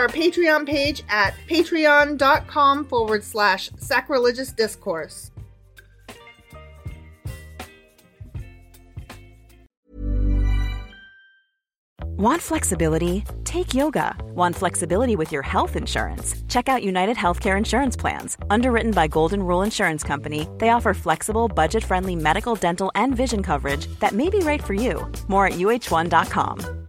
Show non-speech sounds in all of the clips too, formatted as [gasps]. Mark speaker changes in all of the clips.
Speaker 1: our Patreon page at patreon.com forward slash sacrilegious discourse.
Speaker 2: Want flexibility? Take yoga. Want flexibility with your health insurance? Check out United Healthcare Insurance Plans. Underwritten by Golden Rule Insurance Company, they offer flexible, budget friendly medical, dental, and vision coverage that may be right for you. More at uh1.com.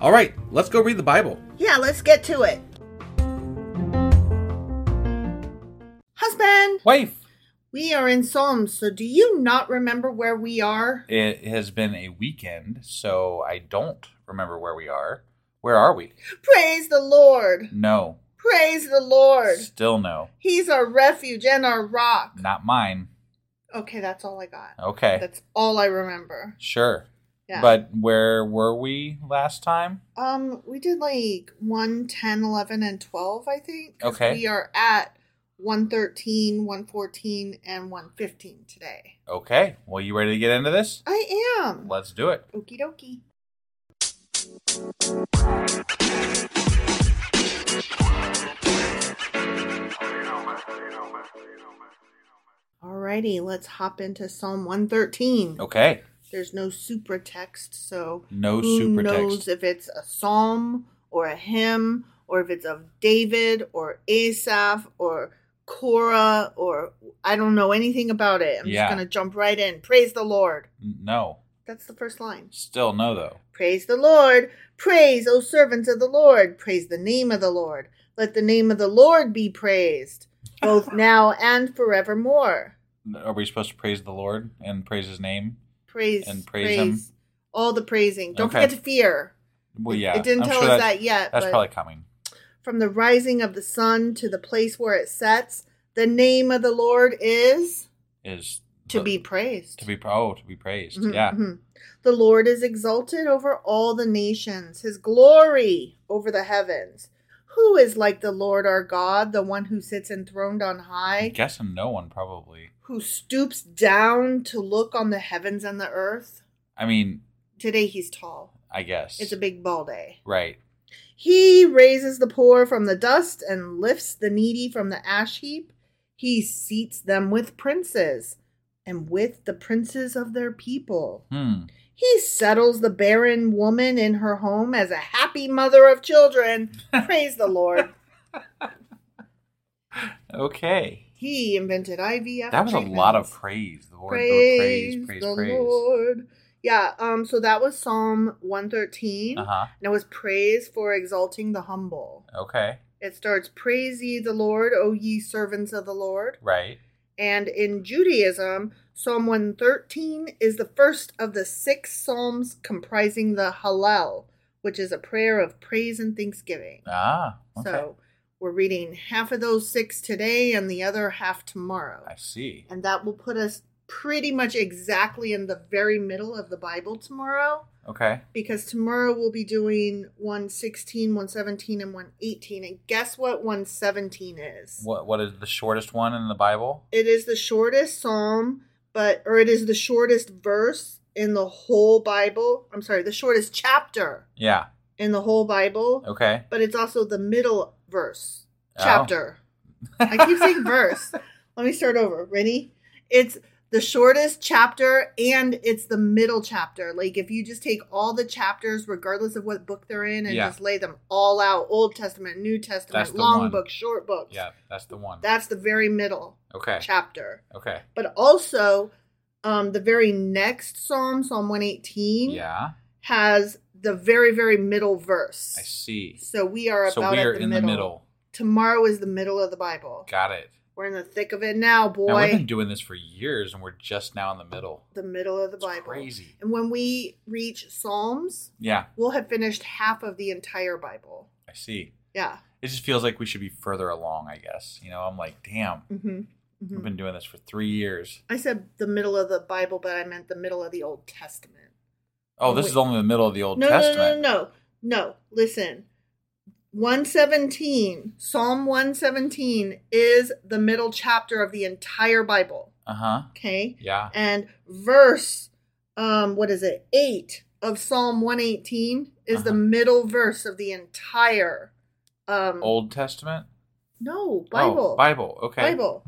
Speaker 3: All right, let's go read the Bible.
Speaker 1: Yeah, let's get to it. Husband,
Speaker 3: Wife!
Speaker 1: we are in Psalms, so do you not remember where we are?
Speaker 3: It has been a weekend, so I don't remember where we are. Where are we?
Speaker 1: Praise the Lord!
Speaker 3: No.
Speaker 1: Praise the Lord!
Speaker 3: Still no.
Speaker 1: He's our refuge and our rock.
Speaker 3: Not mine.
Speaker 1: Okay, that's all I got.
Speaker 3: Okay.
Speaker 1: That's all I remember.
Speaker 3: Sure.
Speaker 1: Yeah.
Speaker 3: But where were we last time?
Speaker 1: Um, we did like 1, 10, 11, and 12, I think. 'cause
Speaker 3: Okay.
Speaker 1: We are at 113, 114, and 115 today.
Speaker 3: Okay. Well, you ready to get into this?
Speaker 1: Uh, I am.
Speaker 3: Let's do it.
Speaker 1: Okie dokie. Alrighty, let's hop into Psalm 113.
Speaker 3: Okay.
Speaker 1: There's no super text, so
Speaker 3: No
Speaker 1: who
Speaker 3: super
Speaker 1: knows
Speaker 3: text.
Speaker 1: if it's a psalm or a hymn or if it's of David or Asaph or Korah or I don't know anything about it. I'm
Speaker 3: Yeah.
Speaker 1: just gonna jump right in. Praise the Lord.
Speaker 3: N- No.
Speaker 1: That's the first line.
Speaker 3: Still no, though.
Speaker 1: Praise the Lord. Praise, O servants of the Lord. Praise the name of the Lord. Let the name of the Lord be praised,
Speaker 3: [laughs]
Speaker 1: both now and forevermore.
Speaker 3: Are we supposed to praise the Lord and praise his name?
Speaker 1: Praise
Speaker 3: And praise him.
Speaker 1: All the praising. Don't
Speaker 3: Okay.
Speaker 1: forget to fear.
Speaker 3: Well,
Speaker 1: It-
Speaker 3: yeah.
Speaker 1: it didn't
Speaker 3: I'm
Speaker 1: tell
Speaker 3: sure
Speaker 1: us
Speaker 3: that's-
Speaker 1: that yet,
Speaker 3: That's
Speaker 1: but-
Speaker 3: probably coming.
Speaker 1: From the rising of the sun to the place where it sets, the name of the Lord is
Speaker 3: Is
Speaker 1: to
Speaker 3: the-
Speaker 1: be praised.
Speaker 3: to be oh to be praised.
Speaker 1: Mhm,
Speaker 3: Yeah.
Speaker 1: mhm. The Lord is exalted over all the nations, his glory over the heavens. Who is like the Lord our God, the one who sits enthroned on
Speaker 3: I'm
Speaker 1: high,
Speaker 3: guessing no one probably.
Speaker 1: who stoops down to look on the heavens and the earth?
Speaker 3: I mean,
Speaker 1: Today he's tall.
Speaker 3: I guess
Speaker 1: It's a big ball day.
Speaker 3: right.
Speaker 1: He raises the poor from the dust and lifts the needy from the ash heap. He seats them with princes and with the princes of their people.
Speaker 3: Hmm.
Speaker 1: He settles the barren woman in her home as a happy mother
Speaker 3: [laughs]
Speaker 1: of children. Praise the Lord.
Speaker 3: Okay.
Speaker 1: He invented IVF.
Speaker 3: That was a lot of
Speaker 1: treatments.
Speaker 3: praise. The Lord,
Speaker 1: praise,
Speaker 3: Lord, praise, praise,
Speaker 1: the
Speaker 3: praise.
Speaker 1: Lord. Yeah, um so that was Psalm 113
Speaker 3: Uh huh.
Speaker 1: and it was praise for exalting the humble.
Speaker 3: Okay.
Speaker 1: It starts, Praise ye the Lord, O ye servants of the Lord.
Speaker 3: Right.
Speaker 1: And in Judaism, Psalm 113 is the first of the six psalms comprising the Hallel, which is a prayer of praise and thanksgiving.
Speaker 3: Ah. Okay.
Speaker 1: So we're reading half of those six today and the other half tomorrow.
Speaker 3: I see.
Speaker 1: And that will put us pretty much exactly in the very middle of the Bible tomorrow
Speaker 3: Okay.
Speaker 1: because tomorrow we'll be doing 116, 117, and 118. And guess what 117 is?
Speaker 3: What what is the shortest one in the Bible?
Speaker 1: It is the shortest psalm, but or it is the shortest verse in the whole Bible. I'm sorry, the shortest chapter
Speaker 3: Yeah.
Speaker 1: in the whole Bible,
Speaker 3: Okay.
Speaker 1: but it's also the middle verse
Speaker 3: Oh.
Speaker 1: chapter. I keep
Speaker 3: [laughs]
Speaker 1: saying verse. Let me start over. Ready? It's the shortest chapter and it's the middle chapter. Like if you just take all the chapters, regardless of what book they're in, and
Speaker 3: Yeah.
Speaker 1: just lay them all out Old Testament, New
Speaker 3: That's
Speaker 1: Testament,
Speaker 3: the
Speaker 1: long
Speaker 3: one.
Speaker 1: book, short book.
Speaker 3: Yeah, that's the one.
Speaker 1: That's the very middle
Speaker 3: Okay.
Speaker 1: chapter
Speaker 3: Okay.
Speaker 1: but also um, the very next psalm psalm 118
Speaker 3: Yeah.
Speaker 1: has the very very middle verse
Speaker 3: I see.
Speaker 1: so we are about
Speaker 3: So we are
Speaker 1: at the
Speaker 3: in
Speaker 1: middle.
Speaker 3: the middle.
Speaker 1: tomorrow is the middle of the bible
Speaker 3: Got it.
Speaker 1: we're in the thick of it now boy
Speaker 3: Now we've been doing this for years, and we're just now in the middle.
Speaker 1: the middle of the
Speaker 3: It's
Speaker 1: bible
Speaker 3: crazy.
Speaker 1: and when we reach psalms
Speaker 3: Yeah,
Speaker 1: we'll have finished half of the entire bible
Speaker 3: I see.
Speaker 1: yeah
Speaker 3: It just feels like we should be further along. I guess you know. I'm like, damn,
Speaker 1: hmm
Speaker 3: we've been doing this for three years.
Speaker 1: i said the middle of the bible but i meant the middle of the old testament
Speaker 3: Oh,
Speaker 1: Oh,
Speaker 3: this
Speaker 1: wait.
Speaker 3: is only the middle of the Old
Speaker 1: no,
Speaker 3: Testament.
Speaker 1: No, no, no, no, no. Listen. 117, Psalm 117 is the middle chapter of the entire Bible.
Speaker 3: Uh huh.
Speaker 1: Okay.
Speaker 3: Yeah.
Speaker 1: And verse, um, what is it? Eight of Psalm 118 is the
Speaker 3: Uh-huh.
Speaker 1: middle verse of the entire um
Speaker 3: Old Testament.
Speaker 1: no
Speaker 3: Oh,
Speaker 1: Bible.
Speaker 3: Bible. Okay.
Speaker 1: Bible.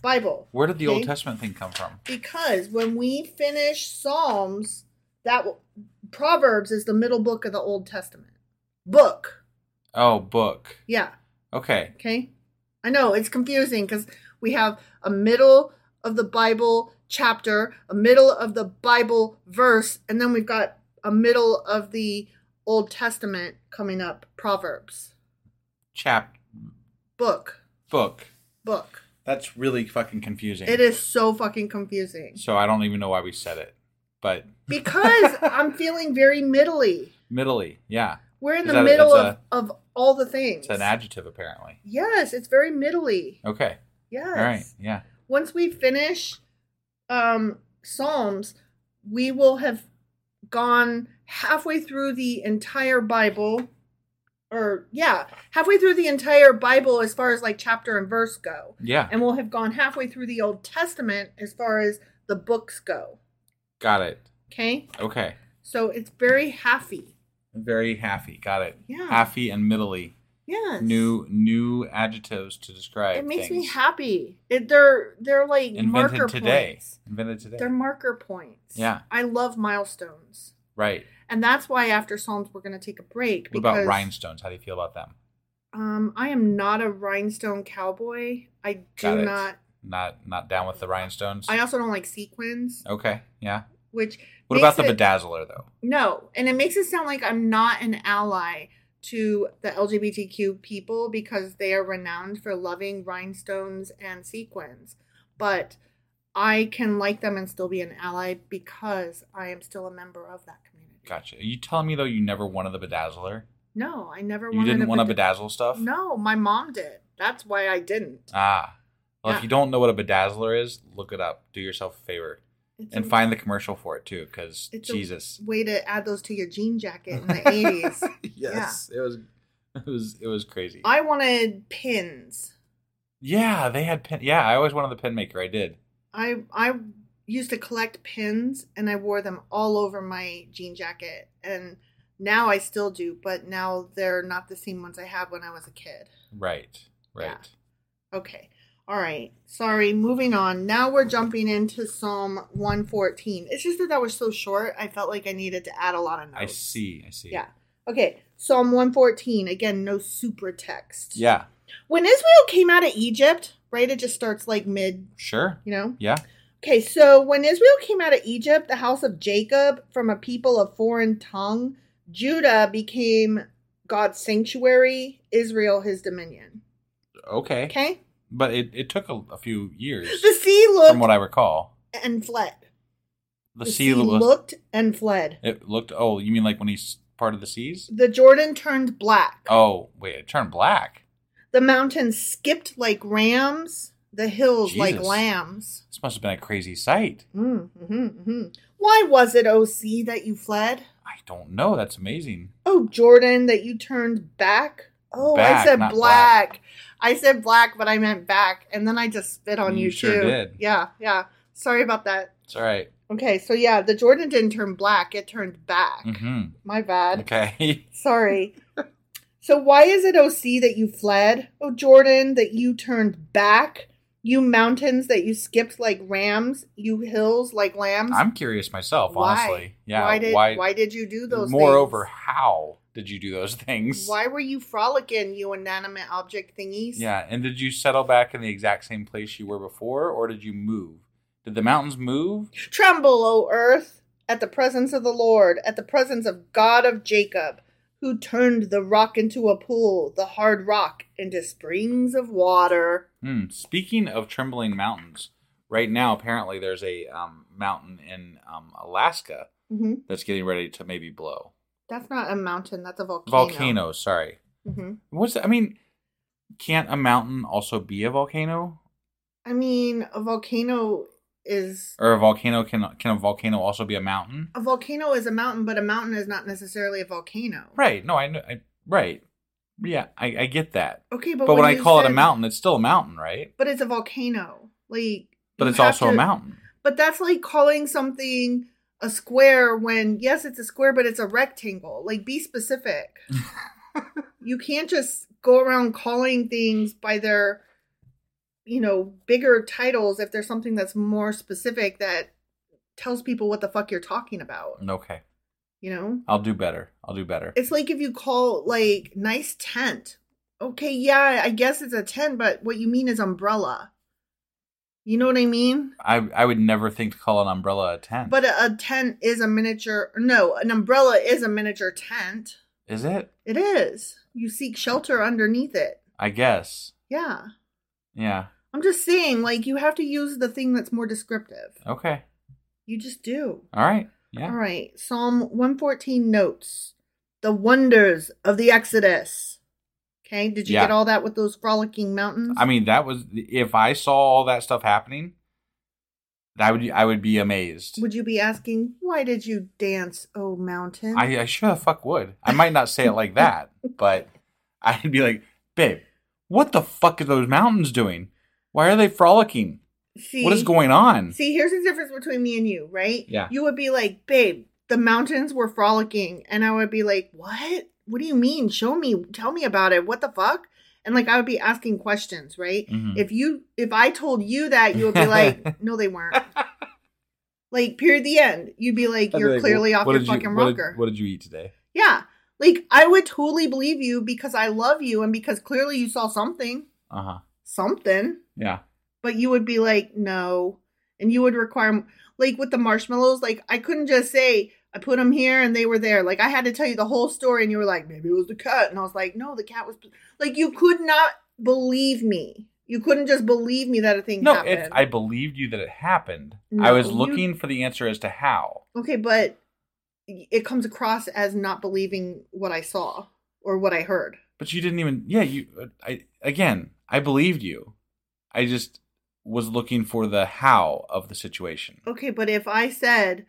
Speaker 1: Bible.
Speaker 3: Where did the Old
Speaker 1: Okay?
Speaker 3: Testament thing come from?
Speaker 1: because when we finish psalms that will, proverbs is the middle book of the old testament book
Speaker 3: Oh, book.
Speaker 1: yeah
Speaker 3: Okay.
Speaker 1: okay i know it's confusing because we have a middle of the bible chapter a middle of the bible verse and then we've got a middle of the old testament coming up proverbs
Speaker 3: Chap
Speaker 1: book
Speaker 3: book.
Speaker 1: book
Speaker 3: That's really fucking confusing.
Speaker 1: it is so fucking confusing
Speaker 3: So I don't even know why we said it, but [laughs]
Speaker 1: because i'm feeling very middly
Speaker 3: middly. Yeah.
Speaker 1: We're in
Speaker 3: Is
Speaker 1: the
Speaker 3: that-
Speaker 1: middle
Speaker 3: that's
Speaker 1: of, of all the things.
Speaker 3: It's an adjective apparently.
Speaker 1: yes, it's very middly.
Speaker 3: Okay.
Speaker 1: Yes.
Speaker 3: All right. Yeah.
Speaker 1: Once we finish um Psalms, we will have gone halfway through the entire Bible. Or yeah, halfway through the entire Bible as far as like chapter and verse go.
Speaker 3: Yeah.
Speaker 1: And we'll have gone halfway through the Old Testament as far as the books go.
Speaker 3: Got it.
Speaker 1: Okay?
Speaker 3: Okay.
Speaker 1: So it's very halfy.
Speaker 3: Very happy. Got it.
Speaker 1: Yeah.
Speaker 3: Happy and middly.
Speaker 1: Yes.
Speaker 3: New new adjectives to describe.
Speaker 1: It makes me
Speaker 3: things.
Speaker 1: happy. It, they're they're like
Speaker 3: Invented
Speaker 1: marker
Speaker 3: today.
Speaker 1: points.
Speaker 3: Invented today.
Speaker 1: They're marker points.
Speaker 3: Yeah.
Speaker 1: I love milestones,
Speaker 3: right.
Speaker 1: and that's why after Psalms we're going to take a break.
Speaker 3: What about
Speaker 1: because,
Speaker 3: rhinestones? How do you feel about them?
Speaker 1: Um, I am not a rhinestone cowboy. I
Speaker 3: Got
Speaker 1: do
Speaker 3: it.
Speaker 1: not.
Speaker 3: Not not down with the rhinestones.
Speaker 1: I also don't like sequins,
Speaker 3: okay. Yeah.
Speaker 1: which
Speaker 3: What about
Speaker 1: makes
Speaker 3: the
Speaker 1: it-
Speaker 3: bedazzler though?
Speaker 1: No, and it makes it sound like I'm not an ally to the LGBTQ people because they are renowned for loving rhinestones and sequins. But I can like them and still be an ally because I am still a member of that community.
Speaker 3: Gotcha. Are you telling me though you never wanted the bedazzler?
Speaker 1: No, I never
Speaker 3: You
Speaker 1: wanted
Speaker 3: didn't want to
Speaker 1: bed-
Speaker 3: bedazzle stuff?
Speaker 1: No, my mom did. That's why I didn't.
Speaker 3: Ah. Well,
Speaker 1: Yeah.
Speaker 3: if you don't know what a bedazzler is, look it up. Do yourself a favor.
Speaker 1: It's
Speaker 3: and
Speaker 1: a-
Speaker 3: find the commercial for it too, because
Speaker 1: it's a
Speaker 3: Jesus.
Speaker 1: way to add those to your jean jacket [laughs]
Speaker 3: [laughs]
Speaker 1: in the eighties.
Speaker 3: yes. It was [laughs] it was it was crazy.
Speaker 1: I wanted pins.
Speaker 3: yeah, they had pin yeah, I always wanted the pin maker, I did.
Speaker 1: I I used to collect pins and I wore them all over my jean jacket and now I still do, but now they're not the same ones I had when I was a kid.
Speaker 3: Right. Right.
Speaker 1: Yeah. Okay. All right. Sorry, moving on. Now we're jumping into Psalm 114. It's just that that was so short. I felt like I needed to add a lot of notes.
Speaker 3: I see, I see.
Speaker 1: Yeah. Okay. Psalm 114. Again, no super text.
Speaker 3: Yeah.
Speaker 1: When Israel came out of Egypt, right? It just starts like mid,
Speaker 3: Sure.
Speaker 1: you know?
Speaker 3: Yeah.
Speaker 1: Okay, so when Israel came out of Egypt, the house of Jacob, from a people of foreign tongue, Judah became God's sanctuary, Israel his dominion.
Speaker 3: Okay.
Speaker 1: Okay?
Speaker 3: But it, it took a, a few
Speaker 1: [laughs]
Speaker 3: years
Speaker 1: The sea
Speaker 3: from
Speaker 1: looked
Speaker 3: what I recall.
Speaker 1: and fled.
Speaker 3: The, sea, was
Speaker 1: looked and fled.
Speaker 3: it looked oh, you mean like when he's part of the seas?
Speaker 1: The Jordan turned black.
Speaker 3: Oh, wait, it turned black.
Speaker 1: The mountains skipped like rams. the hills like
Speaker 3: Jesus.
Speaker 1: lambs.
Speaker 3: This must have been a crazy sight.
Speaker 1: Mm, hmm hmm Why was it, OC, that you fled?
Speaker 3: I don't know. That's amazing.
Speaker 1: Oh, Jordan, that you turned back? Oh,
Speaker 3: Back,
Speaker 1: I said
Speaker 3: not
Speaker 1: black.
Speaker 3: black.
Speaker 1: I said black, but I meant back. And then I just spit on
Speaker 3: You
Speaker 1: you,
Speaker 3: sure
Speaker 1: too.
Speaker 3: did.
Speaker 1: Yeah, yeah. Sorry about that.
Speaker 3: It's all right.
Speaker 1: Okay, so yeah, the Jordan didn't turn black, it turned back.
Speaker 3: Mhm.
Speaker 1: My bad.
Speaker 3: Okay. [laughs]
Speaker 1: Sorry. so why is it OC that you fled? Oh Jordan, that you turned back? You mountains that you skipped like rams, you hills like lambs.
Speaker 3: I'm curious myself,
Speaker 1: Why?
Speaker 3: honestly. Yeah.
Speaker 1: why did why, did you do those
Speaker 3: Moreover,
Speaker 1: things?
Speaker 3: how did you do those [laughs] things?
Speaker 1: why were you frolicking, you inanimate object thingies?
Speaker 3: Yeah, and did you settle back in the exact same place you were before, or did you move? Did the mountains move?
Speaker 1: Tremble, O earth, at the presence of the Lord, at the presence of God of Jacob, who turned the rock into a pool, the hard rock into springs of water.
Speaker 3: Hmm. Speaking of trembling mountains, right now apparently there's a um, mountain in um, Alaska
Speaker 1: hmm
Speaker 3: that's getting ready to maybe blow.
Speaker 1: That's not a mountain, that's a volcano.
Speaker 3: Volcano, sorry.
Speaker 1: hmm
Speaker 3: What's I mean? Can't a mountain also be a volcano,
Speaker 1: I mean, a volcano is
Speaker 3: or a volcano can can a volcano also be a mountain?
Speaker 1: a volcano is a mountain, but a mountain is not necessarily a volcano.
Speaker 3: Right. No, I know. I, right. Yeah, I, I get that.
Speaker 1: Okay, but,
Speaker 3: But, when I
Speaker 1: you
Speaker 3: call it a
Speaker 1: said-
Speaker 3: mountain, it's still a mountain, right?
Speaker 1: but it's a volcano. Like,
Speaker 3: But
Speaker 1: you
Speaker 3: it's
Speaker 1: have
Speaker 3: also a
Speaker 1: to-
Speaker 3: mountain.
Speaker 1: But that's like calling something a square when yes, it's a square, but it's a rectangle. Like, be specific. you can't just go around calling things by their, you know, bigger titles if there's something that's more specific that tells people what the fuck you're talking about.
Speaker 3: Okay.
Speaker 1: You know.
Speaker 3: I'll do better. I'll do better.
Speaker 1: It's like if you call like nice tent. Okay, yeah, I guess it's a tent, but what you mean is umbrella. You know what I mean?
Speaker 3: I I would never think to call an umbrella a tent.
Speaker 1: But a, a tent is a miniature. No, an umbrella is a miniature tent.
Speaker 3: is it?
Speaker 1: It is. You seek shelter underneath it.
Speaker 3: I guess.
Speaker 1: Yeah.
Speaker 3: Yeah.
Speaker 1: I'm just saying, like, you have to use the thing that's more descriptive.
Speaker 3: Okay.
Speaker 1: You just do.
Speaker 3: All right. Yeah.
Speaker 1: All right. Psalm 114 notes the wonders of the Exodus. Okay. Did you
Speaker 3: Yeah.
Speaker 1: get all that with those frolicking mountains?
Speaker 3: I mean, that was if I saw all that stuff happening, I would I would be amazed.
Speaker 1: Would you be asking, why did you dance, oh mountain?
Speaker 3: I, I sure the fuck would. I might not say it like
Speaker 1: [laughs]
Speaker 3: that, but I'd be like, babe, what the fuck are those mountains doing? Why are they frolicking?
Speaker 1: see,
Speaker 3: What is going on?
Speaker 1: See, here's the difference between me and you, right?
Speaker 3: Yeah.
Speaker 1: You would be like, babe, the mountains were frolicking. And I would be like, what? What do you mean? Show me, tell me about it. What the fuck? And like, I would be asking questions, right?
Speaker 3: Mhm.
Speaker 1: If you, if I told you that, you would
Speaker 3: [laughs]
Speaker 1: be like, no, they weren't. Like, period, the end. You'd be like, you're clearly off your
Speaker 3: did
Speaker 1: fucking
Speaker 3: you, what did-
Speaker 1: rocker.
Speaker 3: what did you eat today?
Speaker 1: yeah. Like, I would totally believe you because I love you and because clearly you saw something,
Speaker 3: Uh huh.
Speaker 1: something
Speaker 3: Yeah.
Speaker 1: but you would be like no and you would require like with the marshmallows like i couldn't just say i put them here and they were there like i had to tell you the whole story and you were like maybe it was the cat and i was like no the cat was like you could not believe me you couldn't just believe me that a thing
Speaker 3: No,
Speaker 1: happened
Speaker 3: if I believed you that it happened, I
Speaker 1: No,
Speaker 3: was
Speaker 1: you-
Speaker 3: looking for the answer as to how.
Speaker 1: okay but it comes across as not believing what i saw or what i heard
Speaker 3: But you didn't even. Yeah, you. I again. I believed you. I just was looking for the how of the situation.
Speaker 1: okay but if i said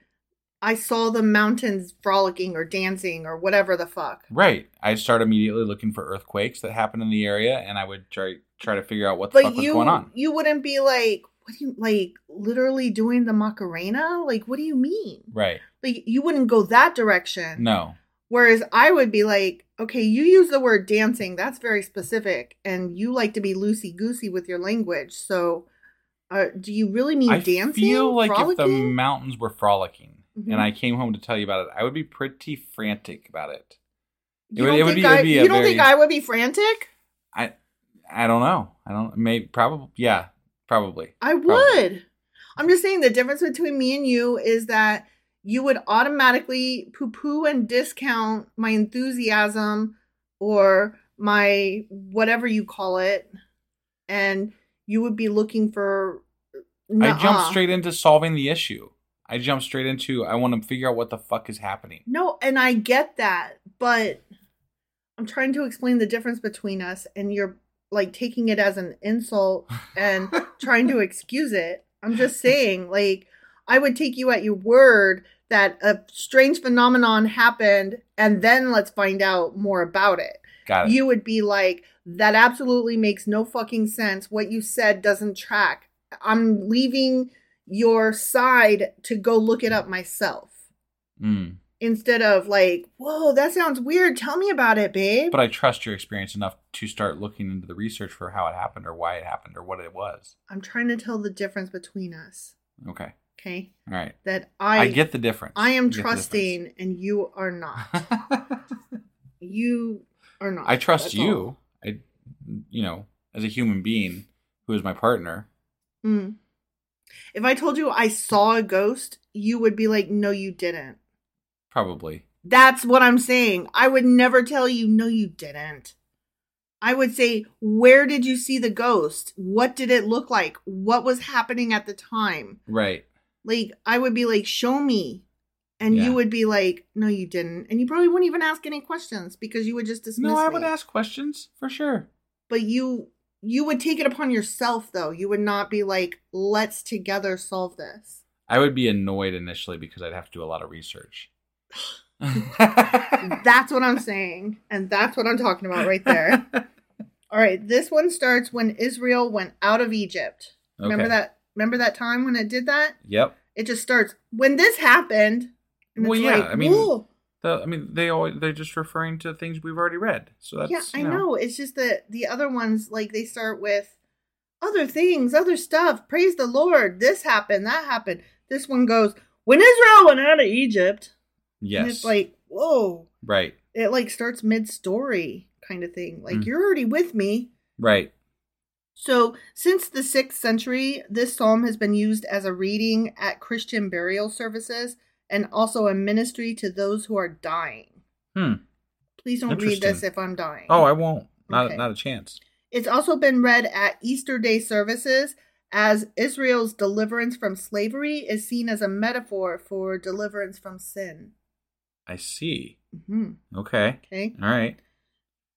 Speaker 1: i saw the mountains frolicking or dancing or whatever the fuck
Speaker 3: Right. I'd start immediately looking for earthquakes that happened in the area, and I would try try to figure out what the
Speaker 1: but
Speaker 3: fuck
Speaker 1: you
Speaker 3: was going on.
Speaker 1: you wouldn't be like what do you like literally doing the macarena like what do you mean
Speaker 3: Right.
Speaker 1: like you wouldn't go that direction
Speaker 3: No.
Speaker 1: whereas i would be like okay you use the word dancing that's very specific and you like to be loosey goosey with your language so uh, do you really mean
Speaker 3: I
Speaker 1: dancing
Speaker 3: feel like if the
Speaker 1: Frolicking?
Speaker 3: mountains were frolicking,
Speaker 1: Mhm.
Speaker 3: and I came home to tell you about it, I would be pretty frantic about it. It
Speaker 1: you
Speaker 3: would-
Speaker 1: don't,
Speaker 3: it would
Speaker 1: think,
Speaker 3: be- it would
Speaker 1: I,
Speaker 3: be a
Speaker 1: you don't
Speaker 3: very-
Speaker 1: think i would be frantic
Speaker 3: I I don't know. I don't maybe probably yeah, probably.
Speaker 1: I would. I'm just saying the difference between me and you is that you would automatically poo poo and discount my enthusiasm or my whatever you call it. And you would be looking for.
Speaker 3: I jumped
Speaker 1: Nuh-uh.
Speaker 3: straight into solving the issue. I jumped straight into I want to figure out what the fuck is happening.
Speaker 1: No, and I get that, but I'm trying to explain the difference between us and you're like taking it as an insult
Speaker 3: [laughs]
Speaker 1: and trying to excuse it. I'm just saying, like, I would take you at your word that a strange phenomenon happened and then let's find out more about it.
Speaker 3: Got it.
Speaker 1: You would be like, that absolutely makes no fucking sense. What you said doesn't track. I'm leaving your side to go look it up myself
Speaker 3: Mm.
Speaker 1: instead of like, whoa, that sounds weird. Tell me about it, babe.
Speaker 3: But I trust your experience enough to start looking into the research for how it happened or why it happened or what it was.
Speaker 1: I'm trying to tell the difference between us.
Speaker 3: Okay.
Speaker 1: Okay.
Speaker 3: All right.
Speaker 1: That
Speaker 3: I,
Speaker 1: I,
Speaker 3: get the difference.
Speaker 1: I am
Speaker 3: get the difference.
Speaker 1: trusting and you are not. you are not.
Speaker 3: [laughs] I trust
Speaker 1: That's
Speaker 3: you.
Speaker 1: all.
Speaker 3: I, you know, as a human being who is my partner.
Speaker 1: Mm. If I told you I saw a ghost, you would be like, no, you didn't.
Speaker 3: Probably.
Speaker 1: That's what I'm saying. I would never tell you, no, you didn't. I would say, where did you see the ghost? What did it look like? What was happening at the time?
Speaker 3: Right.
Speaker 1: Like, I would be like, show me. And
Speaker 3: Yeah.
Speaker 1: you would be like, no, you didn't. And you probably wouldn't even ask any questions because you would just dismiss
Speaker 3: No, I
Speaker 1: me.
Speaker 3: would ask questions for sure.
Speaker 1: But you you would take it upon yourself though. You would not be like, let's together solve this.
Speaker 3: I would be annoyed initially because I'd have to do a lot of
Speaker 1: [laughs]
Speaker 3: research.
Speaker 1: That's what I'm saying. And that's what I'm talking about right
Speaker 3: [laughs]
Speaker 1: there. All right, this one starts when Israel went out of Egypt. Remember
Speaker 3: Okay.
Speaker 1: that remember that time when it did that?
Speaker 3: Yep.
Speaker 1: It just starts when this happened. And
Speaker 3: Well,
Speaker 1: it's
Speaker 3: yeah,
Speaker 1: like,
Speaker 3: I mean,
Speaker 1: "Whoa."
Speaker 3: The, I mean, they always they're just referring to things we've already read. So that's
Speaker 1: yeah, I
Speaker 3: you
Speaker 1: know. It's just that the other ones like they start with other things, other stuff. Praise the Lord. This happened, that happened. This one goes, when Israel went out of Egypt.
Speaker 3: Yes.
Speaker 1: And it's like, whoa.
Speaker 3: right.
Speaker 1: It like starts mid story kind of thing. Like,
Speaker 3: Mm.
Speaker 1: you're already with me.
Speaker 3: Right.
Speaker 1: So, since the 6th century, this psalm has been used as a reading at Christian burial services and also a ministry to those who are dying.
Speaker 3: Hmm.
Speaker 1: Please don't read this
Speaker 3: Interesting.
Speaker 1: if I'm dying.
Speaker 3: Oh, I won't. Not
Speaker 1: Okay.
Speaker 3: not a chance.
Speaker 1: It's also been read at Easter Day services as Israel's deliverance from slavery is seen as a metaphor for deliverance from sin.
Speaker 3: I see.
Speaker 1: hmm
Speaker 3: Okay.
Speaker 1: Okay.
Speaker 3: All right.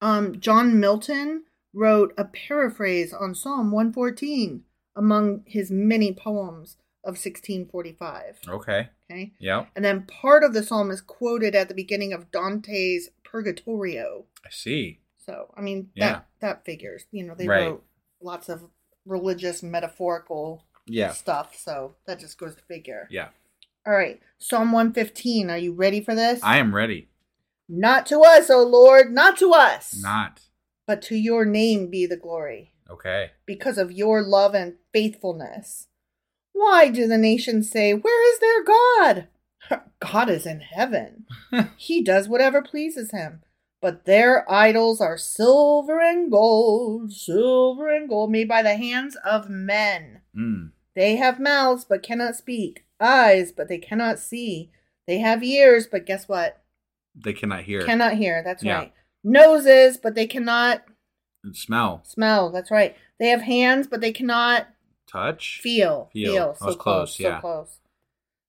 Speaker 1: Um, John Milton wrote a paraphrase on Psalm 114 among his many poems of 1645.
Speaker 3: Okay.
Speaker 1: Okay.
Speaker 3: Yep.
Speaker 1: And then part of the psalm is quoted at the beginning of Dante's Purgatorio.
Speaker 3: I see.
Speaker 1: So, I mean, that,
Speaker 3: Yeah.
Speaker 1: that figures. You know, they
Speaker 3: Right.
Speaker 1: wrote lots of religious metaphorical
Speaker 3: Yeah.
Speaker 1: stuff. So that just goes to figure.
Speaker 3: Yeah.
Speaker 1: All right. Psalm 115. Are you ready for this?
Speaker 3: I am ready.
Speaker 1: Not to us, O Lord, not to us,
Speaker 3: Not.
Speaker 1: but to your name be the glory.
Speaker 3: Okay.
Speaker 1: because of your love and faithfulness. Why do the nations say, Where is their God? God is
Speaker 3: [laughs]
Speaker 1: in heaven. he does whatever pleases him. But their idols are silver and gold, silver and gold, made by the hands of men.
Speaker 3: Mm.
Speaker 1: They have mouths but cannot speak, eyes but they cannot see. They have ears, but guess what?
Speaker 3: They cannot hear.
Speaker 1: Cannot hear. That's
Speaker 3: Yeah.
Speaker 1: right. Noses, but they cannot
Speaker 3: Smell.
Speaker 1: smell. That's right. They have hands, but they cannot
Speaker 3: Touch.
Speaker 1: Feel,
Speaker 3: Feel.
Speaker 1: feel,
Speaker 3: I
Speaker 1: so
Speaker 3: was
Speaker 1: close,
Speaker 3: close, yeah.
Speaker 1: so close.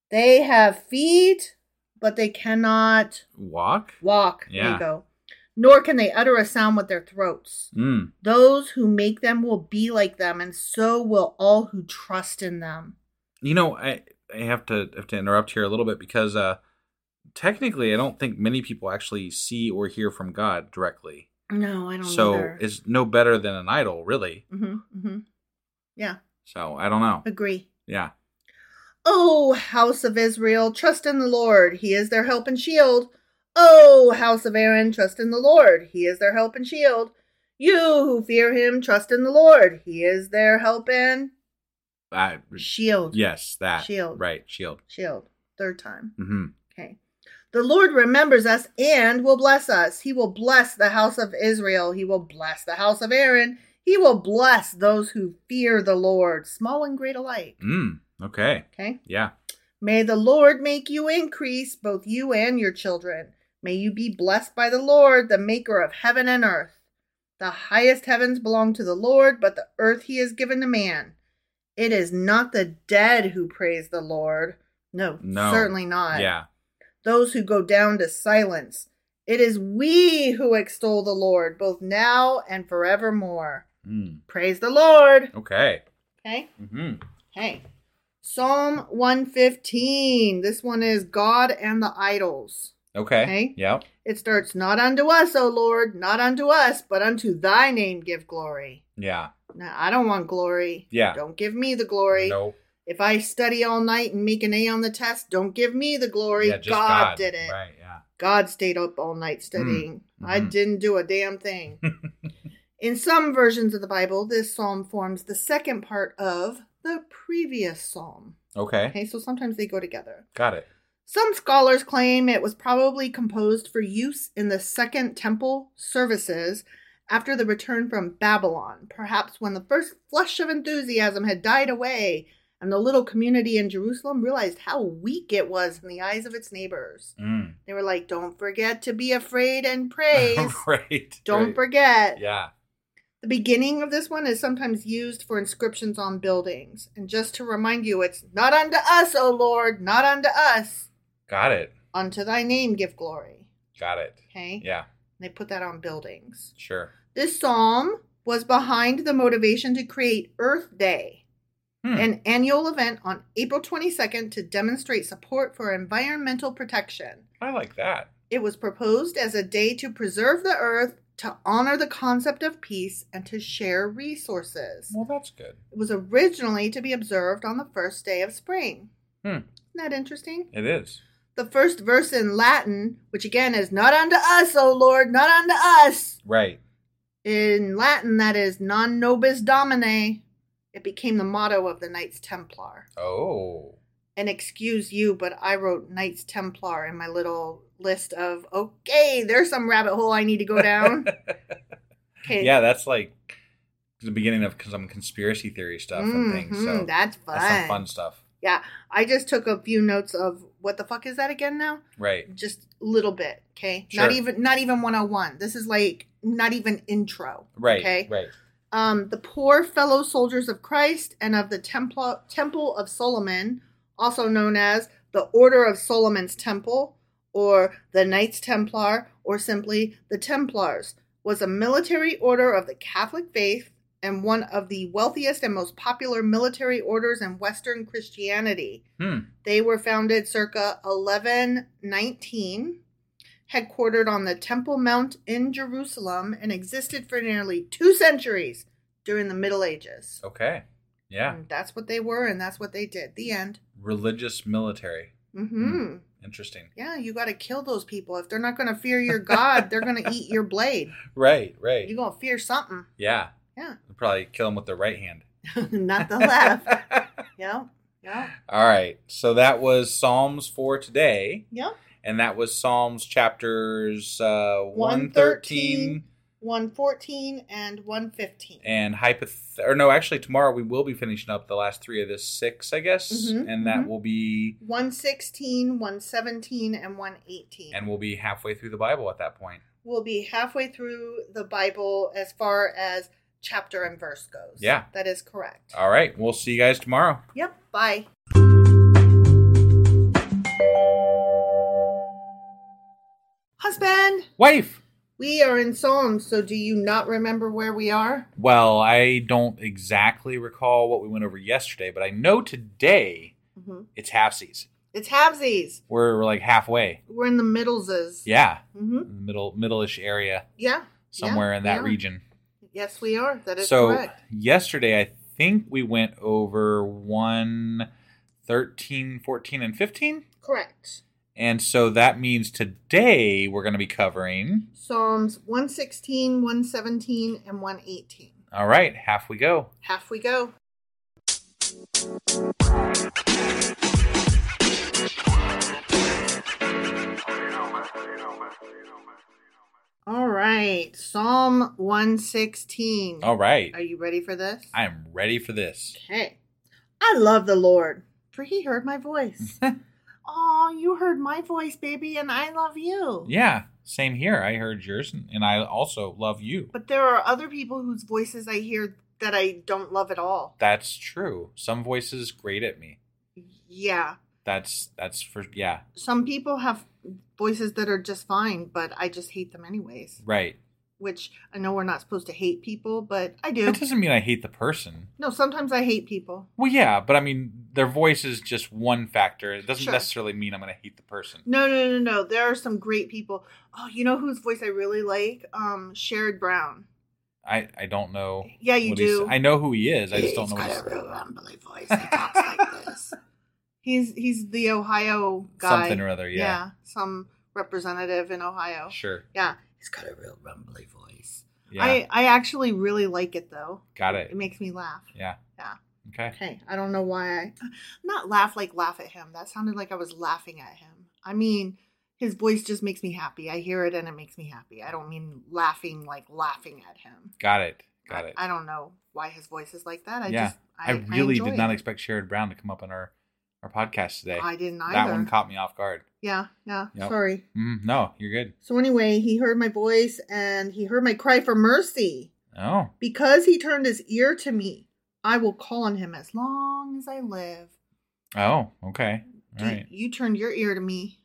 Speaker 1: They have feet, but they cannot
Speaker 3: Walk.
Speaker 1: walk. There
Speaker 3: Yeah.
Speaker 1: you go. Nor can they utter a sound with their throats.
Speaker 3: Mm.
Speaker 1: Those who make them will be like them, and so will all who trust in them.
Speaker 3: You know, I I have to have to interrupt here a little bit because uh technically I don't think many people actually see or hear from God directly.
Speaker 1: No, I don't
Speaker 3: So
Speaker 1: either.
Speaker 3: it's no better than an idol, really.
Speaker 1: hmm hmm Yeah,
Speaker 3: So I don't know.
Speaker 1: agree.
Speaker 3: Yeah.
Speaker 1: Oh, house of Israel, trust in the Lord. He is their help and shield. Oh, house of Aaron, trust in the Lord. He is their help and shield. You who fear him, trust in the Lord. He is their help and
Speaker 3: I,
Speaker 1: shield.
Speaker 3: yes, that.
Speaker 1: Shield.
Speaker 3: Right, shield.
Speaker 1: Shield. Third time.
Speaker 3: hmm
Speaker 1: Okay. The Lord remembers us and will bless us. He will bless the house of Israel. He will bless the house of Aaron. He will bless those who fear the Lord, small and great alike.
Speaker 3: Mm. Okay.
Speaker 1: Okay.
Speaker 3: Yeah.
Speaker 1: May the Lord make you increase, both you and your children. May you be blessed by the Lord, the maker of heaven and earth. The highest heavens belong to the Lord, but the earth he has given to man. It is not the dead who praise the Lord. No,
Speaker 3: No.
Speaker 1: certainly not.
Speaker 3: Yeah.
Speaker 1: Those who go down to silence. It is we who extol the Lord, both now and forevermore.
Speaker 3: Mm.
Speaker 1: Praise the Lord.
Speaker 3: Okay.
Speaker 1: Okay.
Speaker 3: hmm
Speaker 1: Hey. Psalm 115. This one is God and the idols.
Speaker 3: Okay.
Speaker 1: Okay.
Speaker 3: Yep.
Speaker 1: It starts, Not unto us, O Lord, not unto us, but unto thy name give glory.
Speaker 3: Yeah.
Speaker 1: Now, I don't want glory.
Speaker 3: Yeah.
Speaker 1: Don't give me the glory.
Speaker 3: Nope.
Speaker 1: If I study all night and make an A on the test, don't give me the glory.
Speaker 3: Yeah, just
Speaker 1: God, did it.
Speaker 3: Right. Mm. Yeah.
Speaker 1: God stayed up all night studying. I
Speaker 3: mhm.
Speaker 1: didn't do a
Speaker 3: [laughs]
Speaker 1: damn thing. In some versions of the Bible, this psalm forms the second part of the previous psalm.
Speaker 3: Okay.
Speaker 1: Okay, so sometimes they go together.
Speaker 3: Got it.
Speaker 1: Some scholars claim it was probably composed for use in the Second Temple services after the return from Babylon, perhaps when the first flush of enthusiasm had died away and the little community in Jerusalem realized how weak it was in the eyes of its neighbors.
Speaker 3: Mm. [laughs]
Speaker 1: They were like, don't forget to be afraid and praise.
Speaker 3: right.
Speaker 1: Don't
Speaker 3: right.
Speaker 1: forget.
Speaker 3: Yeah.
Speaker 1: The beginning of this one is sometimes used for inscriptions on buildings. And just to remind you, it's not unto us, O Lord, not unto us.
Speaker 3: Got it.
Speaker 1: Unto thy name give glory.
Speaker 3: Got it.
Speaker 1: Okay?
Speaker 3: Yeah.
Speaker 1: They put that on buildings.
Speaker 3: Sure.
Speaker 1: This psalm was behind the motivation to create Earth Day,
Speaker 3: Hmm.
Speaker 1: an annual event on April 22nd to demonstrate support for environmental protection.
Speaker 3: I like that.
Speaker 1: It was proposed as a day to preserve the earth, to honor the concept of peace, and to share resources.
Speaker 3: Well, that's good.
Speaker 1: It was originally to be observed on the first day of spring.
Speaker 3: Hmm.
Speaker 1: Isn't that interesting?
Speaker 3: It is.
Speaker 1: The first verse in Latin, which again is not unto us, O Lord, not unto us.
Speaker 3: Right.
Speaker 1: In Latin, that is non nobis domine. It became the motto of the Knights Templar.
Speaker 3: Oh.
Speaker 1: and excuse you, but I wrote Knights Templar in my little list of okay, there's some rabbit hole I need
Speaker 3: [laughs]
Speaker 1: to go down. Okay,
Speaker 3: Yeah, that's like the beginning of some conspiracy theory stuff and things.
Speaker 1: Mhm,
Speaker 3: So
Speaker 1: that's fun.
Speaker 3: that's some fun stuff.
Speaker 1: Yeah, I just took a few notes of what the fuck is that again now?
Speaker 3: Right.
Speaker 1: Just a little bit, okay?
Speaker 3: Sure.
Speaker 1: Not even not even 101. This is like not even intro.
Speaker 3: Right.
Speaker 1: Okay.
Speaker 3: Right.
Speaker 1: Um, the poor fellow soldiers of Christ and of the Temple Temple of Solomon, also known as the Order of Solomon's Temple, or the Knights Templar, or simply the Templars, was a military order of the Catholic faith and one of the wealthiest and most popular military orders in Western Christianity.
Speaker 3: Hmm.
Speaker 1: They were founded circa 1119, headquartered on the Temple Mount in Jerusalem, and existed for nearly two centuries during the Middle Ages.
Speaker 3: Okay. Oh, Yeah.
Speaker 1: And that's what they were, and that's what they did. The end.
Speaker 3: Religious military.
Speaker 1: Mm-hmm.
Speaker 3: Hmm. Interesting.
Speaker 1: Yeah, you got to kill those people. If they're not going to fear your God, they're going to eat
Speaker 3: [laughs]
Speaker 1: your blade.
Speaker 3: Right. Right.
Speaker 1: You're going to
Speaker 3: [laughs]
Speaker 1: fear something.
Speaker 3: yeah.
Speaker 1: Yeah,
Speaker 3: They'll probably kill him with their right hand.
Speaker 1: not the left. yeah, yeah,
Speaker 3: [laughs] All right. So that was Psalms for today.
Speaker 1: yeah.
Speaker 3: And that was Psalms chapters uh, 113
Speaker 1: 113. 114 and 115.
Speaker 3: and hypoth or no actually tomorrow we will be finishing up the last three of this six I guess
Speaker 1: Mhm,
Speaker 3: and that
Speaker 1: mhm.
Speaker 3: will be
Speaker 1: 116, 117, and 118.
Speaker 3: and we'll be halfway through the Bible at that point.
Speaker 1: we'll be halfway through the Bible as far as chapter and verse goes.
Speaker 3: Yeah.
Speaker 1: That is correct.
Speaker 3: All right, we'll see you guys tomorrow.
Speaker 1: Yep. Bye. Husband,
Speaker 3: Wife.
Speaker 1: we are in Psalms, so do you not remember where we are?
Speaker 3: Well, I don't exactly recall what we went over yesterday, but I know today
Speaker 1: Mhm.
Speaker 3: it's halfsies.
Speaker 1: It's halvesies.
Speaker 3: We're, we're like halfway.
Speaker 1: We're in the middleses.
Speaker 3: Yeah,
Speaker 1: hmm
Speaker 3: middle middle-ish area
Speaker 1: Yeah.
Speaker 3: somewhere
Speaker 1: Yeah,
Speaker 3: in
Speaker 1: we
Speaker 3: that
Speaker 1: are.
Speaker 3: region.
Speaker 1: Yes, we are. That is
Speaker 3: so
Speaker 1: correct.
Speaker 3: yesterday i think we went over 1 13 14 and 15
Speaker 1: Correct.
Speaker 3: and so that means today we're going to be covering
Speaker 1: Psalms 116, 117, and 118.
Speaker 3: all right half we go
Speaker 1: Half we go. All right, Psalm 116.
Speaker 3: all right
Speaker 1: Are you ready for this?
Speaker 3: i am ready for this
Speaker 1: Okay. I love the Lord, for he heard
Speaker 3: [laughs]
Speaker 1: my voice. oh, you heard my voice, baby, and I love you.
Speaker 3: yeah same here i heard yours and, and i also love you
Speaker 1: But there are other people whose voices I hear that I don't love at all.
Speaker 3: that's true some voices grate at me
Speaker 1: Yeah.
Speaker 3: that's that's for yeah
Speaker 1: Some people have voices that are just fine, but I just hate them anyways.
Speaker 3: right
Speaker 1: which I know we're not supposed to hate people, but I do.
Speaker 3: That doesn't mean I hate the person.
Speaker 1: No, sometimes I hate people.
Speaker 3: Well, yeah, but I mean, their voice is just one factor. It doesn't
Speaker 1: Sure.
Speaker 3: necessarily mean I'm going to hate the person.
Speaker 1: No, no, no, no. There are some great people. Oh, you know whose voice I really like? Um, Sherrod Brown.
Speaker 3: I, I don't know.
Speaker 1: Yeah, you
Speaker 3: what
Speaker 1: do.
Speaker 3: He's, I know who he is. I just don't know. What
Speaker 1: He's
Speaker 3: he's,
Speaker 1: got a real um, rumbly voice. He talks
Speaker 3: [laughs]
Speaker 1: like this. He's he's the Ohio guy.
Speaker 3: Something or other, yeah.
Speaker 1: some representative in Ohio.
Speaker 3: sure.
Speaker 1: Yeah, he's got a real rumbly voice.
Speaker 3: Yeah.
Speaker 1: I I actually really like it though.
Speaker 3: got
Speaker 1: It
Speaker 3: it.
Speaker 1: makes me laugh.
Speaker 3: Yeah.
Speaker 1: Yeah.
Speaker 3: Okay.
Speaker 1: Okay, I don't know why. I, Uh, not laugh like laugh at him. That sounded like I was laughing at him. I mean, his voice just makes me happy. I hear it and it makes me happy. I don't mean laughing like laughing at him.
Speaker 3: Got it. Got
Speaker 1: I,
Speaker 3: it.
Speaker 1: I don't know why his voice is like that. I
Speaker 3: yeah.
Speaker 1: just
Speaker 3: I,
Speaker 1: I,
Speaker 3: really did not expect
Speaker 1: expect.
Speaker 3: Sherrod Brown to come up on our, our podcast today.
Speaker 1: I didn't either.
Speaker 3: that one caught me off guard.
Speaker 1: yeah, yeah.
Speaker 3: Yep.
Speaker 1: Sorry.
Speaker 3: Mm, no, you're good.
Speaker 1: So anyway, he heard my voice and he heard my cry for mercy.
Speaker 3: Oh,
Speaker 1: Because he turned his ear to me, I will call on him as long as I live.
Speaker 3: oh, okay, all
Speaker 1: You-
Speaker 3: right.
Speaker 1: You turned your ear
Speaker 3: [laughs]
Speaker 1: to me.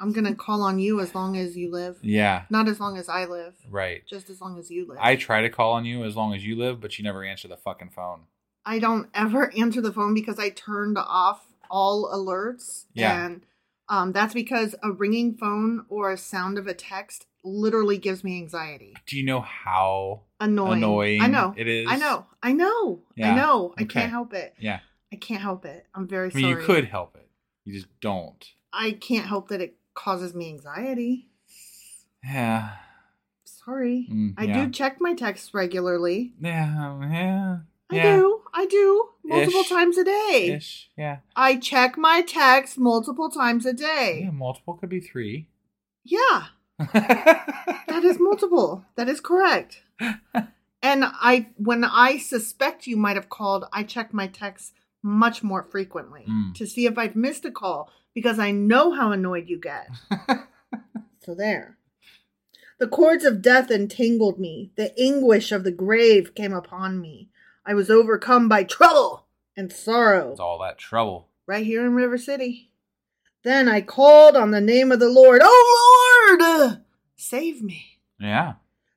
Speaker 1: I'm going to call on you as long as you live.
Speaker 3: Yeah,
Speaker 1: Not as long as I live,
Speaker 3: right.
Speaker 1: just as long as you live.
Speaker 3: I try to call on you as long as you live, but you never answer the fucking phone.
Speaker 1: I don't ever answer the phone because I turned off all alerts.
Speaker 3: Yeah.
Speaker 1: And um, that's because a ringing phone or a sound of a text literally gives me anxiety.
Speaker 3: Do you know how?
Speaker 1: Annoying.
Speaker 3: Annoying
Speaker 1: I know.
Speaker 3: it is.
Speaker 1: I know. I know.
Speaker 3: Yeah.
Speaker 1: I know. I
Speaker 3: Okay.
Speaker 1: can't help it.
Speaker 3: Yeah,
Speaker 1: I can't help it. I'm very
Speaker 3: I mean,
Speaker 1: sorry.
Speaker 3: you could help it. You just don't.
Speaker 1: I can't help that it causes me anxiety.
Speaker 3: Yeah,
Speaker 1: Sorry.
Speaker 3: Mm,
Speaker 1: I
Speaker 3: yeah.
Speaker 1: do check my texts regularly.
Speaker 3: yeah, yeah.
Speaker 1: I
Speaker 3: yeah.
Speaker 1: do. I do. Multiple
Speaker 3: Ish.
Speaker 1: times a day.
Speaker 3: Ish. Yeah.
Speaker 1: I check my texts multiple times a day.
Speaker 3: yeah, multiple could be three. [laughs]
Speaker 1: yeah. That
Speaker 3: [laughs]
Speaker 1: is multiple. That is correct. And I when I suspect you might have called, I check my texts much more frequently
Speaker 3: Mm.
Speaker 1: to see if I've missed a call because I know how annoyed you get. so there. The cords of death entangled me. The anguish of the grave came upon me. I was overcome by trouble and sorrow
Speaker 3: It's all that trouble.
Speaker 1: right here in River City. Then I called on the name of the Lord. Oh Lord, save me.
Speaker 3: Yeah.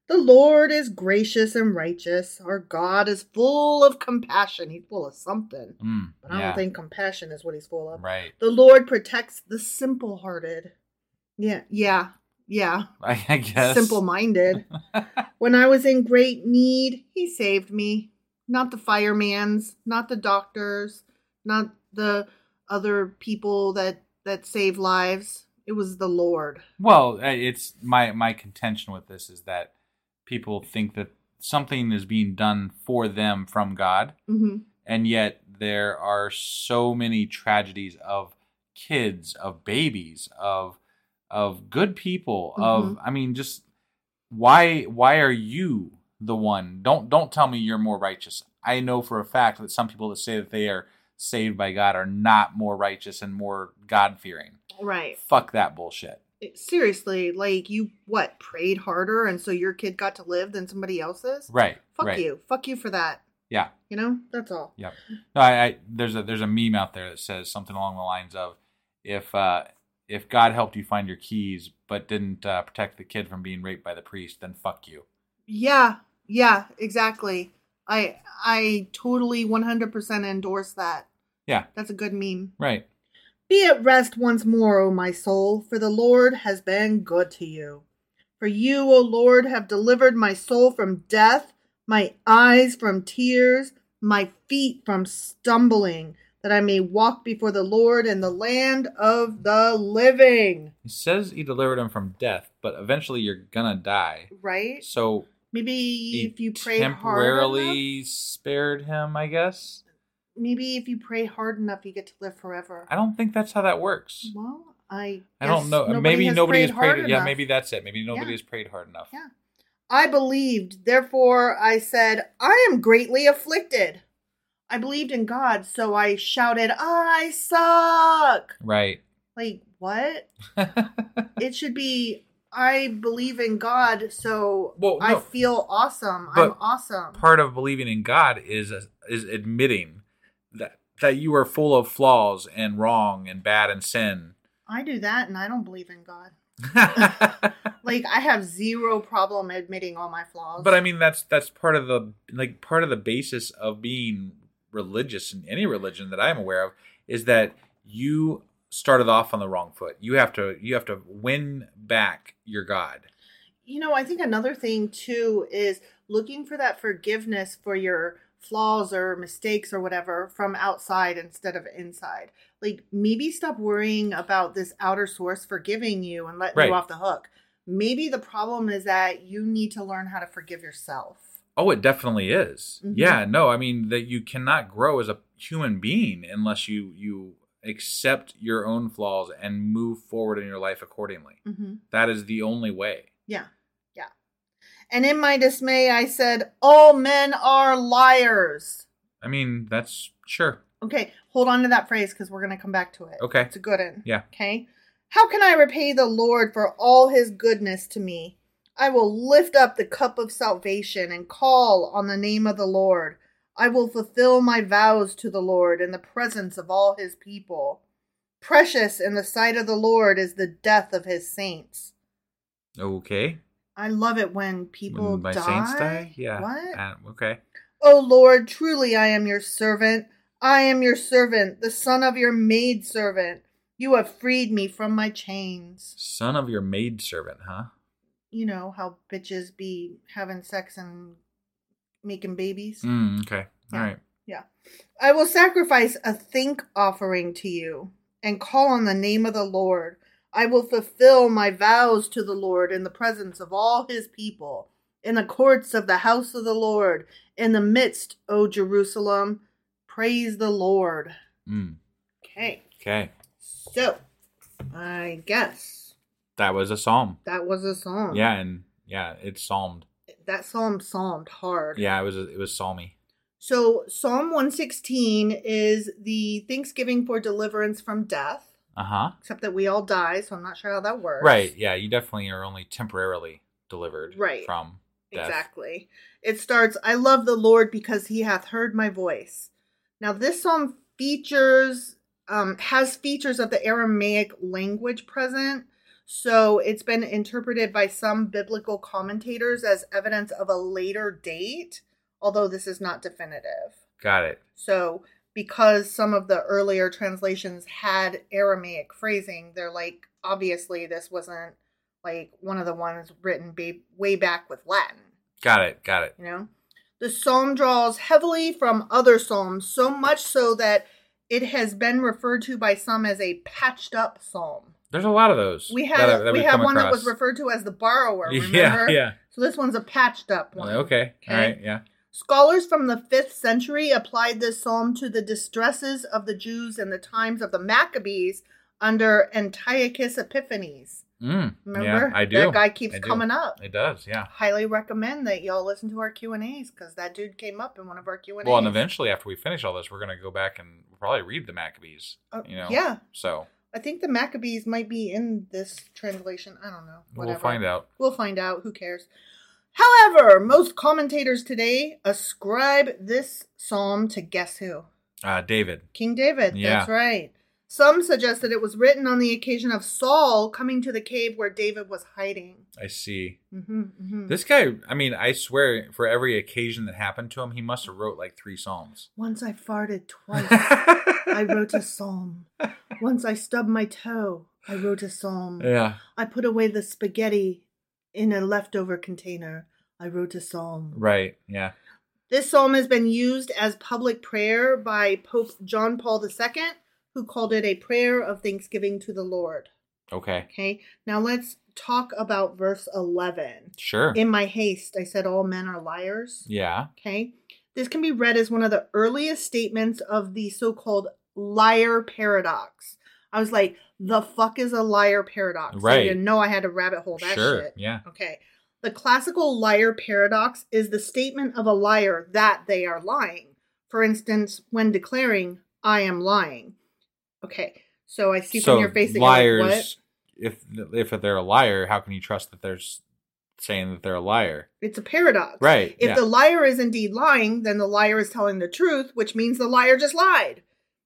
Speaker 1: The Lord is gracious and righteous. Our God is full of compassion. He's full of something.
Speaker 3: Mm,
Speaker 1: But I
Speaker 3: yeah.
Speaker 1: don't think compassion is what he's full of.
Speaker 3: right. [laughs]
Speaker 1: The Lord protects the simple hearted. Yeah, yeah, yeah.
Speaker 3: I, I guess.
Speaker 1: Simple minded. when I was in great need, he saved me. Not the fireman's, not the doctors, not the other people that that save lives. It was the Lord.
Speaker 3: [laughs] Well, uh, it's my my contention with this is that people think that something is being done for them from God,
Speaker 1: hmm
Speaker 3: and yet there are so many tragedies of kids, of babies, of of good people, of I mean just why why are you the one? Don't don't tell me you're more righteous. I know for a fact that some people that say that they are saved by God are not more righteous and more God-fearing.
Speaker 1: Right.
Speaker 3: Fuck that bullshit.
Speaker 1: seriously, like you what prayed harder and so your kid got to live than somebody else's?
Speaker 3: Right.
Speaker 1: Fuck
Speaker 3: right.
Speaker 1: you. Fuck you for that.
Speaker 3: Yeah.
Speaker 1: You know? That's all.
Speaker 3: Yep. No, I, I there's a there's a meme out there that says something along the lines of if uh if God helped you find your keys but didn't uh, protect the kid from being raped by the priest, then fuck you.
Speaker 1: Yeah. Yeah, exactly. I I totally 100% endorse that.
Speaker 3: Yeah.
Speaker 1: That's a good meme.
Speaker 3: Right.
Speaker 1: Be at rest once more, O my soul, for the Lord has been good to you. For you, O Lord, have delivered my soul from death, my eyes from tears, my feet from stumbling, that I may walk before the Lord in the land of the living.
Speaker 3: He says he delivered him from death, but eventually you're gonna die.
Speaker 1: Right?
Speaker 3: So
Speaker 1: Maybe
Speaker 3: he
Speaker 1: if you pray hard enough,
Speaker 3: temporarily spared him, I guess.
Speaker 1: maybe if you pray hard enough, you get to live forever.
Speaker 3: I don't think that's how that works.
Speaker 1: well, I
Speaker 3: I don't
Speaker 1: guess
Speaker 3: know. maybe nobody has prayed.
Speaker 1: hard
Speaker 3: yeah,
Speaker 1: enough.
Speaker 3: maybe that's it. Maybe nobody
Speaker 1: Yeah.
Speaker 3: has prayed hard enough.
Speaker 1: Yeah. I believed, therefore I said, I am greatly afflicted. I believed in God, so I shouted, I suck.
Speaker 3: Right.
Speaker 1: Like,
Speaker 3: [laughs]
Speaker 1: what? it should be, I believe in God, so
Speaker 3: Well,
Speaker 1: I
Speaker 3: no.
Speaker 1: feel awesome. I'm
Speaker 3: But
Speaker 1: awesome.
Speaker 3: part of believing in God is is admitting that that you are full of flaws and wrong and bad and sin. [laughs]
Speaker 1: I do that and I don't believe in God. Like I have zero problem admitting all my flaws.
Speaker 3: but I mean, that's that's part of the like part of the basis of being religious in any religion that I'm aware of is that you started off on the wrong foot. You have to you have to win back your God.
Speaker 1: you know, I think another thing too is looking for that forgiveness for your flaws or mistakes or whatever from outside instead of inside. Like maybe stop worrying about this outer source forgiving you and letting
Speaker 3: Right.
Speaker 1: you off the hook. Maybe the problem is that you need to learn how to forgive yourself.
Speaker 3: Oh, it definitely is.
Speaker 1: Mhm.
Speaker 3: Yeah, no, I mean that you cannot grow as a human being unless you you accept your own flaws and move forward in your life accordingly.
Speaker 1: Mm-hmm.
Speaker 3: That is the only way.
Speaker 1: Yeah. Yeah. And in my dismay, I said, All men are liars.
Speaker 3: I mean, that's sure.
Speaker 1: Okay. Hold on to that phrase because we're going to come back to it.
Speaker 3: Okay.
Speaker 1: It's a good one.
Speaker 3: Yeah.
Speaker 1: Okay. How can I repay the Lord for all his goodness to me? I will lift up the cup of salvation and call on the name of the Lord. I will fulfill my vows to the Lord in the presence of all his people. Precious in the sight of the Lord is the death of his saints.
Speaker 3: Okay.
Speaker 1: I love it when people
Speaker 3: When my
Speaker 1: die.
Speaker 3: saints die? Yeah.
Speaker 1: What?
Speaker 3: Uh, okay.
Speaker 1: O Lord, truly I am your servant. I am your servant, the son of your maidservant. You have freed me from my chains.
Speaker 3: Son of your maidservant, huh?
Speaker 1: You know how bitches be having sex and making babies.
Speaker 3: Mm, okay.
Speaker 1: Yeah.
Speaker 3: All right.
Speaker 1: Yeah. I will sacrifice a thank offering to you and call on the name of the Lord. I will fulfill my vows to the Lord in the presence of all his people, in the courts of the house of the Lord, in the midst, O Jerusalem. Praise the Lord.
Speaker 3: Mm,
Speaker 1: Okay.
Speaker 3: okay.
Speaker 1: So, I guess
Speaker 3: That was a psalm.
Speaker 1: that was a psalm.
Speaker 3: Yeah, and yeah, it's psalmed.
Speaker 1: That psalm psalmed hard.
Speaker 3: Yeah, it was it was psalmy.
Speaker 1: So, Psalm 116 is the thanksgiving for deliverance from death.
Speaker 3: Uh huh.
Speaker 1: except that we all die, so I'm not sure how that works.
Speaker 3: Right. Yeah, you definitely are only temporarily delivered
Speaker 1: Right.
Speaker 3: from death.
Speaker 1: Exactly. It starts, I love the Lord because he hath heard my voice. Now this psalm features um has features of the Aramaic language present. So it's been interpreted by some biblical commentators as evidence of a later date, although this is not definitive.
Speaker 3: Got it.
Speaker 1: So because some of the earlier translations had Aramaic phrasing, they're like, obviously, this wasn't like one of the ones written ba- way back with Latin,
Speaker 3: Got it. Got it.
Speaker 1: you know? The psalm draws heavily from other psalms, so much so that it has been referred to by some as a patched up psalm.
Speaker 3: There's a lot of those.
Speaker 1: We
Speaker 3: that
Speaker 1: had
Speaker 3: I- that
Speaker 1: we
Speaker 3: we've
Speaker 1: had
Speaker 3: come
Speaker 1: one that
Speaker 3: across.
Speaker 1: was referred to as the
Speaker 3: [laughs]
Speaker 1: borrower,
Speaker 3: Yeah.
Speaker 1: remember?
Speaker 3: Yeah.
Speaker 1: So this one's a patched up one.
Speaker 3: Okay. All
Speaker 1: Okay.
Speaker 3: right. Yeah.
Speaker 1: Scholars from the 5th century applied this psalm to the distresses of the Jews in the times of the Maccabees under Antiochus Epiphanes.
Speaker 3: Mm,
Speaker 1: Remember?
Speaker 3: Yeah, I do.
Speaker 1: That guy keeps
Speaker 3: I do.
Speaker 1: coming up.
Speaker 3: It does. Yeah.
Speaker 1: Highly recommend that y'all listen to our Q&As cuz that dude came up in one of our Q&As.
Speaker 3: Well, and eventually, after we finish all this, we're gonna go back and probably read the Maccabees.
Speaker 1: Uh,
Speaker 3: You know.
Speaker 1: yeah.
Speaker 3: So
Speaker 1: I think the Maccabees might be in this translation. I don't know.
Speaker 3: we'll find out.
Speaker 1: We'll find out. Who cares? However, most commentators today ascribe this psalm to guess who?
Speaker 3: Uh, David.
Speaker 1: King David.
Speaker 3: Yeah.
Speaker 1: That's right. Some suggest that it was written on the occasion of Saul coming to the cave where David was hiding.
Speaker 3: I see.
Speaker 1: Mm-hmm, mm-hmm.
Speaker 3: This guy. I mean, I swear, for every occasion that happened to him, he must have wrote like three psalms.
Speaker 1: Once I
Speaker 3: [laughs]
Speaker 1: farted twice, I wrote a psalm. Once I stubbed my toe, I wrote a psalm.
Speaker 3: yeah.
Speaker 1: I put away the spaghetti in a leftover container. I wrote a psalm.
Speaker 3: Right. Yeah.
Speaker 1: This psalm has been used as public prayer by Pope John Paul II, who called it a prayer of thanksgiving to the Lord.
Speaker 3: Okay.
Speaker 1: Okay, now let's talk about verse 11.
Speaker 3: Sure.
Speaker 1: In my haste, I said, All men are liars.
Speaker 3: yeah.
Speaker 1: Okay, this can be read as one of the earliest statements of the so called liar paradox. I was like, The fuck is a liar paradox? I
Speaker 3: Right.
Speaker 1: didn't know I had to rabbit hole that
Speaker 3: Sure,
Speaker 1: shit.
Speaker 3: yeah.
Speaker 1: Okay. The classical liar paradox is the statement of a liar that they are lying. For instance, when declaring, I am lying. Okay. So I see from your face that
Speaker 3: liars.
Speaker 1: you're like, what?
Speaker 3: If if they're a liar, how can you trust that they're s- saying that they're a liar?
Speaker 1: It's a paradox.
Speaker 3: Right,
Speaker 1: If
Speaker 3: yeah.
Speaker 1: the liar is indeed lying, then the liar is telling the truth, which means the liar just lied.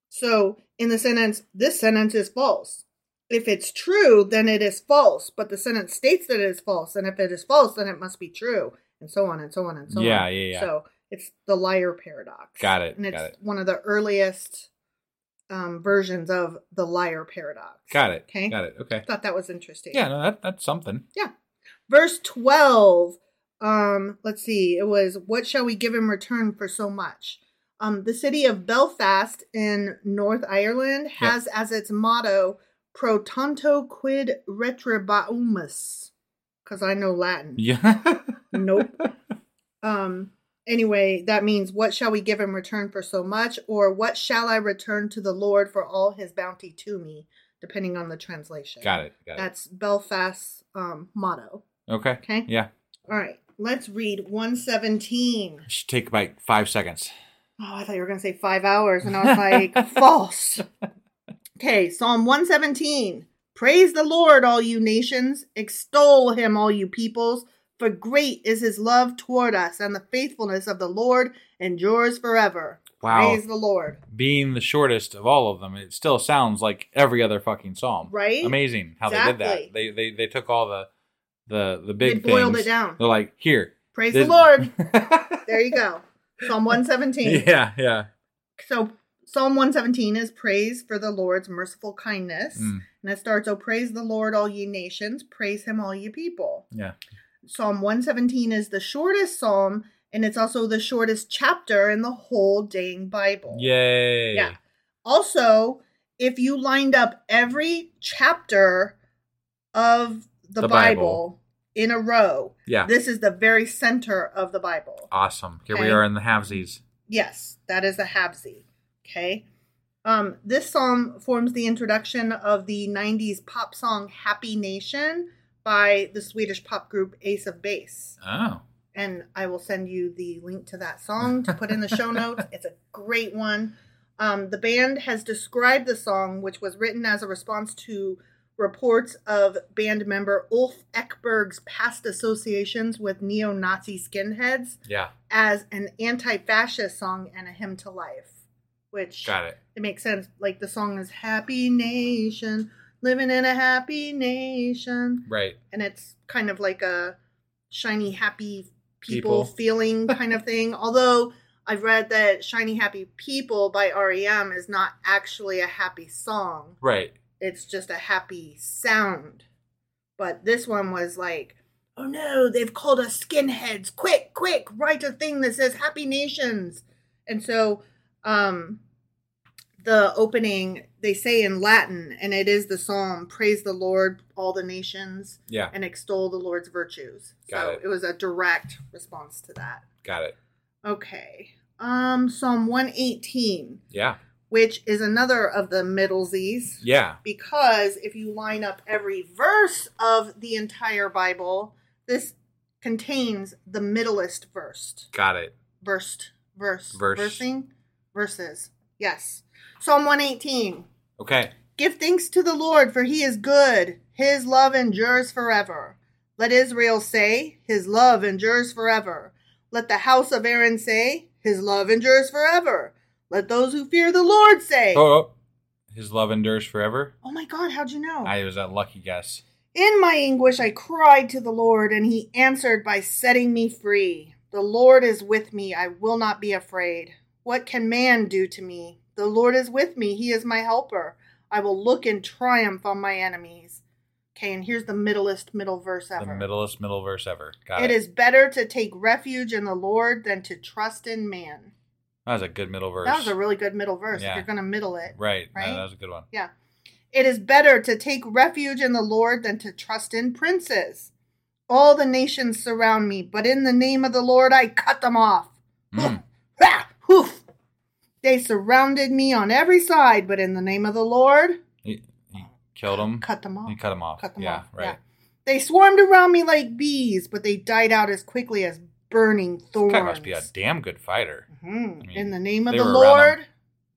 Speaker 1: So in the sentence, this sentence is false. if it's true, then it is false. But the sentence states that it is false, and if it is false, then it must be true, and so on and so on and so
Speaker 3: Yeah,
Speaker 1: on.
Speaker 3: yeah, yeah.
Speaker 1: So it's the liar paradox.
Speaker 3: Got it,
Speaker 1: And it's
Speaker 3: got it.
Speaker 1: one of the earliest um, versions of the liar paradox.
Speaker 3: Got it.
Speaker 1: Okay.
Speaker 3: Got it. Okay.
Speaker 1: Thought that was interesting.
Speaker 3: Yeah, no, that, that's something. [laughs]
Speaker 1: Verse twelve. Um, let's see. It was what shall we give in return for so much? Um, the city of Belfast in North Ireland has as its motto "Pro tanto quid retribuamus," because I know Latin.
Speaker 3: Yeah.
Speaker 1: [laughs]
Speaker 3: [laughs]
Speaker 1: Nope. Um. Anyway, that means what shall we give in return for so much, or what shall I return to the Lord for all His bounty to me, depending on the translation.
Speaker 3: got it. Got
Speaker 1: That's Belfast's um, motto.
Speaker 3: it. Okay.
Speaker 1: Okay.
Speaker 3: Yeah.
Speaker 1: All right, let's read 117.
Speaker 3: It should take like five seconds.
Speaker 1: Oh, I thought you were going to say five hours, and I was like, false. Okay, Psalm 117. Praise the Lord, all you nations. Extol him, all you peoples. For great is his love toward us, and the faithfulness of the Lord endures forever.
Speaker 3: Wow.
Speaker 1: Praise the Lord.
Speaker 3: Being the shortest of all of them, it still sounds like every other fucking psalm.
Speaker 1: Right?
Speaker 3: Amazing how they did
Speaker 1: Exactly.
Speaker 3: that. They they they took all the the the big
Speaker 1: They boiled
Speaker 3: things.
Speaker 1: it down.
Speaker 3: They're like here.
Speaker 1: Praise
Speaker 3: this-
Speaker 1: the Lord. There you go. Psalm 117.
Speaker 3: [laughs] yeah. Yeah.
Speaker 1: so Psalm 117 is praise for the Lord's merciful kindness.
Speaker 3: Mm.
Speaker 1: And it starts, Oh, praise the Lord, all ye nations, praise him, all ye people.
Speaker 3: Yeah.
Speaker 1: Psalm 117 is the shortest psalm, and it's also the shortest chapter in the whole dang Bible.
Speaker 3: Yay.
Speaker 1: Yeah. Also, if you lined up every chapter of the,
Speaker 3: The
Speaker 1: Bible,
Speaker 3: Bible.
Speaker 1: in a row,
Speaker 3: Yeah.
Speaker 1: this is the very center of the Bible.
Speaker 3: Awesome. Here we
Speaker 1: Okay.
Speaker 3: are in the halvesies.
Speaker 1: Yes, that is a Habsy. Okay. Um, this psalm forms the introduction of the 90s pop song Happy Nation by the Swedish pop group Ace of Base.
Speaker 3: Oh.
Speaker 1: And I will send you the link to that song to put in the show notes. It's a great one. Um, the band has described the song, which was written as a response to reports of band member Ulf Ekberg's past associations with neo Nazi skinheads
Speaker 3: Yeah.
Speaker 1: as an anti-fascist song and a hymn to life, which
Speaker 3: Got it.
Speaker 1: it makes sense. Like the song is "Happy Nation, living in a happy nation,"
Speaker 3: Right.
Speaker 1: and it's kind of like a shiny happy
Speaker 3: People. [laughs]
Speaker 1: people, feeling kind of thing. Although I've read that "Shiny Happy People" by REM is not actually a happy song;
Speaker 3: Right.
Speaker 1: it's just a happy sound. But this one was like, oh no, they've called us skinheads. Quick, quick, write a thing that says Happy Nations. And so um the opening they say in Latin, and it is the psalm, Praise the Lord, all the nations,
Speaker 3: Yeah.
Speaker 1: and extol the Lord's virtues. so
Speaker 3: Got it.
Speaker 1: it was a direct response to that.
Speaker 3: Got it.
Speaker 1: Okay. Um Psalm 118,
Speaker 3: Yeah.
Speaker 1: which is another of the middlesies
Speaker 3: Yeah.
Speaker 1: because if you line up every verse of the entire Bible, this contains the middlest verse.
Speaker 3: Got it.
Speaker 1: Versed, verse,
Speaker 3: Verse.
Speaker 1: versing, verses. Yes. Psalm 118.
Speaker 3: Okay.
Speaker 1: Give thanks to the Lord, for he is good. His love endures forever. Let Israel say, His love endures forever. Let the house of Aaron say, His love endures forever. Let those who fear the Lord say, Oh,
Speaker 3: Oh, oh. his love endures forever.
Speaker 1: my God, how'd you know?
Speaker 3: I was that lucky guess.
Speaker 1: In my anguish, I cried to the Lord, and he answered by setting me free. The Lord is with me. I will not be afraid. What can man do to me? The Lord is with me. He is my helper. I will look in triumph on my enemies. Okay, and here's the middlest middle verse ever.
Speaker 3: The middlest middle verse ever. Got
Speaker 1: It
Speaker 3: it.
Speaker 1: is better to take refuge in the Lord than to trust in man.
Speaker 3: That was a good middle verse.
Speaker 1: That was a really good middle verse.
Speaker 3: Yeah.
Speaker 1: If you're going to middle it,
Speaker 3: right. No,
Speaker 1: right?
Speaker 3: that was a good one.
Speaker 1: Yeah. It is better to take refuge in the Lord than to trust in princes. All the nations surround me, but in the name of the Lord I cut them off. Oh.
Speaker 3: Mm.
Speaker 1: Rah! Hoof! They surrounded me on every side, but in the name of the Lord,
Speaker 3: He, he killed him.
Speaker 1: cut them off.
Speaker 3: He cut him off.
Speaker 1: Cut them
Speaker 3: yeah.
Speaker 1: off.
Speaker 3: Right.
Speaker 1: They swarmed around me like bees, but they died out as quickly as burning
Speaker 3: This
Speaker 1: thorns.
Speaker 3: guy must be a damn good fighter.
Speaker 1: Mhm.
Speaker 3: I mean,
Speaker 1: in the name of
Speaker 3: they
Speaker 1: the
Speaker 3: were around
Speaker 1: Lord,
Speaker 3: him.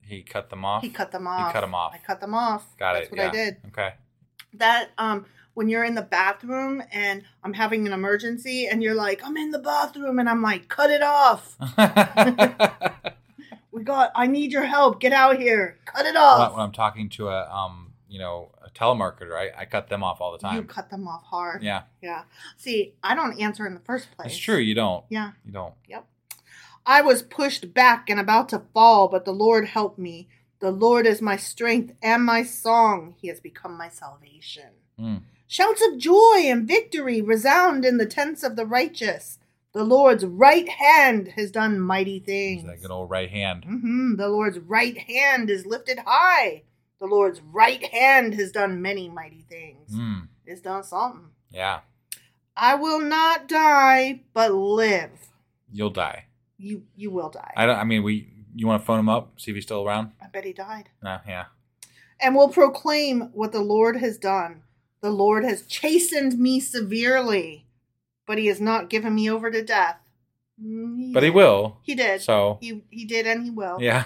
Speaker 3: He cut them off.
Speaker 1: he cut them off.
Speaker 3: He cut them off.
Speaker 1: I cut them off.
Speaker 3: Got
Speaker 1: That's
Speaker 3: it.
Speaker 1: what
Speaker 3: yeah.
Speaker 1: I did. [laughs]
Speaker 3: Okay.
Speaker 1: that um when you're in the bathroom and I'm having an emergency and you're like, I'm in the bathroom and I'm like, cut it off. We got I need your help. Get out here. Cut it
Speaker 3: Well,
Speaker 1: off. Oh.
Speaker 3: when I'm talking to a um, you know, a telemarketer. I, I cut them off all the
Speaker 1: You
Speaker 3: time.
Speaker 1: cut them off hard.
Speaker 3: yeah,
Speaker 1: Yeah. See, I don't answer in the first place.
Speaker 3: it's true. You don't.
Speaker 1: Yeah.
Speaker 3: You don't.
Speaker 1: Yep. I was pushed back and about to fall, but the Lord helped me. The Lord is my strength and my song. He has become my salvation.
Speaker 3: Mm.
Speaker 1: Shouts of joy and victory resound in the tents of the righteous. The Lord's right hand has done mighty
Speaker 3: It's
Speaker 1: things.
Speaker 3: that good old right hand.
Speaker 1: hmm The Lord's right hand is lifted high. The Lord's right hand has done many mighty things.
Speaker 3: Mm.
Speaker 1: It's done something.
Speaker 3: Yeah.
Speaker 1: I will not die, but live.
Speaker 3: You'll die.
Speaker 1: You you will die.
Speaker 3: I don't. I mean, we. You want to phone him up? See if he's still around?
Speaker 1: I bet he died.
Speaker 3: No. Yeah.
Speaker 1: And will proclaim what the Lord has done. The Lord has chastened me severely, but he has not given me over to death. Mm,
Speaker 3: But he
Speaker 1: did.
Speaker 3: will.
Speaker 1: He did.
Speaker 3: So.
Speaker 1: he he did and he will. [laughs]
Speaker 3: Yeah.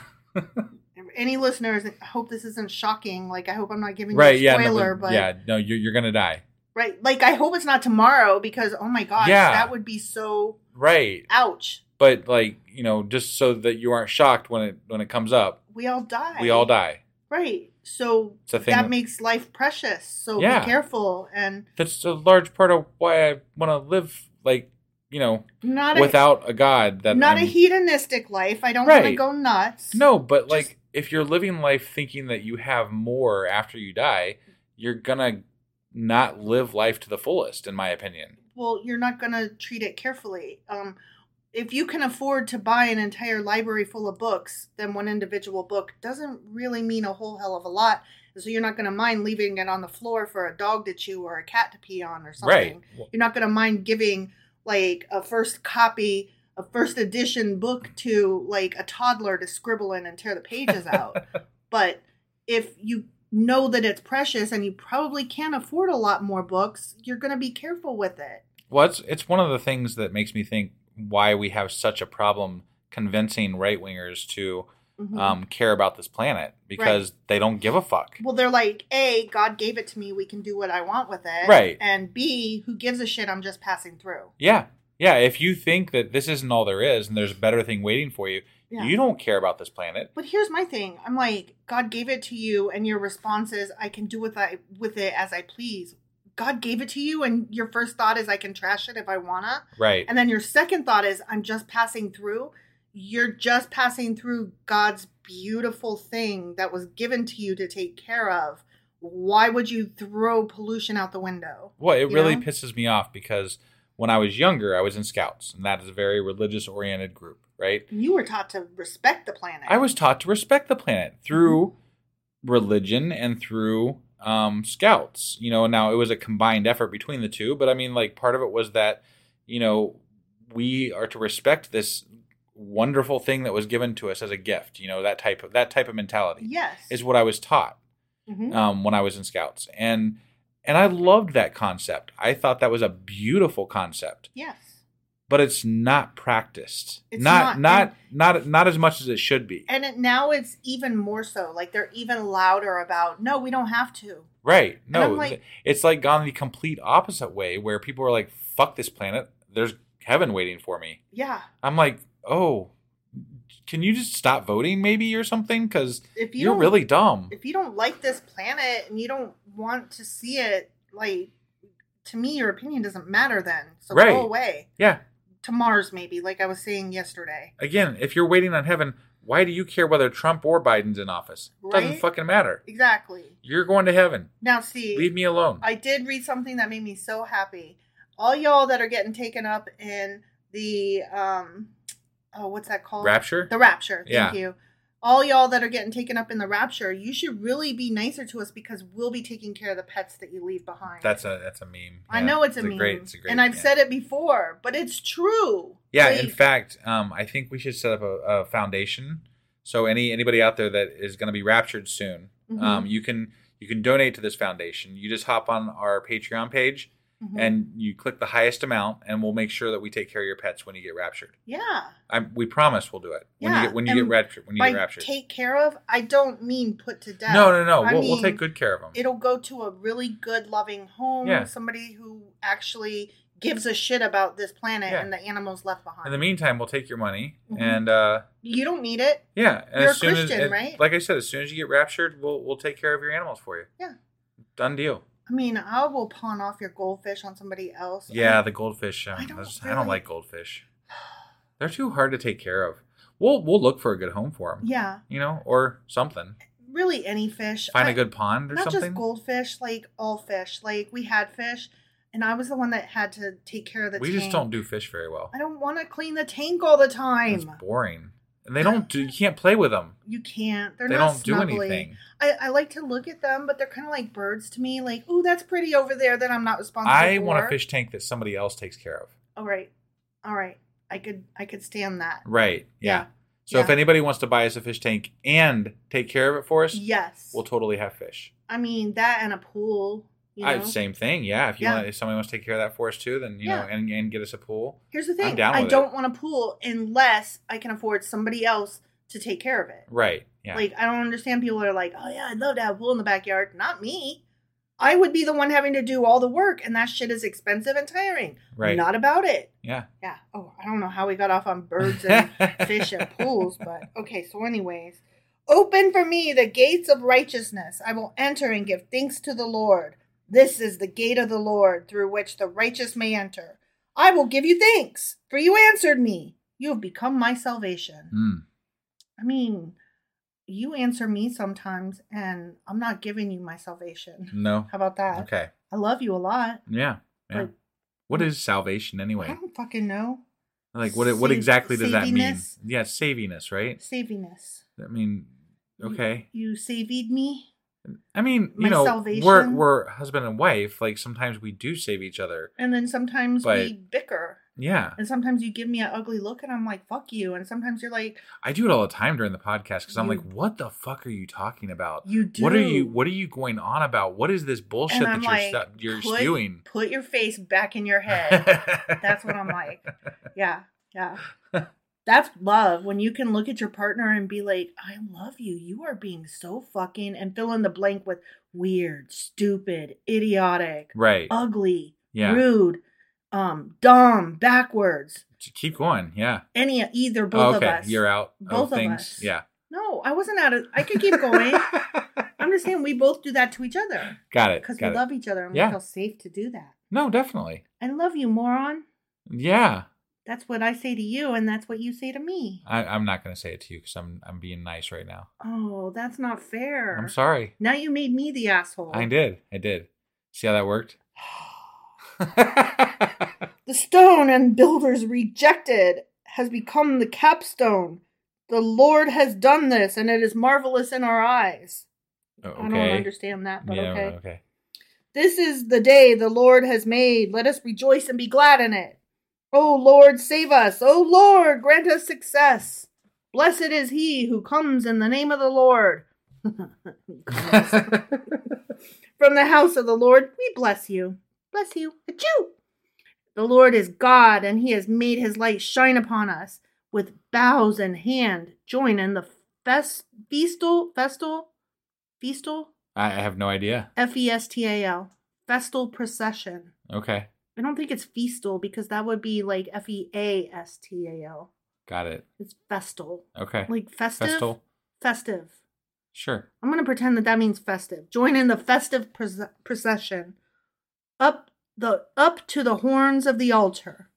Speaker 1: Any listeners, I hope this isn't shocking. Like I hope I'm not giving
Speaker 3: Right.
Speaker 1: you
Speaker 3: Yeah.
Speaker 1: a
Speaker 3: no,
Speaker 1: spoiler, but
Speaker 3: yeah. No. You're you're gonna die.
Speaker 1: right. Like I hope it's not tomorrow because oh my gosh,
Speaker 3: Yeah.
Speaker 1: that would be so
Speaker 3: Right.
Speaker 1: ouch.
Speaker 3: But like you know, just so that you aren't shocked when it when it comes up,
Speaker 1: We all die.
Speaker 3: we all die.
Speaker 1: Right. So
Speaker 3: It's a thing
Speaker 1: that
Speaker 3: that-
Speaker 1: makes life precious. So
Speaker 3: Yeah.
Speaker 1: be careful and
Speaker 3: That's a large part of why I want to live like you know
Speaker 1: not
Speaker 3: without a god
Speaker 1: a
Speaker 3: that
Speaker 1: not
Speaker 3: I'm-
Speaker 1: a hedonistic life. I don't want to
Speaker 3: Right.
Speaker 1: go nuts.
Speaker 3: No, but like if you're living life thinking that you have more after you die, you're gonna not live life to the fullest, in my opinion.
Speaker 1: Well, you're not going to treat it carefully. Um, if you can afford to buy an entire library full of books, then one individual book doesn't really mean a whole hell of a lot. So you're not going to mind leaving it on the floor for a dog to chew or a cat to pee on or something.
Speaker 3: Right.
Speaker 1: You're not going to mind giving like a first copy, a first edition book to like a toddler to scribble in and tear the
Speaker 3: [laughs]
Speaker 1: pages out. But if you know that it's precious and you probably can't afford a lot more books, you're going to be careful with it.
Speaker 3: Well, it's it's one of the things that makes me think why we have such a problem convincing right wingers to
Speaker 1: Mhm.
Speaker 3: um, care about this planet because they don't give a fuck.
Speaker 1: well, they're like, A, God gave it to me. We can do what I want with it.
Speaker 3: Right.
Speaker 1: And B, who gives a shit? I'm just passing through.
Speaker 3: Yeah. Yeah, if you think that this isn't all there is and there's a better thing waiting for you,
Speaker 1: Yeah.
Speaker 3: you don't care about this planet.
Speaker 1: But here's my thing. I'm like, God gave it to you, and your response is, I can do with I with it as I please. God gave it to you, and your first thought is, I can trash it if I wanna.
Speaker 3: Right.
Speaker 1: And then your second thought is, I'm just passing through. You're just passing through God's beautiful thing that was given to you to take care of. Why would you throw pollution out the window?
Speaker 3: Well, it
Speaker 1: you
Speaker 3: really
Speaker 1: know?
Speaker 3: pisses me off because when I was younger, I was in Scouts, and that is a very religious oriented group, right?
Speaker 1: You were taught to respect the planet.
Speaker 3: I was taught to respect the planet through religion and through um, Scouts. You know, now it was a combined effort between the two, but I mean, like, part of it was that, you know, we are to respect this wonderful thing that was given to us as a gift. You know, that type of that type of mentality
Speaker 1: Yes.
Speaker 3: is what I was taught
Speaker 1: Mhm.
Speaker 3: um, when I was in Scouts, and and I loved that concept. I thought that was a beautiful concept,
Speaker 1: Yes.
Speaker 3: but it's not practiced.
Speaker 1: It's
Speaker 3: not
Speaker 1: not,
Speaker 3: not not, not as much as it should be.
Speaker 1: And it, now it's even more so. Like they're even louder about, no, we don't have to.
Speaker 3: right? No,
Speaker 1: I'm like-
Speaker 3: it's like gone the complete opposite way, where people are like, "Fuck this planet. There's heaven waiting for me."
Speaker 1: Yeah.
Speaker 3: I'm like, oh. Can you just stop voting, maybe, or something? Because
Speaker 1: If you
Speaker 3: you are
Speaker 1: don't-
Speaker 3: really dumb.
Speaker 1: If you don't like this planet and you don't want to see it, like to me, your opinion doesn't matter then. So
Speaker 3: Right.
Speaker 1: go away
Speaker 3: Yeah.
Speaker 1: to Mars, maybe, like I was saying yesterday.
Speaker 3: Again, if you're waiting on heaven, why do you care whether Trump or Biden's in office? Doesn't
Speaker 1: Right?
Speaker 3: fucking matter.
Speaker 1: Exactly.
Speaker 3: You're going to heaven.
Speaker 1: Now, see,
Speaker 3: Leave me alone.
Speaker 1: I did read something that made me so happy. All y'all that are getting taken up in the um oh what's that called?
Speaker 3: Rapture?
Speaker 1: The rapture. Thank
Speaker 3: Yeah.
Speaker 1: you. All y'all that are getting taken up in the rapture, you should really be nicer to us because we'll be taking care of the pets that you leave behind.
Speaker 3: That's a that's a meme.
Speaker 1: I
Speaker 3: Yeah.
Speaker 1: know it's a meme.
Speaker 3: Great, it's a great,
Speaker 1: and I've
Speaker 3: yeah.
Speaker 1: said it before, but it's true.
Speaker 3: Yeah,
Speaker 1: Like,
Speaker 3: in fact, um, I think we should set up a, a foundation. So any anybody out there that is going to be raptured soon,
Speaker 1: mm-hmm,
Speaker 3: um, you can you can donate to this foundation. You just hop on our Patreon page
Speaker 1: mm-hmm.
Speaker 3: and you click the highest amount, and we'll make sure that we take care of your pets when you get raptured.
Speaker 1: Yeah.
Speaker 3: I'm, we promise we'll do it when
Speaker 1: Yeah,
Speaker 3: you get when you get
Speaker 1: and
Speaker 3: raptured. When you
Speaker 1: By
Speaker 3: get raptured,
Speaker 1: take care of, I don't mean put to death.
Speaker 3: no, no, no.
Speaker 1: I
Speaker 3: We'll, we'll
Speaker 1: mean,
Speaker 3: take good care of them.
Speaker 1: it'll go to a really good loving home
Speaker 3: Yeah.
Speaker 1: somebody who actually gives a shit about this planet
Speaker 3: Yeah.
Speaker 1: and the animals left behind
Speaker 3: In the meantime, we'll take your money
Speaker 1: Mhm.
Speaker 3: and. uh
Speaker 1: you don't need it
Speaker 3: Yeah, and
Speaker 1: You're
Speaker 3: as
Speaker 1: a
Speaker 3: soon as
Speaker 1: Christian,
Speaker 3: and
Speaker 1: right?
Speaker 3: like I said, as soon as you get raptured, we'll we'll take care of your animals for you.
Speaker 1: yeah
Speaker 3: Done deal.
Speaker 1: I mean, I will pawn off your goldfish on somebody else.
Speaker 3: Yeah,
Speaker 1: and-
Speaker 3: the goldfish. Um,
Speaker 1: I
Speaker 3: I,
Speaker 1: don't
Speaker 3: don't I
Speaker 1: really-
Speaker 3: don't like
Speaker 1: [sighs]
Speaker 3: goldfish. They're too hard to take care of. We'll we'll look for a good home for them.
Speaker 1: yeah,
Speaker 3: You know, or something.
Speaker 1: really any fish.
Speaker 3: Find
Speaker 1: I-
Speaker 3: a good pond or
Speaker 1: not
Speaker 3: something.
Speaker 1: just goldfish, like all fish. Like we had fish, and I was the one that had to take care of the.
Speaker 3: we just
Speaker 1: tank.
Speaker 3: don't do fish very well.
Speaker 1: I don't want to clean the tank all the time.
Speaker 3: It's boring, and they don't. Do, you can't play with them.
Speaker 1: you can't. They're
Speaker 3: They
Speaker 1: not
Speaker 3: don't do
Speaker 1: snuggly.
Speaker 3: anything.
Speaker 1: I, I like to look at them, but they're kind of like birds to me. Like, oh, that's pretty over there that I'm not responsible
Speaker 3: I
Speaker 1: for.
Speaker 3: want a fish tank that somebody else takes care of.
Speaker 1: All right, all right. I could I could stand that.
Speaker 3: Right. Yeah.
Speaker 1: Yeah.
Speaker 3: So if
Speaker 1: Yeah.
Speaker 3: anybody wants to buy us a fish tank and take care of it for us,
Speaker 1: Yes.
Speaker 3: we'll totally have fish.
Speaker 1: I mean that and a pool. You know?
Speaker 3: I, same thing. Yeah. If you
Speaker 1: Yeah.
Speaker 3: want, if somebody wants to take care of that for us too, then you know,
Speaker 1: Yeah.
Speaker 3: and, and get us a pool.
Speaker 1: Here's the thing.
Speaker 3: down
Speaker 1: I
Speaker 3: with it.
Speaker 1: don't want a pool unless I can afford somebody else to take care of it.
Speaker 3: Right. Yeah.
Speaker 1: Like I don't understand people that are like, "Oh yeah, I'd love to have a pool in the backyard." Not me. I would be the one having to do all the work and that shit is expensive and tiring.
Speaker 3: right.
Speaker 1: Not about it.
Speaker 3: yeah.
Speaker 1: Yeah. Oh, I don't know how we got off on
Speaker 3: [laughs]
Speaker 1: birds and fish and pools, but okay, so anyways, open for me the gates of righteousness. I will enter and give thanks to the Lord. This is the gate of the Lord through which the righteous may enter. I will give you thanks, for you answered me. You have become my salvation.
Speaker 3: Mm.
Speaker 1: I mean, you answer me sometimes, and I'm not giving you my salvation.
Speaker 3: No.
Speaker 1: How about that?
Speaker 3: Okay.
Speaker 1: I love you a lot.
Speaker 3: Yeah. Yeah.
Speaker 1: Like-
Speaker 3: what is salvation anyway?
Speaker 1: I don't fucking know.
Speaker 3: Like what? What
Speaker 1: Save-
Speaker 3: exactly does that mean?
Speaker 1: saviness?
Speaker 3: Yeah, saviness, right?
Speaker 1: Saviness.
Speaker 3: I mean,
Speaker 1: You-
Speaker 3: okay.
Speaker 1: You, saved me.
Speaker 3: I mean,
Speaker 1: My
Speaker 3: you know, we're
Speaker 1: salvation?
Speaker 3: we're husband and wife. Like sometimes we do save each other.
Speaker 1: And then sometimes we
Speaker 3: But-
Speaker 1: bicker.
Speaker 3: Yeah,
Speaker 1: And sometimes you give me an ugly look and I'm like, fuck you. And sometimes you're like,
Speaker 3: I do it all the time during the podcast because I'm
Speaker 1: You-
Speaker 3: like, what the fuck are you talking about?
Speaker 1: you do.
Speaker 3: What are you? What are you going on about? What is this bullshit
Speaker 1: and
Speaker 3: that
Speaker 1: I'm
Speaker 3: you're
Speaker 1: like,
Speaker 3: stu- you're
Speaker 1: put,
Speaker 3: spewing?
Speaker 1: [laughs] Put your face back in
Speaker 3: [laughs]
Speaker 1: your head.
Speaker 3: That's
Speaker 1: That's what I'm like. yeah. Yeah. That's love when you can look at your partner and be like, I love you. You are being so fucking and fill in the blank with weird, stupid, idiotic,
Speaker 3: [laughs] Right.
Speaker 1: ugly,
Speaker 3: Yeah.
Speaker 1: rude, um, dumb, backwards.
Speaker 3: Just Keep going. Yeah.
Speaker 1: Any either
Speaker 3: Oh,
Speaker 1: both
Speaker 3: okay.
Speaker 1: of us.
Speaker 3: You're out
Speaker 1: Both
Speaker 3: of
Speaker 1: of
Speaker 3: things.
Speaker 1: us.
Speaker 3: Yeah.
Speaker 1: No, I wasn't out of I could keep going. I'm just saying we both do that to each other
Speaker 3: [laughs] Got
Speaker 1: [laughs]
Speaker 3: it.
Speaker 1: because we
Speaker 3: Got it.
Speaker 1: love each other and we
Speaker 3: Yeah.
Speaker 1: feel safe to do that.
Speaker 3: No, definitely.
Speaker 1: I love you, moron.
Speaker 3: Yeah.
Speaker 1: That's what I say to you, and that's what you say to me.
Speaker 3: I, I'm not gonna say it to you because I'm I'm being nice right now.
Speaker 1: Oh, that's not fair.
Speaker 3: I'm sorry.
Speaker 1: Now you made me the asshole.
Speaker 3: I did. I did. See how that
Speaker 1: [sighs]
Speaker 3: worked? [laughs]
Speaker 1: The stone and builders rejected has become the capstone. The Lord has done this, and it is marvelous in our eyes. I don't understand that, but
Speaker 3: Yeah,
Speaker 1: okay.
Speaker 3: okay.
Speaker 1: This is the day the Lord has made. Let us rejoice and be glad in it. O Lord, save us. O Lord, grant us success. Blessed is he who comes in the name of the Lord. From the house of the Lord, we bless you. Bless you. Achoo! The Lord is God, and he has made his light shine upon us. With bows in hand, join in the fest, feastal, festal, feastal,
Speaker 3: [laughs] I, I have no idea.
Speaker 1: F E S T A L. Festal procession.
Speaker 3: Okay.
Speaker 1: I don't think it's feastal because that would be like F E A S T A L.
Speaker 3: Got it.
Speaker 1: It's festal.
Speaker 3: Okay.
Speaker 1: Like festive.
Speaker 3: Festal.
Speaker 1: Festive.
Speaker 3: Sure.
Speaker 1: I'm going to pretend that that means festive. Join in the festive proce- procession up the up to the horns of the altar.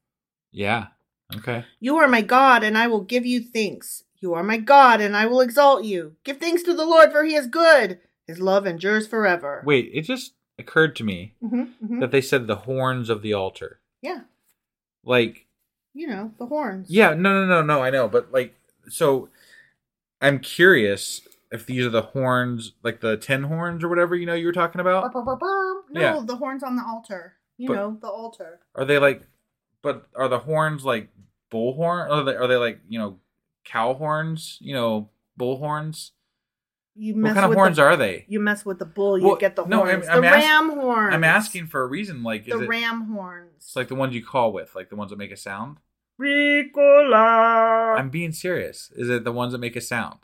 Speaker 3: Yeah. Okay.
Speaker 1: You are my God, and I will give you thanks. You are my God, and I will exalt you. Give thanks to the Lord, for he is good. His love endures forever.
Speaker 3: Wait, it just occurred to me
Speaker 1: Mhm, mhm.
Speaker 3: that they said the horns of the altar.
Speaker 1: Yeah,
Speaker 3: Like,
Speaker 1: you know, the horns.
Speaker 3: yeah, no, no, no, no, I know, but like, so I'm curious if these are the horns, like the ten horns or whatever, you know, you were talking
Speaker 1: Ba,
Speaker 3: about.
Speaker 1: ba, ba, ba. No,
Speaker 3: Yeah.
Speaker 1: the horns on the altar. You
Speaker 3: But-
Speaker 1: know, the altar.
Speaker 3: Are they like, but are the horns like bull horn? Are they, are they like, you know, cow horns, you know, bull horns?
Speaker 1: You
Speaker 3: What kind of
Speaker 1: with
Speaker 3: horns
Speaker 1: the,
Speaker 3: are they?
Speaker 1: You mess with the bull, you
Speaker 3: Well,
Speaker 1: get the horns.
Speaker 3: no, I'm- I'm
Speaker 1: the
Speaker 3: ask-
Speaker 1: ram horns.
Speaker 3: I'm asking for a reason. Like, is
Speaker 1: the
Speaker 3: it,
Speaker 1: ram horns.
Speaker 3: it's like the ones you call with, like the ones that make a sound?
Speaker 1: Ricola.
Speaker 3: I'm being serious. Is it the ones that make a sound?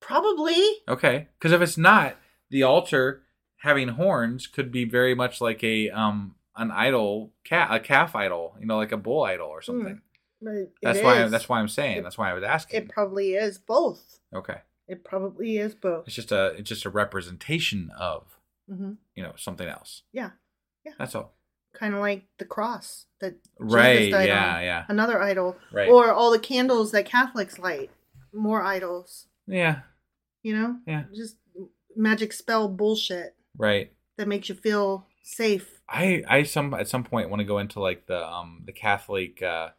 Speaker 1: Probably.
Speaker 3: Okay, because if it's not, the altar having horns could be very much like a um an idol cat, a calf idol, you know, like a bull idol or something.
Speaker 1: But Hmm, it
Speaker 3: That's why
Speaker 1: is.
Speaker 3: that's why I'm saying.
Speaker 1: It-
Speaker 3: that's why I was asking.
Speaker 1: It probably is both.
Speaker 3: okay,
Speaker 1: It probably is both.
Speaker 3: it's just a it's just a representation of.
Speaker 1: Mm-hmm.
Speaker 3: you know, something else.
Speaker 1: Yeah. Yeah.
Speaker 3: That's all.
Speaker 1: Kind of like the cross that Jesus
Speaker 3: Right.
Speaker 1: died
Speaker 3: Yeah.
Speaker 1: on.
Speaker 3: Yeah.
Speaker 1: another idol,
Speaker 3: Right.
Speaker 1: or all the candles that Catholics light, more idols.
Speaker 3: yeah.
Speaker 1: You know,
Speaker 3: Yeah.
Speaker 1: just magic spell bullshit
Speaker 3: Right.
Speaker 1: that makes you feel safe.
Speaker 3: I I some at some point want to go into like the um the Catholic uh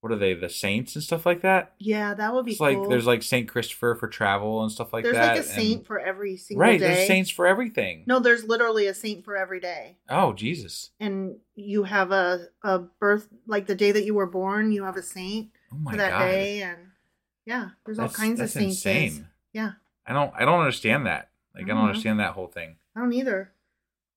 Speaker 3: what are they the saints and stuff like that.
Speaker 1: Yeah, that would be
Speaker 3: It's like
Speaker 1: cool.
Speaker 3: there's like Saint Christopher for travel and stuff like
Speaker 1: There's
Speaker 3: that.
Speaker 1: like
Speaker 3: and-
Speaker 1: a saint for every single
Speaker 3: right.
Speaker 1: day.
Speaker 3: There's saints for everything.
Speaker 1: No, there's literally a saint for every day.
Speaker 3: Oh Jesus.
Speaker 1: And you have a, a birth like the day that you were born, you have a saint
Speaker 3: Oh my
Speaker 1: for that
Speaker 3: God.
Speaker 1: day and yeah, there's
Speaker 3: That's,
Speaker 1: all kinds
Speaker 3: that's
Speaker 1: of saints.
Speaker 3: insane.
Speaker 1: Yeah. Mm-hmm.
Speaker 3: I don't I don't understand that. Like I don't,
Speaker 1: I don't know.
Speaker 3: understand that whole thing.
Speaker 1: I don't either.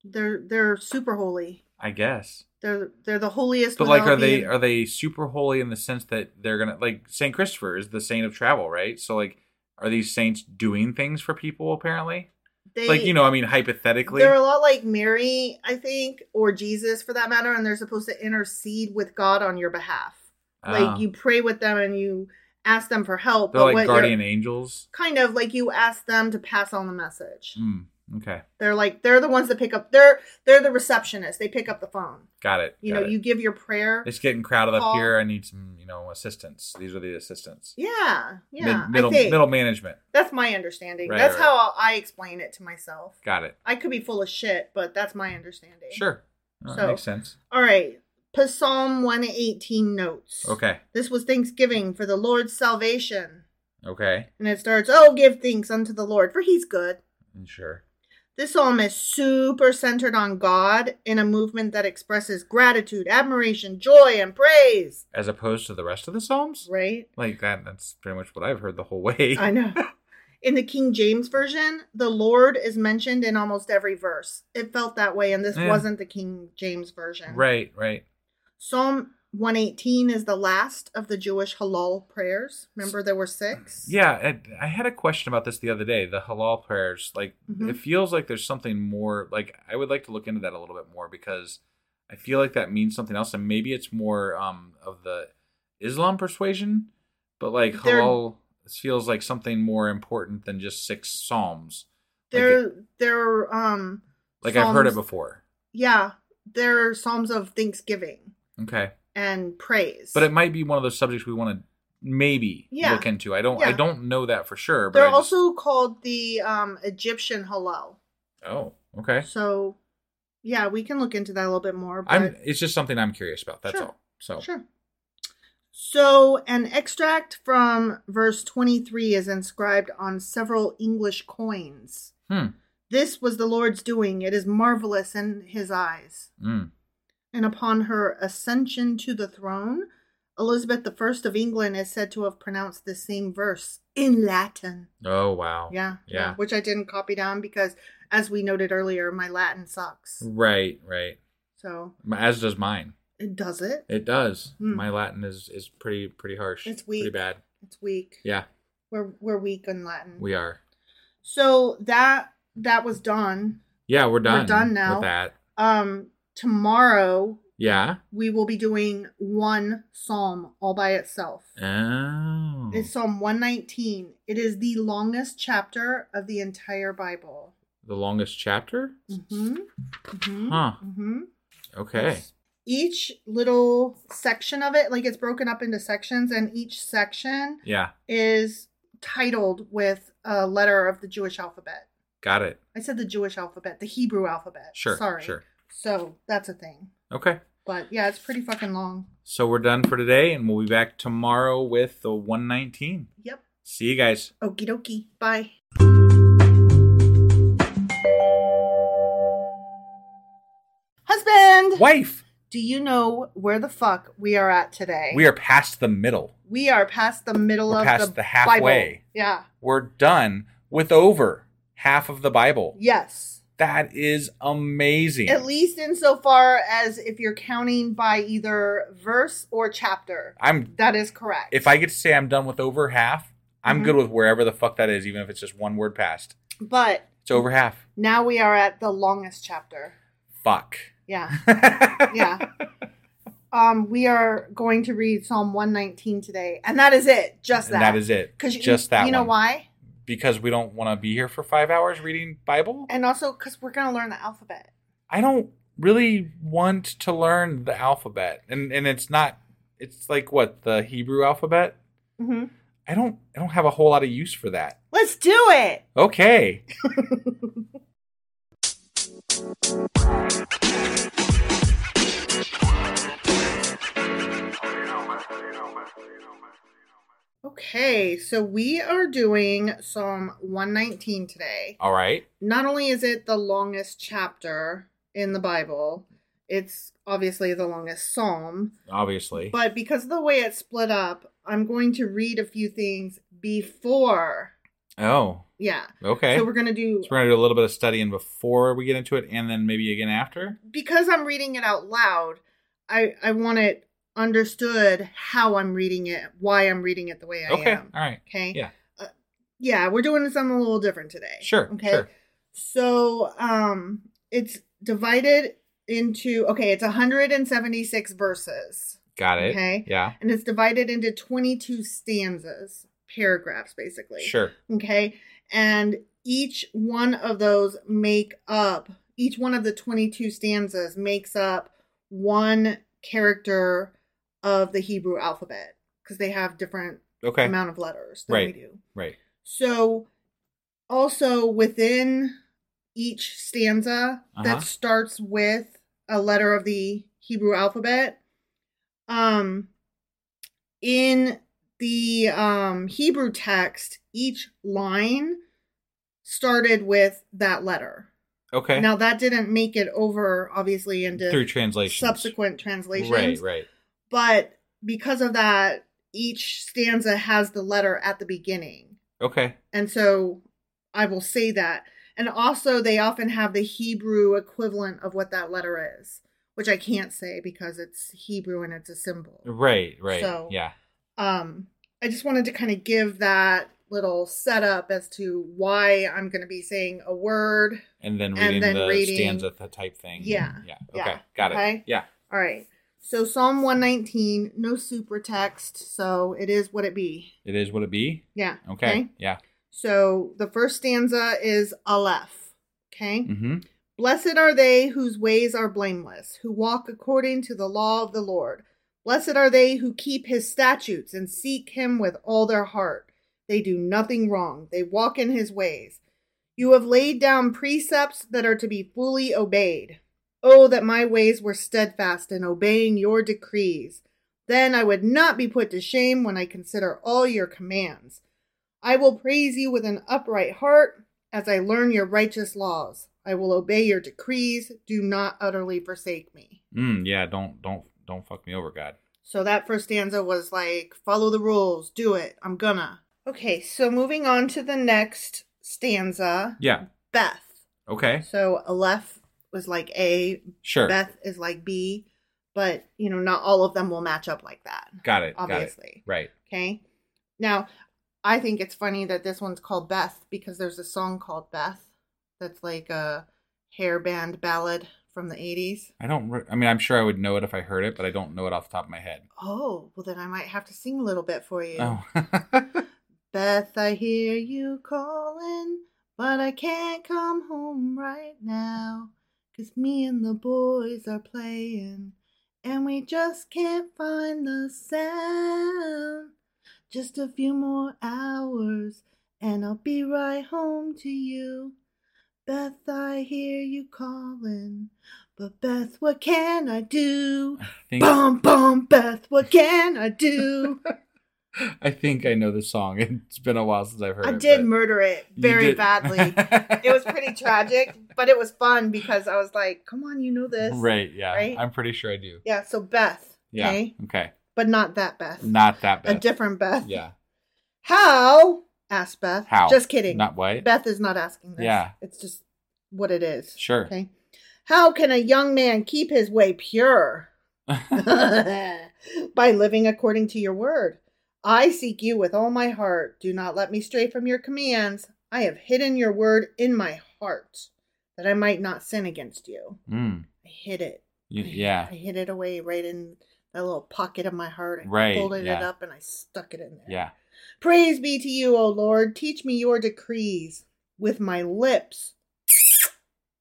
Speaker 1: They're they're super holy.
Speaker 3: I guess.
Speaker 1: They're they're the holiest.
Speaker 3: But like
Speaker 1: without
Speaker 3: are they
Speaker 1: being-
Speaker 3: are they super holy in the sense that they're gonna like Saint Christopher is the saint of travel, right? So like are these saints doing things for people apparently?
Speaker 1: they,
Speaker 3: like you know, I mean hypothetically.
Speaker 1: They're a lot like Mary, I think, or Jesus for that matter, and they're supposed to intercede with God on your behalf.
Speaker 3: Ah.
Speaker 1: Like you pray with them and you ask them for help.
Speaker 3: They're like
Speaker 1: you're-
Speaker 3: guardian angels.
Speaker 1: Kind of like you ask them to pass on the message.
Speaker 3: Mm, okay,
Speaker 1: They're like they're the ones that pick up. They're they're the receptionist. They pick up the phone.
Speaker 3: got it.
Speaker 1: You
Speaker 3: got
Speaker 1: know,
Speaker 3: it.
Speaker 1: you give your prayer.
Speaker 3: It's getting crowded up
Speaker 1: Call.
Speaker 3: here. I need some, you know, assistance. These are the assistants.
Speaker 1: Yeah, yeah.
Speaker 3: middle
Speaker 1: I think
Speaker 3: middle management.
Speaker 1: that's my understanding.
Speaker 3: Right,
Speaker 1: that's
Speaker 3: right.
Speaker 1: how I explain it to myself.
Speaker 3: Got it.
Speaker 1: I could be full of shit, but that's my understanding.
Speaker 3: Sure, Oh, That
Speaker 1: So-
Speaker 3: makes sense.
Speaker 1: All right. Psalm 118 notes.
Speaker 3: Okay,
Speaker 1: This was Thanksgiving for the Lord's salvation.
Speaker 3: okay,
Speaker 1: And it starts, Oh, give thanks unto the Lord, for he's good.
Speaker 3: sure.
Speaker 1: This psalm is super centered on God in a movement that expresses gratitude, admiration, joy, and praise.
Speaker 3: As opposed to the rest of the psalms,
Speaker 1: Right?
Speaker 3: like that. That's pretty much what I've heard the whole [laughs] way.
Speaker 1: I know. In the King James Version, the Lord is mentioned in almost every verse. It felt that way, and this
Speaker 3: Yeah.
Speaker 1: wasn't the King James Version.
Speaker 3: right, right.
Speaker 1: Psalm 118 is the last of the Jewish halal prayers. Remember, there were six?
Speaker 3: Yeah, and I had a question about this the other day. The halal prayers, like
Speaker 1: Mhm.
Speaker 3: it feels like there's something more. Like I would like to look into that a little bit more because I feel like that means something else, and maybe it's more um of the Islam persuasion. But like
Speaker 1: They're-
Speaker 3: halal this feels like something more important than just six psalms. Like,
Speaker 1: They're,
Speaker 3: it-
Speaker 1: they're, um,
Speaker 3: like I've heard it
Speaker 1: psalms-
Speaker 3: before.
Speaker 1: Yeah. They're psalms of thanksgiving
Speaker 3: Okay,
Speaker 1: and praise.
Speaker 3: but it might be one of those subjects we want to maybe
Speaker 1: Yeah.
Speaker 3: look into. I don't. I
Speaker 1: Yeah.
Speaker 3: don't know that for sure. But
Speaker 1: they're
Speaker 3: I just-
Speaker 1: also called the um, Egyptian halal.
Speaker 3: oh okay.
Speaker 1: So, yeah, we can look into that a little bit more. But
Speaker 3: I'm. It's just something I'm curious about. That's
Speaker 1: Sure.
Speaker 3: all. So
Speaker 1: Sure. So, an extract from verse 23 is inscribed on several English coins.
Speaker 3: hmm.
Speaker 1: This was the Lord's doing. It is marvelous in his eyes.
Speaker 3: Mm.
Speaker 1: And upon her ascension to the throne, Elizabeth I of England is said to have pronounced the same verse in Latin.
Speaker 3: Oh wow.
Speaker 1: Yeah,
Speaker 3: Yeah.
Speaker 1: Which I didn't copy down because, as we noted earlier, my Latin sucks.
Speaker 3: Right. Right.
Speaker 1: So,
Speaker 3: As does mine.
Speaker 1: it does it.
Speaker 3: It does.
Speaker 1: Hmm.
Speaker 3: My Latin is is pretty pretty harsh.
Speaker 1: It's weak.
Speaker 3: Pretty bad.
Speaker 1: It's weak.
Speaker 3: Yeah,
Speaker 1: We're, we're weak in Latin.
Speaker 3: we are.
Speaker 1: So that that was done.
Speaker 3: Yeah, we're done.
Speaker 1: done now.
Speaker 3: with that.
Speaker 1: Um tomorrow
Speaker 3: Yeah.
Speaker 1: we will be doing one psalm all by itself.
Speaker 3: Oh.
Speaker 1: It's Psalm 119. It is the longest chapter of the entire Bible.
Speaker 3: the longest chapter.
Speaker 1: Mm-hmm. Mm-hmm.
Speaker 3: Huh.
Speaker 1: Mm-hmm.
Speaker 3: Okay.
Speaker 1: Each little section of it, like it's broken up into sections, and each section
Speaker 3: Yeah.
Speaker 1: is titled with a letter of the Jewish alphabet.
Speaker 3: Got it.
Speaker 1: I said the Jewish alphabet, the Hebrew alphabet.
Speaker 3: Sure.
Speaker 1: Sorry.
Speaker 3: Sure.
Speaker 1: So that's a thing.
Speaker 3: Okay.
Speaker 1: But yeah, it's pretty fucking long.
Speaker 3: So we're done for today, and we'll be back tomorrow with the 119.
Speaker 1: Yep.
Speaker 3: See you guys.
Speaker 1: [laughs] Okie dokie. Bye. Husband!
Speaker 3: Wife,
Speaker 1: Do you know where the fuck we are at today?
Speaker 3: we are past the middle.
Speaker 1: we are past the middle
Speaker 3: We're
Speaker 1: of
Speaker 3: past
Speaker 1: the,
Speaker 3: the halfway.
Speaker 1: Bible. Yeah.
Speaker 3: We're done with over half of the Bible.
Speaker 1: Yes.
Speaker 3: That is amazing.
Speaker 1: At least insofar as if you're counting by either verse or chapter.
Speaker 3: I'm
Speaker 1: That is correct.
Speaker 3: if I get to say I'm done with over half, I'm
Speaker 1: Mhm.
Speaker 3: good with wherever the fuck that is, even if it's just one word past.
Speaker 1: But
Speaker 3: It's over half.
Speaker 1: now we are at the longest chapter. [laughs]
Speaker 3: Fuck.
Speaker 1: Yeah.
Speaker 3: yeah.
Speaker 1: yeah. Um, we are going to read Psalm 119 today, and that is it. Just
Speaker 3: And
Speaker 1: that.
Speaker 3: that is it.
Speaker 1: Because
Speaker 3: Just that
Speaker 1: You know
Speaker 3: one.
Speaker 1: why?
Speaker 3: because we don't want to be here for five hours reading Bible.
Speaker 1: And also because we're gonna learn the alphabet.
Speaker 3: I don't really want to learn the alphabet, and and it's not. It's like what the Hebrew alphabet.
Speaker 1: Mm-hmm.
Speaker 3: I don't. I don't have a whole lot of use for that.
Speaker 1: Let's do it.
Speaker 3: Okay.
Speaker 1: Okay, so we are doing Psalm 119 today.
Speaker 3: All right.
Speaker 1: Not only is it the longest chapter in the Bible, it's obviously the longest psalm,
Speaker 3: Obviously.
Speaker 1: but because of the way it's split up, I'm going to read a few things before.
Speaker 3: oh.
Speaker 1: Yeah.
Speaker 3: Okay.
Speaker 1: So we're going to do
Speaker 3: So we're gonna do a little bit of studying before we get into it, and then maybe again after.
Speaker 1: because I'm reading it out loud, I I want it understood how I'm reading it, why I'm reading it the way I
Speaker 3: okay.
Speaker 1: am.
Speaker 3: All right.
Speaker 1: Okay.
Speaker 3: Yeah.
Speaker 1: Uh, yeah, we're doing something a little different today.
Speaker 3: Sure.
Speaker 1: Okay.
Speaker 3: Sure.
Speaker 1: So um it's divided into okay, it's 176 verses.
Speaker 3: Got it.
Speaker 1: Okay.
Speaker 3: Yeah.
Speaker 1: And it's divided into 22 stanzas, paragraphs basically.
Speaker 3: Sure.
Speaker 1: Okay. And each one of those make up, each one of the 22 stanzas makes up one character of the Hebrew alphabet because they have different
Speaker 3: Okay.
Speaker 1: amount of letters than we
Speaker 3: Right.
Speaker 1: do.
Speaker 3: Right.
Speaker 1: So also within each stanza
Speaker 3: Uh-huh.
Speaker 1: that starts with a letter of the Hebrew alphabet um in the um Hebrew text each line started with that letter.
Speaker 3: Okay.
Speaker 1: Now that didn't make it over obviously into
Speaker 3: Through translation.
Speaker 1: subsequent translations.
Speaker 3: Right. Right.
Speaker 1: But because of that each stanza has the letter at the beginning.
Speaker 3: Okay.
Speaker 1: And so I will say that. And also, they often have the Hebrew equivalent of what that letter is, which I can't say because it's Hebrew and it's a symbol.
Speaker 3: Right. Right.
Speaker 1: So-
Speaker 3: yeah.
Speaker 1: Um, I just wanted to kind of give that little setup as to why I'm going to be saying a word.
Speaker 3: And then
Speaker 1: and
Speaker 3: reading
Speaker 1: then
Speaker 3: the
Speaker 1: reading-
Speaker 3: stanza th- type thing.
Speaker 1: Yeah.
Speaker 3: Yeah.
Speaker 1: Yeah.
Speaker 3: Okay. Got it.
Speaker 1: Okay.
Speaker 3: Yeah.
Speaker 1: All right. So, Psalm 119, no super text. So, it is what it be.
Speaker 3: It is what it be.
Speaker 1: Yeah.
Speaker 3: Okay. Yeah.
Speaker 1: So, the first stanza is Aleph. Okay.
Speaker 3: Mm-hmm.
Speaker 1: Blessed are they whose ways are blameless, who walk according to the law of the Lord. Blessed are they who keep his statutes and seek him with all their heart. They do nothing wrong, they walk in his ways. You have laid down precepts that are to be fully obeyed. Oh, that my ways were steadfast in obeying your decrees. Then I would not be put to shame when I consider all your commands. I will praise you with an upright heart as I learn your righteous laws. I will obey your decrees. Do not utterly forsake me.
Speaker 3: Mm, yeah. Don't don't don't fuck me over, God.
Speaker 1: So that first stanza was like, follow the rules, do it, I'm gonna. Okay, so moving on to the next stanza,
Speaker 3: Yeah.
Speaker 1: Beth.
Speaker 3: Okay.
Speaker 1: So Aleph was like A,
Speaker 3: Sure.
Speaker 1: Beth is like B, but you know, not all of them will match up like that,
Speaker 3: Got it. Got
Speaker 1: obviously.
Speaker 3: it. Right.
Speaker 1: Okay. Now, I think it's funny that this one's called Beth because there's a song called Beth that's like a hair band ballad from the 80s.
Speaker 3: I don't. Re- I mean, I'm sure I would know it if I heard it, but I don't know it off the top of my head.
Speaker 1: Oh, well, then I might have to sing a little bit for you.
Speaker 3: Oh. [laughs]
Speaker 1: Beth, I hear you calling, but I can't come home right now. 'Cause me and the boys are playing, and we just can't find the sound. Just a few more hours, and I'll be right home to you. Beth, I hear you calling, but Beth, what can
Speaker 3: [laughs]
Speaker 1: I do?
Speaker 3: I think.
Speaker 1: Bum, bum, Beth, what can
Speaker 3: [laughs]
Speaker 1: I do?
Speaker 3: I think I know the song. [laughs] It's been a while since I've heard
Speaker 1: I
Speaker 3: it.
Speaker 1: did
Speaker 3: but-
Speaker 1: murder it
Speaker 3: You
Speaker 1: very
Speaker 3: did. [laughs]
Speaker 1: badly. it was pretty tragic, but it was fun because I was like, come on, you know this.
Speaker 3: Right, yeah.
Speaker 1: right?
Speaker 3: I'm pretty sure I do.
Speaker 1: Yeah, so Beth.
Speaker 3: Yeah.
Speaker 1: Okay.
Speaker 3: Okay.
Speaker 1: But not that Beth.
Speaker 3: Not that
Speaker 1: A
Speaker 3: bad.
Speaker 1: different Beth.
Speaker 3: yeah.
Speaker 1: How? Asked Beth.
Speaker 3: How?
Speaker 1: Just kidding.
Speaker 3: Not what?
Speaker 1: Beth is not asking this.
Speaker 3: Yeah.
Speaker 1: It's just what it is.
Speaker 3: Sure.
Speaker 1: Okay. How can a young man keep his way pure? [laughs] By living according to your word. I seek you with all my heart. Do not let me stray from your commands. I have hidden your word in my heart that I might not sin against you.
Speaker 3: [laughs] Mm.
Speaker 1: I hid it.
Speaker 3: Y-
Speaker 1: I-
Speaker 3: yeah.
Speaker 1: I hid it away right in that little pocket of my heart. I
Speaker 3: Right,
Speaker 1: folded it
Speaker 3: yeah.
Speaker 1: up and I stuck it in there.
Speaker 3: Yeah.
Speaker 1: Praise be to you, O Lord. Teach me your decrees. With my lips,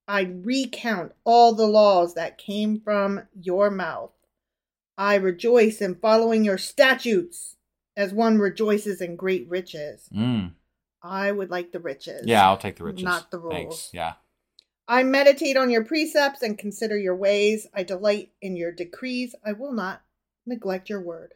Speaker 1: I recount all the laws that came from your mouth. I rejoice in following your statutes as one rejoices in great riches.
Speaker 3: Mm.
Speaker 1: I would like the riches.
Speaker 3: Yeah, I'll take the riches.
Speaker 1: Not the rules.
Speaker 3: Thanks. Yeah.
Speaker 1: I meditate on your precepts and consider your ways. I delight in your decrees. I will not neglect your word.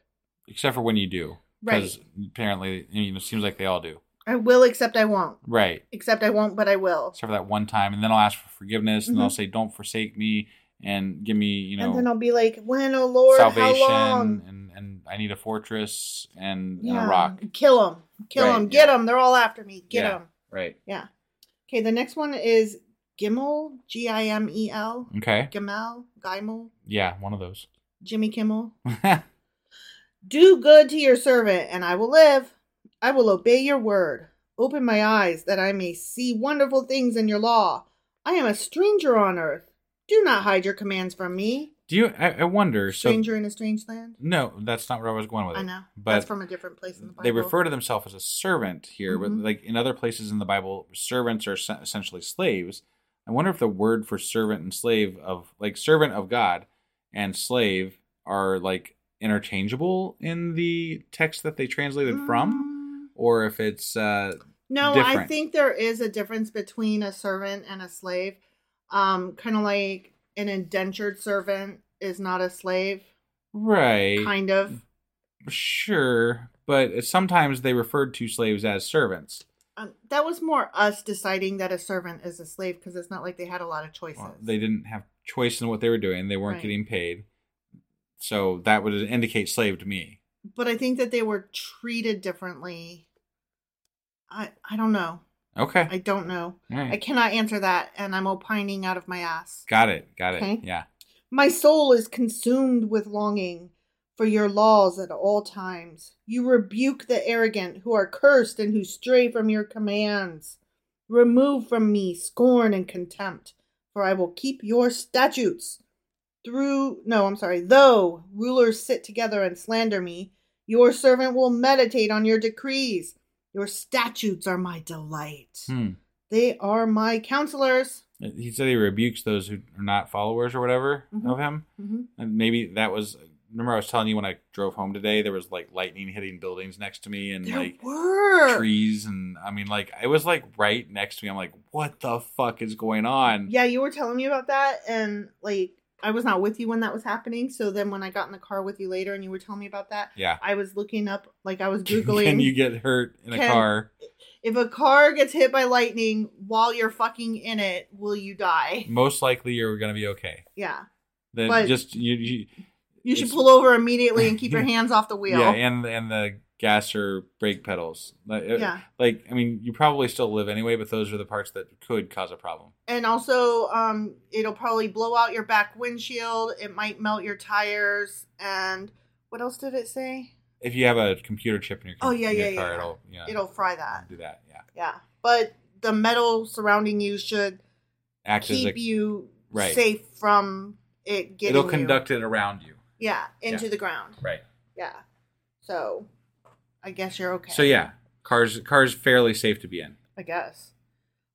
Speaker 3: Except for when you do. Because apparently, you know, it seems like they all do.
Speaker 1: I will, except I won't.
Speaker 3: Right.
Speaker 1: Except I won't, but I will.
Speaker 3: Except for that one time. And then I'll ask for forgiveness and
Speaker 1: Mhm.
Speaker 3: they'll say, don't forsake me and give me, you know,
Speaker 1: and then I'll be like, when, oh Lord,
Speaker 3: salvation
Speaker 1: how long?
Speaker 3: and, and I need a fortress and, and a rock.
Speaker 1: Kill them. Kill
Speaker 3: Right,
Speaker 1: them. Get
Speaker 3: yeah.
Speaker 1: them. They're all after me. Get
Speaker 3: Yeah.
Speaker 1: them.
Speaker 3: Right.
Speaker 1: Yeah. Okay, the next one is Gimel, G I M E L.
Speaker 3: Okay.
Speaker 1: Gimel, Gimel,
Speaker 3: Yeah, one of those. [laughs]
Speaker 1: Jimmy Kimmel. Do good to your servant, and I will live. I will obey your word. Open my eyes that I may see wonderful things in your law. I am a stranger on earth. Do not hide your commands from me.
Speaker 3: do you, I, I wonder, so
Speaker 1: Stranger in a strange land.
Speaker 3: No, that's not where I was going with it.
Speaker 1: I know.
Speaker 3: But
Speaker 1: That's from a different place in the Bible.
Speaker 3: they refer to themselves as a servant here,
Speaker 1: Mhm.
Speaker 3: but like in other places in the Bible, servants are se- essentially slaves. I wonder if the word for servant and slave of like servant of God and slave are like interchangeable in the text that they translated from,
Speaker 1: Mm,
Speaker 3: or if it's uh,
Speaker 1: No, I
Speaker 3: different.
Speaker 1: think there is a difference between a servant and a slave. Um, kind of like an indentured servant is not a slave,
Speaker 3: right,
Speaker 1: kind of.
Speaker 3: sure, but sometimes they referred to slaves as servants.
Speaker 1: Um, that was more us deciding that a servant is a slave because it's not like they had a lot of choices.
Speaker 3: Well, they didn't have choice in what they were doing; they weren't
Speaker 1: Right.
Speaker 3: getting paid, so that would indicate slave to me.
Speaker 1: but I think that they were treated differently. I I don't know.
Speaker 3: Okay.
Speaker 1: I don't know.
Speaker 3: All right.
Speaker 1: I cannot answer that, and I'm opining out of my ass.
Speaker 3: Got it. Got it.
Speaker 1: Okay.
Speaker 3: Yeah.
Speaker 1: My soul is consumed with longing for your laws at all times. You rebuke the arrogant who are cursed and who stray from your commands. Remove from me scorn and contempt, for I will keep your statutes. Through, no, I'm sorry, though rulers sit together and slander me, your servant will meditate on your decrees. Your statutes are my delight.
Speaker 3: Hmm.
Speaker 1: They are my counselors.
Speaker 3: He said he rebukes those who are not followers or whatever
Speaker 1: Mhm.
Speaker 3: of him.
Speaker 1: Mhm.
Speaker 3: And maybe that was. Remember, I was telling you when I drove home today, there was like lightning hitting buildings next to me and
Speaker 1: There
Speaker 3: like
Speaker 1: were.
Speaker 3: trees. And I mean, like, it was like right next to me. I'm like, what the fuck is going on?
Speaker 1: Yeah, you were telling me about that, and like I was not with you when that was happening. So then when I got in the car with you later, and you were telling me about that,
Speaker 3: Yeah.
Speaker 1: I was looking up, like I was
Speaker 3: [laughs]
Speaker 1: googling
Speaker 3: Can you get hurt in a
Speaker 1: Can-
Speaker 3: car?
Speaker 1: if a car gets hit by lightning while you're fucking in it, will you die?
Speaker 3: Most likely you're going to be okay.
Speaker 1: Yeah,
Speaker 3: That
Speaker 1: But-
Speaker 3: just you, you
Speaker 1: you should
Speaker 3: It's-
Speaker 1: pull over immediately and keep your hands off the
Speaker 3: [laughs]
Speaker 1: wheel.
Speaker 3: yeah, Uh, and and the gas or brake pedals. Like, it-
Speaker 1: Yeah.
Speaker 3: like I mean, you probably still live anyway, but those are the parts that could cause a problem.
Speaker 1: and also um it'll probably blow out your back windshield. It might melt your tires, and what else did it say?
Speaker 3: if you have a computer chip in your,
Speaker 1: Oh, yeah,
Speaker 3: in your
Speaker 1: yeah,
Speaker 3: car,
Speaker 1: yeah.
Speaker 3: it'll yeah,
Speaker 1: It'll fry that.
Speaker 3: do that. Yeah,
Speaker 1: Yeah, but the metal surrounding you should
Speaker 3: act as
Speaker 1: keep
Speaker 3: a,
Speaker 1: you
Speaker 3: Right.
Speaker 1: safe from it getting
Speaker 3: it'll
Speaker 1: you-
Speaker 3: conduct it around you.
Speaker 1: yeah into the ground
Speaker 3: Right.
Speaker 1: yeah so i guess you're okay
Speaker 3: So yeah, cars cars fairly safe to be in.
Speaker 1: i guess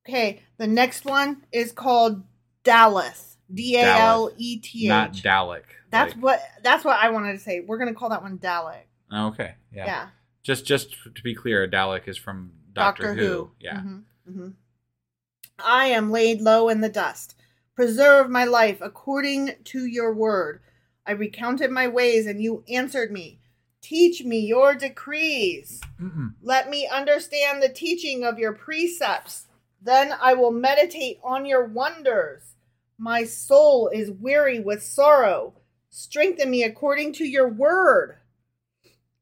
Speaker 1: okay the next one is called daleth d-a-l-e-t-h
Speaker 3: Not Dalek.
Speaker 1: E that's
Speaker 3: like-
Speaker 1: what that's what i wanted to say we're gonna call that one dalek
Speaker 3: oh, okay. Yeah.
Speaker 1: yeah,
Speaker 3: Just just to be clear, Dalek is from Doctor, Who. Mm-hmm. Yeah.
Speaker 1: Mhm, mhm. i am laid low in the dust preserve my life according to your word i recounted my ways and you answered me teach me your decrees
Speaker 3: Mm-mm.
Speaker 1: Let me understand the teaching of your precepts. Then I will meditate on your wonders. My soul is weary with sorrow. Strengthen me according to your word.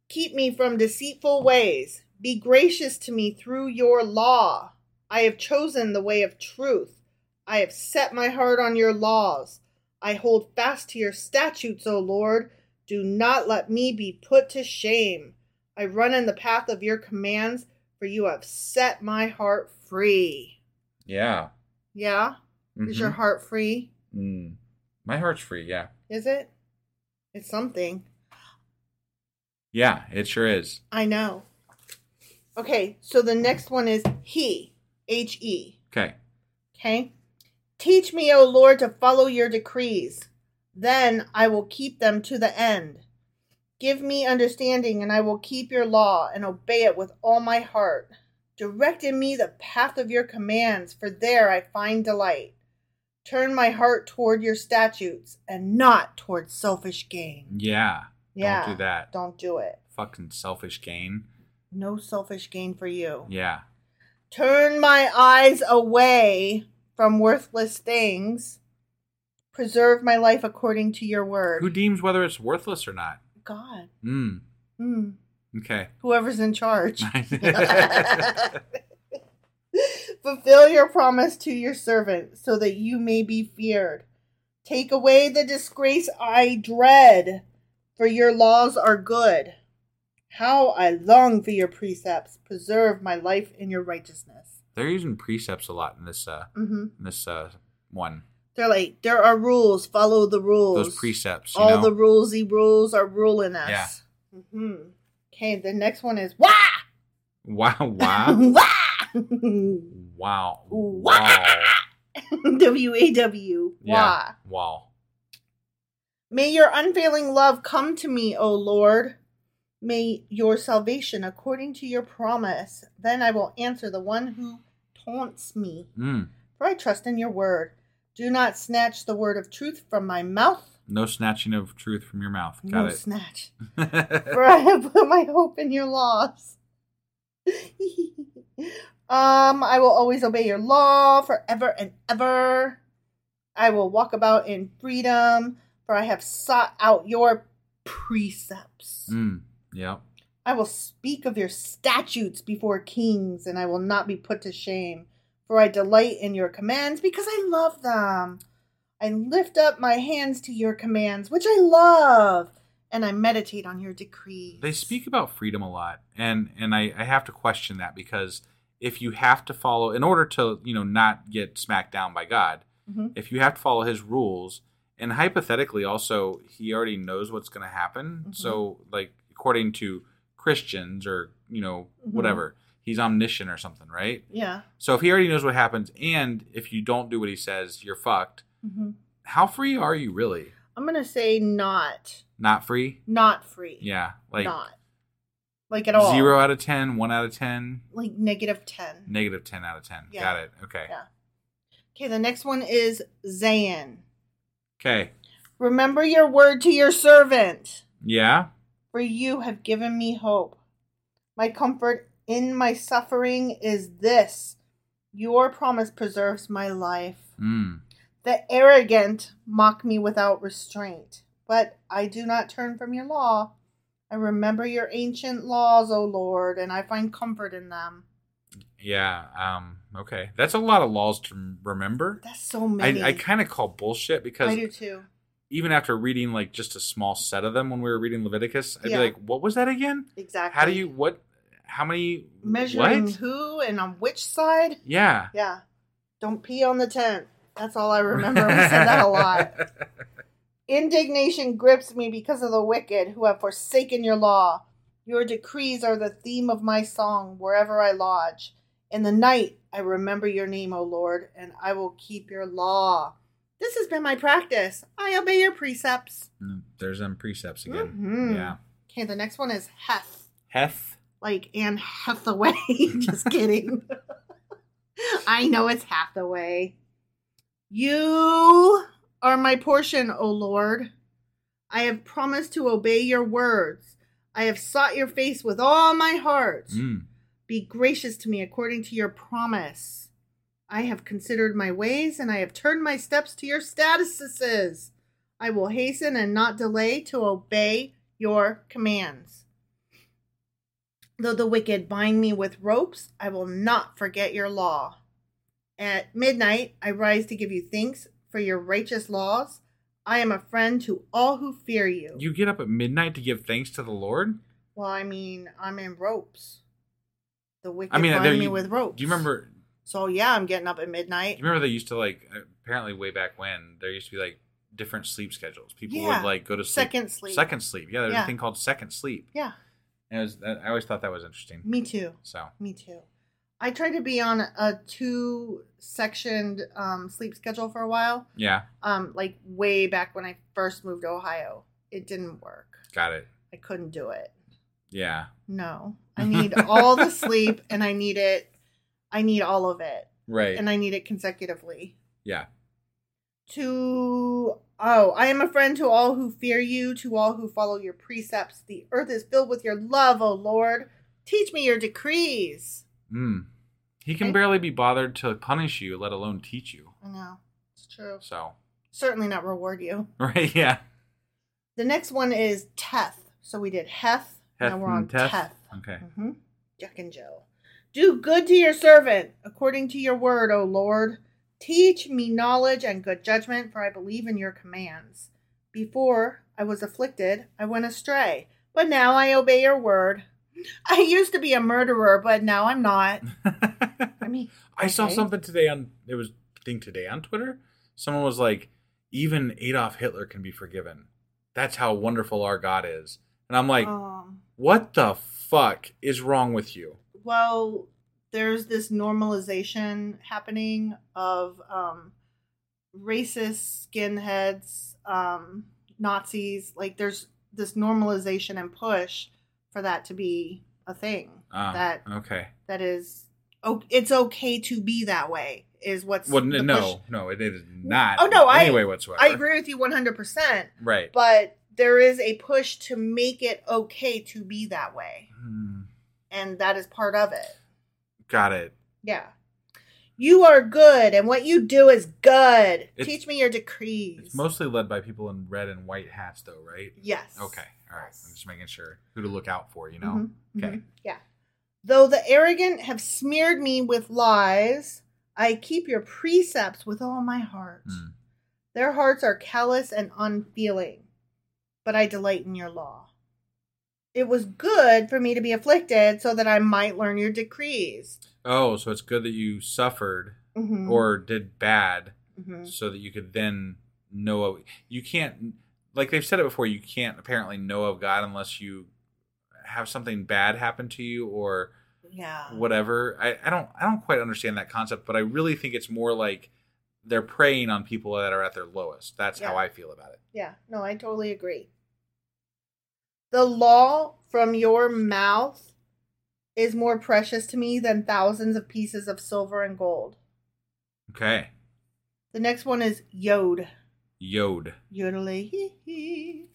Speaker 1: Keep me from deceitful ways. Be gracious to me through your law. I have chosen the way of truth. I have set my heart on your laws. I hold fast to your statutes, O Lord. Do not let me be put to shame. I run in the path of your commands, for you have set my heart free.
Speaker 3: Yeah.
Speaker 1: Yeah? Is your
Speaker 3: Mhm.
Speaker 1: heart free?
Speaker 3: Mm. My heart's free. Yeah.
Speaker 1: Is it? It's something.
Speaker 3: Yeah. It sure is.
Speaker 1: I know. Okay, so the next one is He, H E.
Speaker 3: Okay.
Speaker 1: Okay. Teach me, O Lord, to follow your decrees. Then I will keep them to the end. Give me understanding, and I will keep your law and obey it with all my heart. Direct in me the path of your commands, for there I find delight. Turn my heart toward your statutes and not toward selfish gain.
Speaker 3: Yeah.
Speaker 1: Yeah.
Speaker 3: Don't do that.
Speaker 1: Don't do it.
Speaker 3: Fucking selfish gain.
Speaker 1: No selfish gain for you.
Speaker 3: Yeah.
Speaker 1: Turn my eyes away from worthless things. Preserve my life according to your word.
Speaker 3: Who deems whether it's worthless or not?
Speaker 1: God.
Speaker 3: Mm.
Speaker 1: Mm.
Speaker 3: Okay.
Speaker 1: Whoever's in charge. [laughs] Fulfill your promise to your servant so that you may be feared. Take away the disgrace I dread, for your laws are good. How I long for your precepts. Preserve my life in your righteousness.
Speaker 3: They're using precepts a lot in this uh
Speaker 1: hmm
Speaker 3: in this uh one.
Speaker 1: They're like, there are rules. Follow the rules.
Speaker 3: Those precepts. You
Speaker 1: All
Speaker 3: know?
Speaker 1: the rulesy rules are ruling us. hmm Okay, the next one is wah!
Speaker 3: [laughs] Wow wow.
Speaker 1: [laughs] wah!
Speaker 3: wow.
Speaker 1: Wow. W A W. Wah.
Speaker 3: Yeah. Wow.
Speaker 1: May your unfailing love come to me, O Lord. May your salvation according to your promise. Then I will answer the one who taunts me.
Speaker 3: Mm.
Speaker 1: For I trust in your word. Do not snatch the word of truth from my mouth.
Speaker 3: No snatching of truth from your mouth. Got
Speaker 1: no
Speaker 3: it.
Speaker 1: snatch. For I have put my hope in your laws. [laughs] um, I will always obey your law forever and ever. I will walk about in freedom, for I have sought out your precepts.
Speaker 3: [laughs] mm. Yep.
Speaker 1: I will speak of your statutes before kings, and I will not be put to shame. For I delight in your commands because I love them. I lift up my hands to your commands, which I love, and I meditate on your decrees.
Speaker 3: They speak about freedom a lot, and and I, I have to question that because if you have to follow in order to you know not get smacked down by God,
Speaker 1: Mhm.
Speaker 3: if you have to follow His rules, and hypothetically also He already knows what's going to happen.
Speaker 1: Mhm.
Speaker 3: So like according to Christians or you know
Speaker 1: Mhm.
Speaker 3: whatever, He's omniscient or something, right?
Speaker 1: Yeah.
Speaker 3: So if He already knows what happens, and if you don't do what He says, you're fucked.
Speaker 1: hmm
Speaker 3: How free are you really?
Speaker 1: I'm gonna say not,
Speaker 3: Not free?
Speaker 1: not free.
Speaker 3: Yeah, like
Speaker 1: not like at all.
Speaker 3: zero out of ten, one out of ten,
Speaker 1: Like negative ten.
Speaker 3: Negative 10 out of 10.
Speaker 1: Yeah.
Speaker 3: Got it. Okay.
Speaker 1: Yeah. Okay. The next one is Zan.
Speaker 3: Okay.
Speaker 1: Remember your word to your servant.
Speaker 3: Yeah.
Speaker 1: for you have given me hope. My comfort in my suffering is this your promise preserves my life.
Speaker 3: Mm.
Speaker 1: The arrogant mock me without restraint, but I do not turn from your law. I remember your ancient laws, O Lord, and I find comfort in them.
Speaker 3: Yeah. Um, okay. That's a lot of laws to remember.
Speaker 1: That's so
Speaker 3: I,
Speaker 1: many.
Speaker 3: I kind of call bullshit
Speaker 1: I
Speaker 3: because
Speaker 1: do too.
Speaker 3: even after reading like just a small set of them when we were reading Leviticus, I'd
Speaker 1: Yeah.
Speaker 3: be like, what was that again?
Speaker 1: Exactly.
Speaker 3: How do you, what, how many,
Speaker 1: measuring
Speaker 3: what?
Speaker 1: who and on which side?
Speaker 3: Yeah.
Speaker 1: Yeah. Don't pee on the tent. That's all I remember. We said
Speaker 3: [laughs]
Speaker 1: that a lot. Indignation grips me because of the wicked who have forsaken your law. Your decrees are the theme of my song wherever I lodge. In the night, I remember your name, O Lord, and I will keep your law. This has been my practice. I obey your precepts.
Speaker 3: Mm, There's them precepts again.
Speaker 1: Mhm.
Speaker 3: Yeah.
Speaker 1: Okay, the next one is Heth,
Speaker 3: Heth.
Speaker 1: like Anne Hathaway. [laughs] Just kidding. I know it's Hathaway. You are my portion, O Lord. I have promised to obey your words. I have sought your face with all my heart.
Speaker 3: Mm.
Speaker 1: Be gracious to me according to your promise. I have considered my ways and I have turned my steps to your statuses. I will hasten and not delay to obey your commands. Though the wicked bind me with ropes, I will not forget your law. At midnight, I rise to give you thanks for your righteous laws. I am a friend to all who fear you.
Speaker 3: You get up at midnight to give thanks to the Lord?
Speaker 1: well, I mean, I'm in ropes. The wicked
Speaker 3: I mean, there
Speaker 1: bind me
Speaker 3: you-
Speaker 1: with ropes.
Speaker 3: Do you remember
Speaker 1: So yeah, I'm getting up at
Speaker 3: Do
Speaker 1: midnight.
Speaker 3: you remember they used to like apparently way back when there used to be like different sleep schedules. People
Speaker 1: Yeah.
Speaker 3: would like go to sleep.
Speaker 1: Second sleep.
Speaker 3: Second sleep. Yeah, there's
Speaker 1: Yeah.
Speaker 3: a thing called second sleep.
Speaker 1: Yeah.
Speaker 3: And it was, that- I always thought that was interesting.
Speaker 1: Me too.
Speaker 3: So
Speaker 1: Me too. I tried to be on a two sectioned um, sleep schedule for a while,
Speaker 3: yeah,
Speaker 1: um, like way back when I first moved to Ohio. It didn't work.
Speaker 3: got it.
Speaker 1: I couldn't do it.
Speaker 3: Yeah,
Speaker 1: No,
Speaker 3: [laughs]
Speaker 1: I need all the sleep and I need it. I need all of it
Speaker 3: right.
Speaker 1: and I need it consecutively.
Speaker 3: yeah,
Speaker 1: To oh, I am a friend to all who fear you, to all who follow your precepts. The earth is filled with your love, O Lord. Teach me your decrees.
Speaker 3: mm. he can
Speaker 1: I-
Speaker 3: barely be bothered to punish you, let alone teach you.
Speaker 1: I know it's true.
Speaker 3: So [laughs]
Speaker 1: Certainly not reward you.
Speaker 3: right, yeah.
Speaker 1: The next one is Teth. So we did Heth. now
Speaker 3: Heth
Speaker 1: we're on
Speaker 3: and Teth?
Speaker 1: Teth.
Speaker 3: Okay.
Speaker 1: hmm Jack and Joe. Do good to your servant according to your word, O Lord. Teach me knowledge and good judgment, for I believe in your commands. Before I was afflicted, I went astray, but now I obey your word. [laughs] I used to be a murderer, but now I'm not. Mm-hmm.
Speaker 3: [laughs]
Speaker 1: I mean,
Speaker 3: I saw
Speaker 1: okay.
Speaker 3: something today on it was I think today on Twitter. Someone was like, even Adolf Hitler can be forgiven. That's how wonderful our God is. And I'm like,
Speaker 1: Um,
Speaker 3: what the fuck is wrong with you?
Speaker 1: well, there's this normalization happening of um, racist skinheads, um, Nazis. Like there's this normalization and push for that to be a thing.
Speaker 3: Ah,
Speaker 1: that
Speaker 3: okay.
Speaker 1: that is oh, it's okay to be that way. Is what's
Speaker 3: Well,
Speaker 1: the
Speaker 3: n- no,
Speaker 1: push.
Speaker 3: no, it is not.
Speaker 1: Oh, no,
Speaker 3: in
Speaker 1: I-
Speaker 3: any way whatsoever.
Speaker 1: I agree with you 100. percent
Speaker 3: Right.
Speaker 1: But there is a push to make it okay to be that way,
Speaker 3: Hmm,
Speaker 1: and that is part of it.
Speaker 3: Got it.
Speaker 1: Yeah. You are good, and what you do is good.
Speaker 3: It's-
Speaker 1: Teach me your decrees.
Speaker 3: It's mostly led by people in red and white hats, though, right?
Speaker 1: yes.
Speaker 3: Okay. All right. I'm just making sure who to look out for. You know.
Speaker 1: Mhm,
Speaker 3: Okay.
Speaker 1: mhm. Yeah. Though the arrogant have smeared me with lies, I keep your precepts with all my heart.
Speaker 3: Hmm.
Speaker 1: Their hearts are callous and unfeeling, but I delight in your law. It was good for me to be afflicted so that I might learn your decrees.
Speaker 3: Oh, so it's good that you suffered
Speaker 1: Mhm,
Speaker 3: or did bad
Speaker 1: mhm.
Speaker 3: so that you could then know of you can't like they've said it before you can't apparently know of god unless you have something bad happen to you or
Speaker 1: Yeah.
Speaker 3: whatever I, I don't i don't quite understand that concept but i really think it's more like they're preying on people that are at their lowest that's how
Speaker 1: Yeah.
Speaker 3: i feel about it
Speaker 1: Yeah, no, I totally agree. The law from your mouth is more precious to me than thousands of pieces of silver and gold.
Speaker 3: okay
Speaker 1: The next one is Yod.
Speaker 3: yod
Speaker 1: Yodely. hee hee.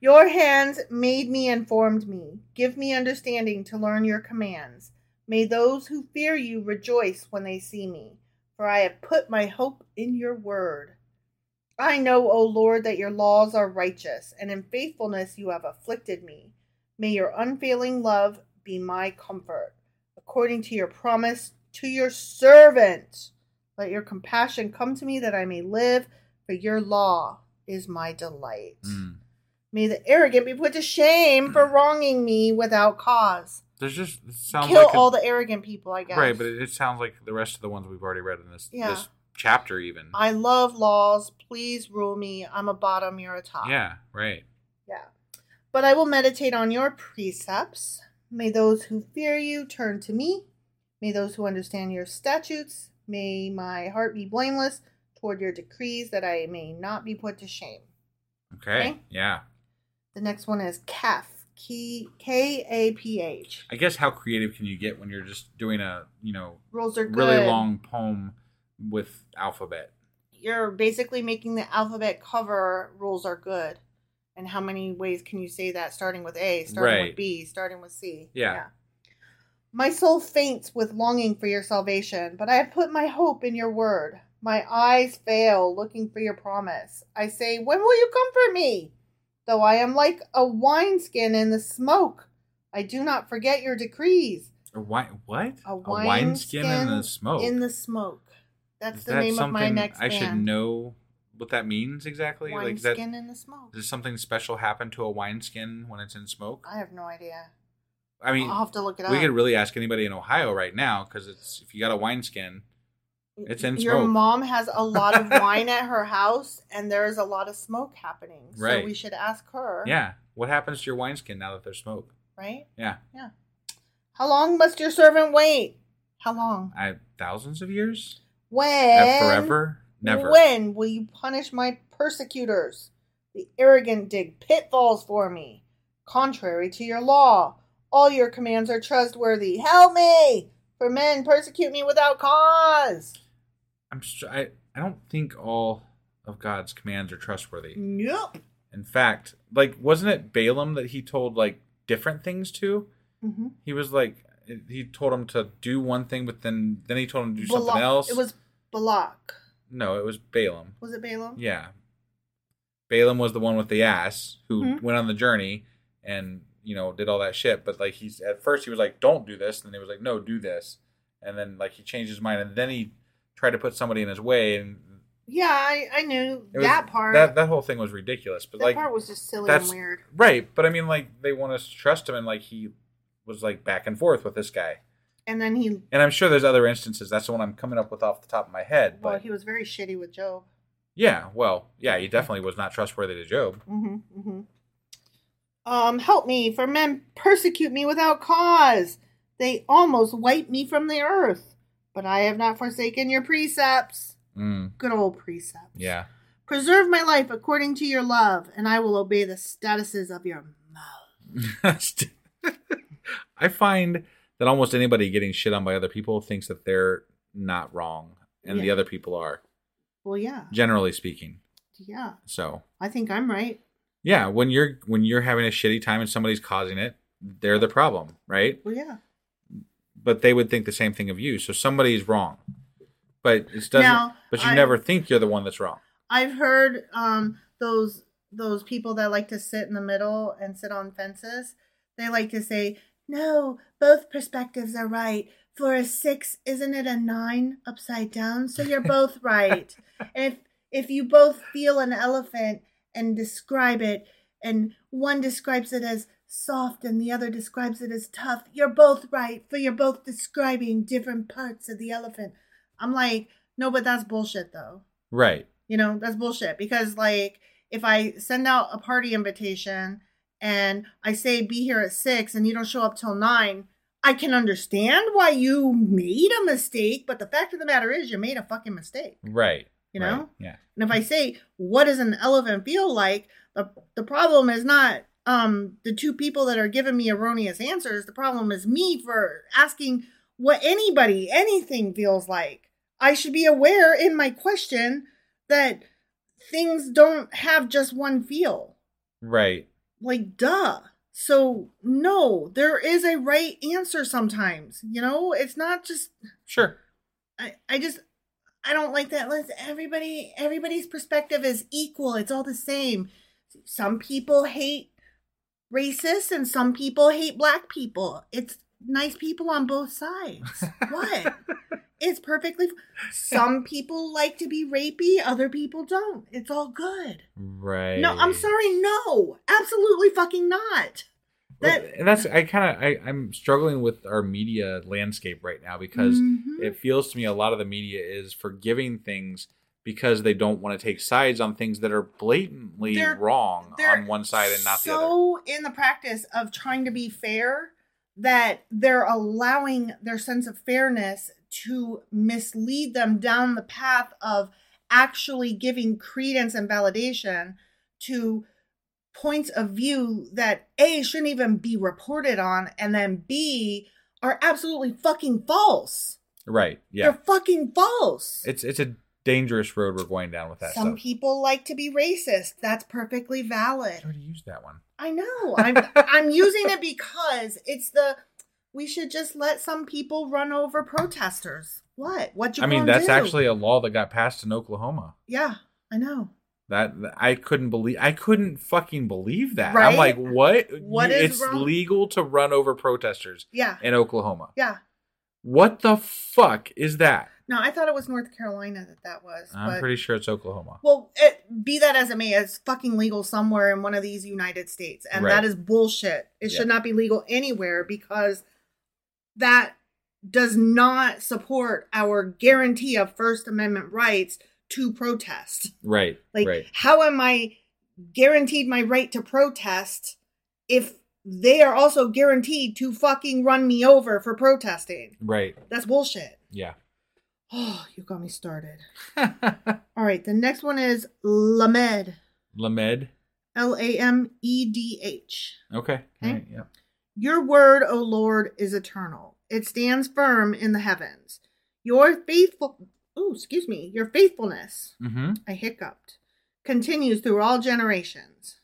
Speaker 1: Your hands made me and formed me. Give me understanding to learn your commands. May those who fear you rejoice when they see me, for I have put my hope in your word. I know, O Lord, that your laws are righteous, and in faithfulness you have afflicted me. May your unfailing love be my comfort. According to your promise to your servant, let your compassion come to me that I may live, for your law is my delight.
Speaker 3: Mm.
Speaker 1: May the arrogant be put to shame for wronging me without cause.
Speaker 3: there's just it Mm. sounds
Speaker 1: Kill
Speaker 3: like a-
Speaker 1: all the arrogant people, I guess.
Speaker 3: right but it, it sounds like the rest of the ones we've already read in this
Speaker 1: Yeah. Ah.
Speaker 3: this chapter even
Speaker 1: I love laws. Please rule me. I'm a bottom, you're a top.
Speaker 3: yeah right
Speaker 1: Yeah. But I will meditate on your precepts. May those who fear you turn to me. May those who understand your statutes. May my heart be blameless toward your decrees that I may not be put to shame.
Speaker 3: okay
Speaker 1: Okay.
Speaker 3: yeah
Speaker 1: The next one is Kaf. K A P H.
Speaker 3: I guess how creative can you get when you're just doing a you know
Speaker 1: Rules are good.
Speaker 3: really long poem with alphabet?
Speaker 1: You're basically making the alphabet cover rules are good. And how many ways can you say that starting with A, starting with
Speaker 3: Right.
Speaker 1: B, starting with C?
Speaker 3: Yeah.
Speaker 1: My soul faints with longing for your salvation, but I have put my hope in your word. My eyes fail looking for your promise. I say, When will you comfort me? Though I am like a wineskin in the smoke, I do not forget your decrees.
Speaker 3: A wine what?
Speaker 1: A
Speaker 3: wineskin in the
Speaker 1: wineskin
Speaker 3: smoke.
Speaker 1: In the smoke. That's
Speaker 3: Is
Speaker 1: the
Speaker 3: that
Speaker 1: name of my
Speaker 3: something
Speaker 1: next
Speaker 3: I
Speaker 1: band.
Speaker 3: should know what that means exactly. like is that
Speaker 1: Wineskin in the smoke.
Speaker 3: does something special happen to a wineskin when it's in smoke?
Speaker 1: I have no idea.
Speaker 3: I mean,
Speaker 1: I'll have to look it up.
Speaker 3: we could really ask anybody in Ohio right now because it's if you got a wineskin, it's in
Speaker 1: Your
Speaker 3: smoke.
Speaker 1: mom has a lot
Speaker 3: [laughs]
Speaker 1: of wine at her house, and there is a lot of smoke happening. So
Speaker 3: Right.
Speaker 1: we should ask her.
Speaker 3: yeah. What happens to your wineskin now that there's smoke?
Speaker 1: right?
Speaker 3: Yeah.
Speaker 1: Yeah. How long must your servant wait? How long?
Speaker 3: I thousands of years?
Speaker 1: When?
Speaker 3: Uh, Forever? Never.
Speaker 1: When will you punish my persecutors? The arrogant dig pitfalls for me. Contrary to your law, all your commands are trustworthy. Help me! For men persecute me without cause.
Speaker 3: I'm str- I, I don't think all of God's commands are trustworthy.
Speaker 1: Nope.
Speaker 3: In fact, like wasn't it Balaam that he told like different things to?
Speaker 1: Mm-hmm.
Speaker 3: He was like he told him to do one thing, but then then he told him to do something else.
Speaker 1: It was Balak.
Speaker 3: no, it was Balaam.
Speaker 1: Was it Balaam?
Speaker 3: Yeah, Balaam was the one with the ass who
Speaker 1: Mhm.
Speaker 3: went on the journey and you know did all that shit. But like he's at first he was like, "Don't do this," and then he was like, "No, do this," and then like he changed his mind, and then he tried to put somebody in his way, and
Speaker 1: Yeah, I, I knew
Speaker 3: it was-
Speaker 1: that part.
Speaker 3: that that whole thing was ridiculous. But
Speaker 1: that
Speaker 3: like
Speaker 1: part was just silly and
Speaker 3: that's
Speaker 1: weird.
Speaker 3: right. But I mean, like they want us to trust him, and like he was like back and forth with this guy.
Speaker 1: And then he,
Speaker 3: And I'm sure there's other instances. That's the one I'm coming up with off the top of my head. But
Speaker 1: well, he was very shitty with Job.
Speaker 3: yeah, well, yeah, he definitely was not trustworthy to Job.
Speaker 1: hmm hmm Um, help me, for men persecute me without cause. They almost wipe me from the earth, but I have not forsaken your precepts.
Speaker 3: Mm,
Speaker 1: Good old precepts.
Speaker 3: yeah. [laughs]
Speaker 1: Preserve my life according to your love, and I will obey the statuses of your mouth.
Speaker 3: I find that almost anybody getting shit on by other people thinks that they're not wrong, and the
Speaker 1: Yeah.
Speaker 3: other people are,
Speaker 1: Well, yeah,
Speaker 3: generally speaking.
Speaker 1: yeah.
Speaker 3: So
Speaker 1: I think I'm right.
Speaker 3: yeah, when you're when you're having a shitty time and somebody's causing it, they're the problem, right?
Speaker 1: Well, yeah.
Speaker 3: But they would think the same thing of you. So somebody's wrong, but it doesn't.
Speaker 1: Now,
Speaker 3: but you
Speaker 1: I-
Speaker 3: never think you're the one that's wrong.
Speaker 1: I've heard um those those people that like to sit in the middle and sit on fences. They like to say, "No, both perspectives are right." For a six, isn't it a nine upside down? So
Speaker 3: [laughs]
Speaker 1: you're both right. and if if you both feel an elephant and describe it, and one describes it as soft and the other describes it as tough, you're both right. For you're both describing different parts of the elephant. I'm like, no, but that's bullshit though.
Speaker 3: Right.
Speaker 1: You know, that's bullshit because like if I send out a party invitation and I say be here at 6 and you don't show up till 9, I can understand why you made a mistake, but the fact of the matter is you made a fucking mistake.
Speaker 3: Right.
Speaker 1: You know?
Speaker 3: Right. Yeah.
Speaker 1: And if I say what does an elephant feel like, the the problem is not um the two people that are giving me erroneous answers, the problem is me for asking what anybody anything feels like. I should be aware in my question that things don't have just one feel.
Speaker 3: Right.
Speaker 1: Like duh. So no, there is a right answer sometimes. You know, it's not just
Speaker 3: Sure.
Speaker 1: I, I just I don't like that list. Everybody everybody's perspective is equal. It's all the same. Some people hate racists and some people hate black people. It's nice people on both sides. What? It's perfectly some people like to be rapey, other people don't. It's all good.
Speaker 3: Right.
Speaker 1: No, I'm sorry, no. Absolutely fucking not.
Speaker 3: Well,
Speaker 1: That-
Speaker 3: and that's I kind of I, I'm struggling with our media landscape right now because
Speaker 1: Mhm.
Speaker 3: it feels to me a lot of the media is forgiving things because they don't want to take sides on things that are blatantly
Speaker 1: They're-
Speaker 3: wrong
Speaker 1: they're
Speaker 3: on one side and not the other.
Speaker 1: so in the practice of trying to be fair that they're allowing their sense of fairness to mislead them down the path of actually giving credence and validation to points of view that a shouldn't even be reported on and then b are absolutely fucking false
Speaker 3: Right. Yeah.
Speaker 1: they're fucking false
Speaker 3: It's it's a dangerous road we're going down with that
Speaker 1: some
Speaker 3: stuff.
Speaker 1: people like to be racist that's perfectly valid
Speaker 3: I already used that one.
Speaker 1: I know. I'm I'm using it because it's the we should just let some people run over protesters. What? What you?
Speaker 3: I mean,
Speaker 1: gonna
Speaker 3: that's
Speaker 1: do?
Speaker 3: actually a law that got passed in Oklahoma.
Speaker 1: yeah. I know.
Speaker 3: That that- I couldn't believe. I couldn't fucking believe that. I'm
Speaker 1: Right?
Speaker 3: like, what?
Speaker 1: What
Speaker 3: You-
Speaker 1: is
Speaker 3: it's
Speaker 1: wrong?
Speaker 3: legal to run over protesters
Speaker 1: Yeah.
Speaker 3: in Oklahoma.
Speaker 1: Yeah.
Speaker 3: What the fuck is that?
Speaker 1: No, I thought it was North Carolina that that was.
Speaker 3: I'm
Speaker 1: but,
Speaker 3: pretty sure it's Oklahoma.
Speaker 1: Well, it, be that as it may, it's fucking legal somewhere in one of these United States, and
Speaker 3: Right.
Speaker 1: that is bullshit. It
Speaker 3: Yeah.
Speaker 1: should not be legal anywhere because that does not support our guarantee of First Amendment rights to protest.
Speaker 3: Right.
Speaker 1: Like,
Speaker 3: right.
Speaker 1: how am I guaranteed my right to protest if they are also guaranteed to fucking run me over for protesting.
Speaker 3: Right.
Speaker 1: That's bullshit. [sighs]
Speaker 3: Yeah. [laughs]
Speaker 1: Oh, you got me started. All right, the next one is Lamed.
Speaker 3: Lamed.
Speaker 1: L A M E D H.
Speaker 3: Okay.
Speaker 1: Okay.
Speaker 3: Right, yeah.
Speaker 1: Your word, O Lord, is eternal. It stands firm in the heavens. Your faithful Ooh, excuse me. Your faithfulness,
Speaker 3: Mm-hmm.
Speaker 1: I hiccuped, continues through all generations.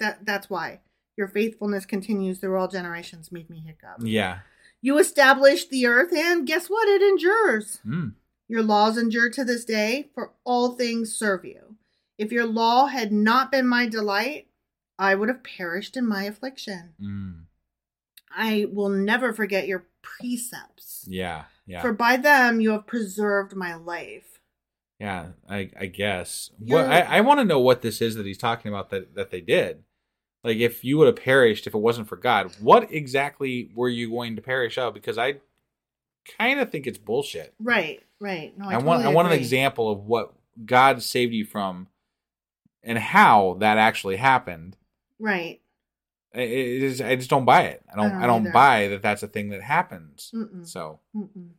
Speaker 1: That that's why. Your faithfulness continues through all generations made me hiccup.
Speaker 3: Yeah.
Speaker 1: You established the earth and guess what? It endures.
Speaker 3: Mm.
Speaker 1: Your laws endure to this day, for all things serve you. If your law had not been my delight, I would have perished in my affliction.
Speaker 3: Mm.
Speaker 1: I will never forget your precepts,
Speaker 3: Yeah. Yeah.
Speaker 1: for by them you have preserved my life.
Speaker 3: yeah. I, I guess.
Speaker 1: You're-
Speaker 3: What I, I want to know what this is that he's talking about that that they did. Like, if you would have perished if it wasn't for God, what exactly were you going to perish of? Because I kind of think it's bullshit.
Speaker 1: Right, right. No, I,
Speaker 3: I, want
Speaker 1: totally
Speaker 3: I want an
Speaker 1: agree.
Speaker 3: example of what God saved you from, and how that actually happened.
Speaker 1: Right.
Speaker 3: I- I- it is, I just don't buy it. I don't. I
Speaker 1: don't
Speaker 3: don't,
Speaker 1: either.
Speaker 3: buy that. That's a thing that happens.
Speaker 1: Mm-mm.
Speaker 3: So
Speaker 1: Mm-mm.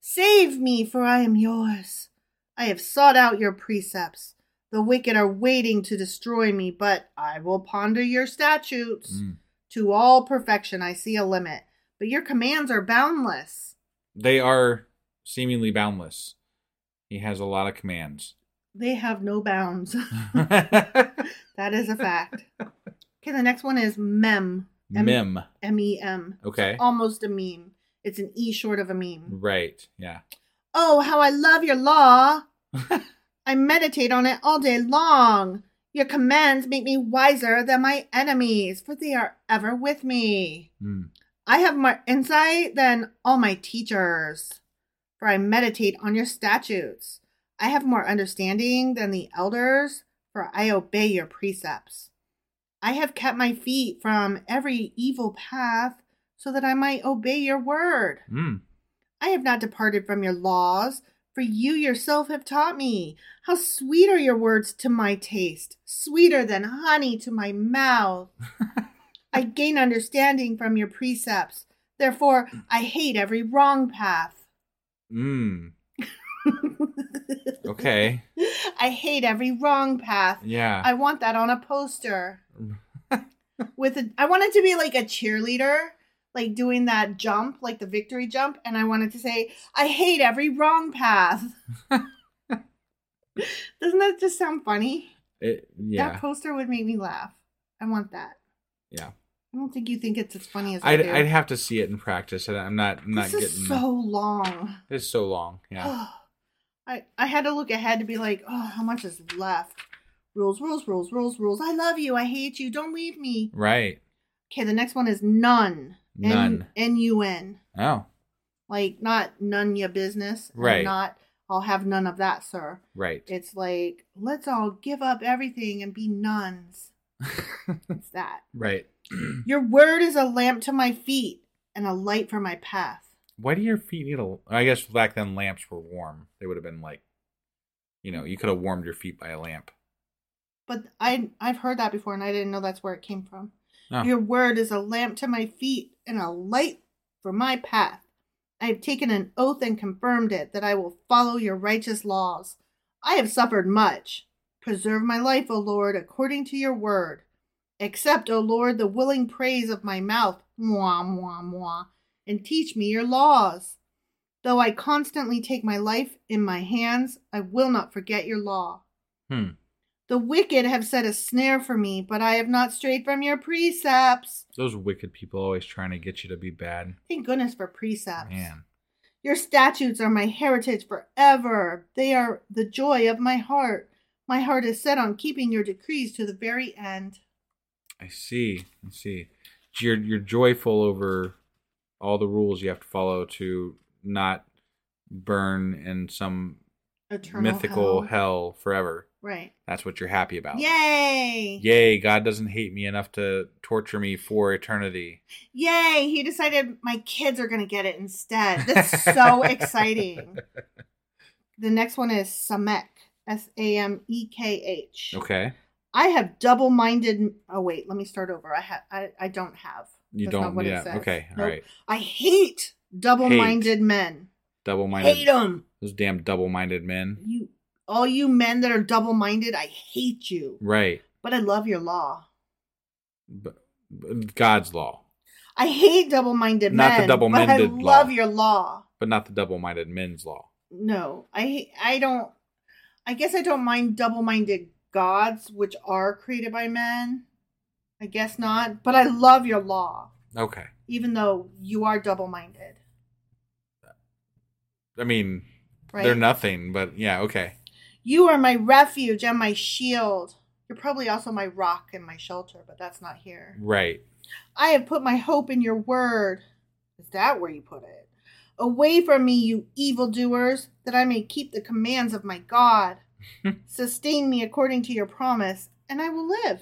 Speaker 1: Save me, for I am yours. I have sought out your precepts. The wicked are waiting to destroy me, but I will ponder your statutes.
Speaker 3: mm.
Speaker 1: To all perfection, I see a limit, but your commands are boundless.
Speaker 3: they are seemingly boundless. He has a lot of commands.
Speaker 1: They have no bounds. [laughs]
Speaker 3: [laughs] Mem.
Speaker 1: that is
Speaker 3: [laughs]
Speaker 1: a fact. Okay, the next one is mem. M- M E M.
Speaker 3: Okay.
Speaker 1: Almost a meme. It's an E short of a meme.
Speaker 3: Right. Yeah.
Speaker 1: Oh, how I love your law. I meditate on it all day long. Your commands make me wiser than my enemies, for they are ever with me.
Speaker 3: Mm.
Speaker 1: I have more insight than all my teachers, for I meditate on your statutes. I have more understanding than the elders, for I obey your precepts. I have kept my feet from every evil path, so that I might obey your word.
Speaker 3: Mm.
Speaker 1: I have not departed from your laws, for you yourself have taught me. How sweet are your words to my taste, sweeter than honey to my mouth. I gain understanding from your precepts. Therefore, I hate every wrong path. [laughs]
Speaker 3: Mm. Okay.
Speaker 1: I hate every wrong path.
Speaker 3: Yeah.
Speaker 1: I want that on
Speaker 3: [laughs]
Speaker 1: a poster. With a, I wanted to be like a cheerleader, like doing that jump, like the victory jump, and I wanted to say, "I hate every
Speaker 3: [laughs]
Speaker 1: wrong path." Doesn't that just sound funny?
Speaker 3: It- yeah.
Speaker 1: That poster would make me laugh. I want that.
Speaker 3: Yeah.
Speaker 1: I don't think you think it's as funny as I
Speaker 3: I'd,
Speaker 1: do.
Speaker 3: I'd have to see it in practice, and I'm not. I'm not
Speaker 1: this
Speaker 3: getting.
Speaker 1: is so Oh. long.
Speaker 3: it's so long. Yeah.
Speaker 1: I I had to look ahead to be like, oh, how much is left? Rules, rules, rules, rules, rules. I love you. I hate you. Don't leave me.
Speaker 3: right.
Speaker 1: Okay, the next one is none. N-
Speaker 3: None.
Speaker 1: N-U-N.
Speaker 3: Oh.
Speaker 1: Like not none your business. and
Speaker 3: Right.
Speaker 1: Not I'll have none of that, sir.
Speaker 3: Right.
Speaker 1: It's like, let's all give up everything and
Speaker 3: [laughs]
Speaker 1: be nuns. it's that.
Speaker 3: right.
Speaker 1: Your word is a lamp to my feet and a light for my path.
Speaker 3: Why do your feet need a? I guess back then lamps were warm. They would have been like, you know, you could have warmed your feet by a lamp.
Speaker 1: But I I've heard that before and I didn't know that's where it came from.
Speaker 3: Oh.
Speaker 1: Your word is a lamp to my feet and a light for my path. I have taken an oath and confirmed it that I will follow your righteous laws. I have suffered much. Preserve my life, O Lord, according to your word. Accept, O Lord, the willing praise of my mouth, moi, moi, moi, and teach me your laws. Though I constantly take my life in my hands, I will not forget your law.
Speaker 3: Hmm.
Speaker 1: The wicked have set a snare for me, but I have not strayed from your precepts.
Speaker 3: Those wicked people always trying to get you to be bad.
Speaker 1: Thank goodness for precepts.
Speaker 3: Man.
Speaker 1: Your statutes are my heritage forever. They are the joy of my heart. My heart is set on keeping your decrees to the very end.
Speaker 3: I see. I see. You're you're joyful over all the rules you have to follow to not burn in some
Speaker 1: Eternal
Speaker 3: mythical
Speaker 1: hell.
Speaker 3: hell. forever.
Speaker 1: Right.
Speaker 3: That's what you're happy about.
Speaker 1: Yay!
Speaker 3: Yay, God doesn't hate me enough to torture me for eternity.
Speaker 1: Yay! He decided my kids are going to get it instead.
Speaker 3: [laughs]
Speaker 1: That's so exciting. The next one is Samek. S A M E K H.
Speaker 3: Okay.
Speaker 1: I have double minded. Oh wait, let me start over. I have. I, I don't have.
Speaker 3: You
Speaker 1: That's not
Speaker 3: don't.
Speaker 1: what it
Speaker 3: Yeah.
Speaker 1: says.
Speaker 3: Okay. All
Speaker 1: Nope.
Speaker 3: right.
Speaker 1: I hate double minded men.
Speaker 3: Double-minded.
Speaker 1: Hate them.
Speaker 3: Those damn double-minded men.
Speaker 1: You, all you men that are double minded, I hate you.
Speaker 3: Right.
Speaker 1: But I love your law.
Speaker 3: But, but God's law,
Speaker 1: I hate double minded men.
Speaker 3: Not the double-minded
Speaker 1: But I
Speaker 3: law.
Speaker 1: love your law.
Speaker 3: but not the double-minded men's law.
Speaker 1: No, I I don't. I guess I don't mind double-minded gods, which are created by men. I guess not, but I love your law,
Speaker 3: Okay.
Speaker 1: even though you are double-minded,
Speaker 3: I mean,
Speaker 1: right?
Speaker 3: they're nothing. But yeah. Okay.
Speaker 1: You are my refuge and my shield. You're probably also my rock and my shelter, but that's not here.
Speaker 3: Right.
Speaker 1: I have put my hope in your word. Is that where you put it? Away from me, you evildoers, that I may keep the commands of my God. Sustain me according to your promise, and I will live.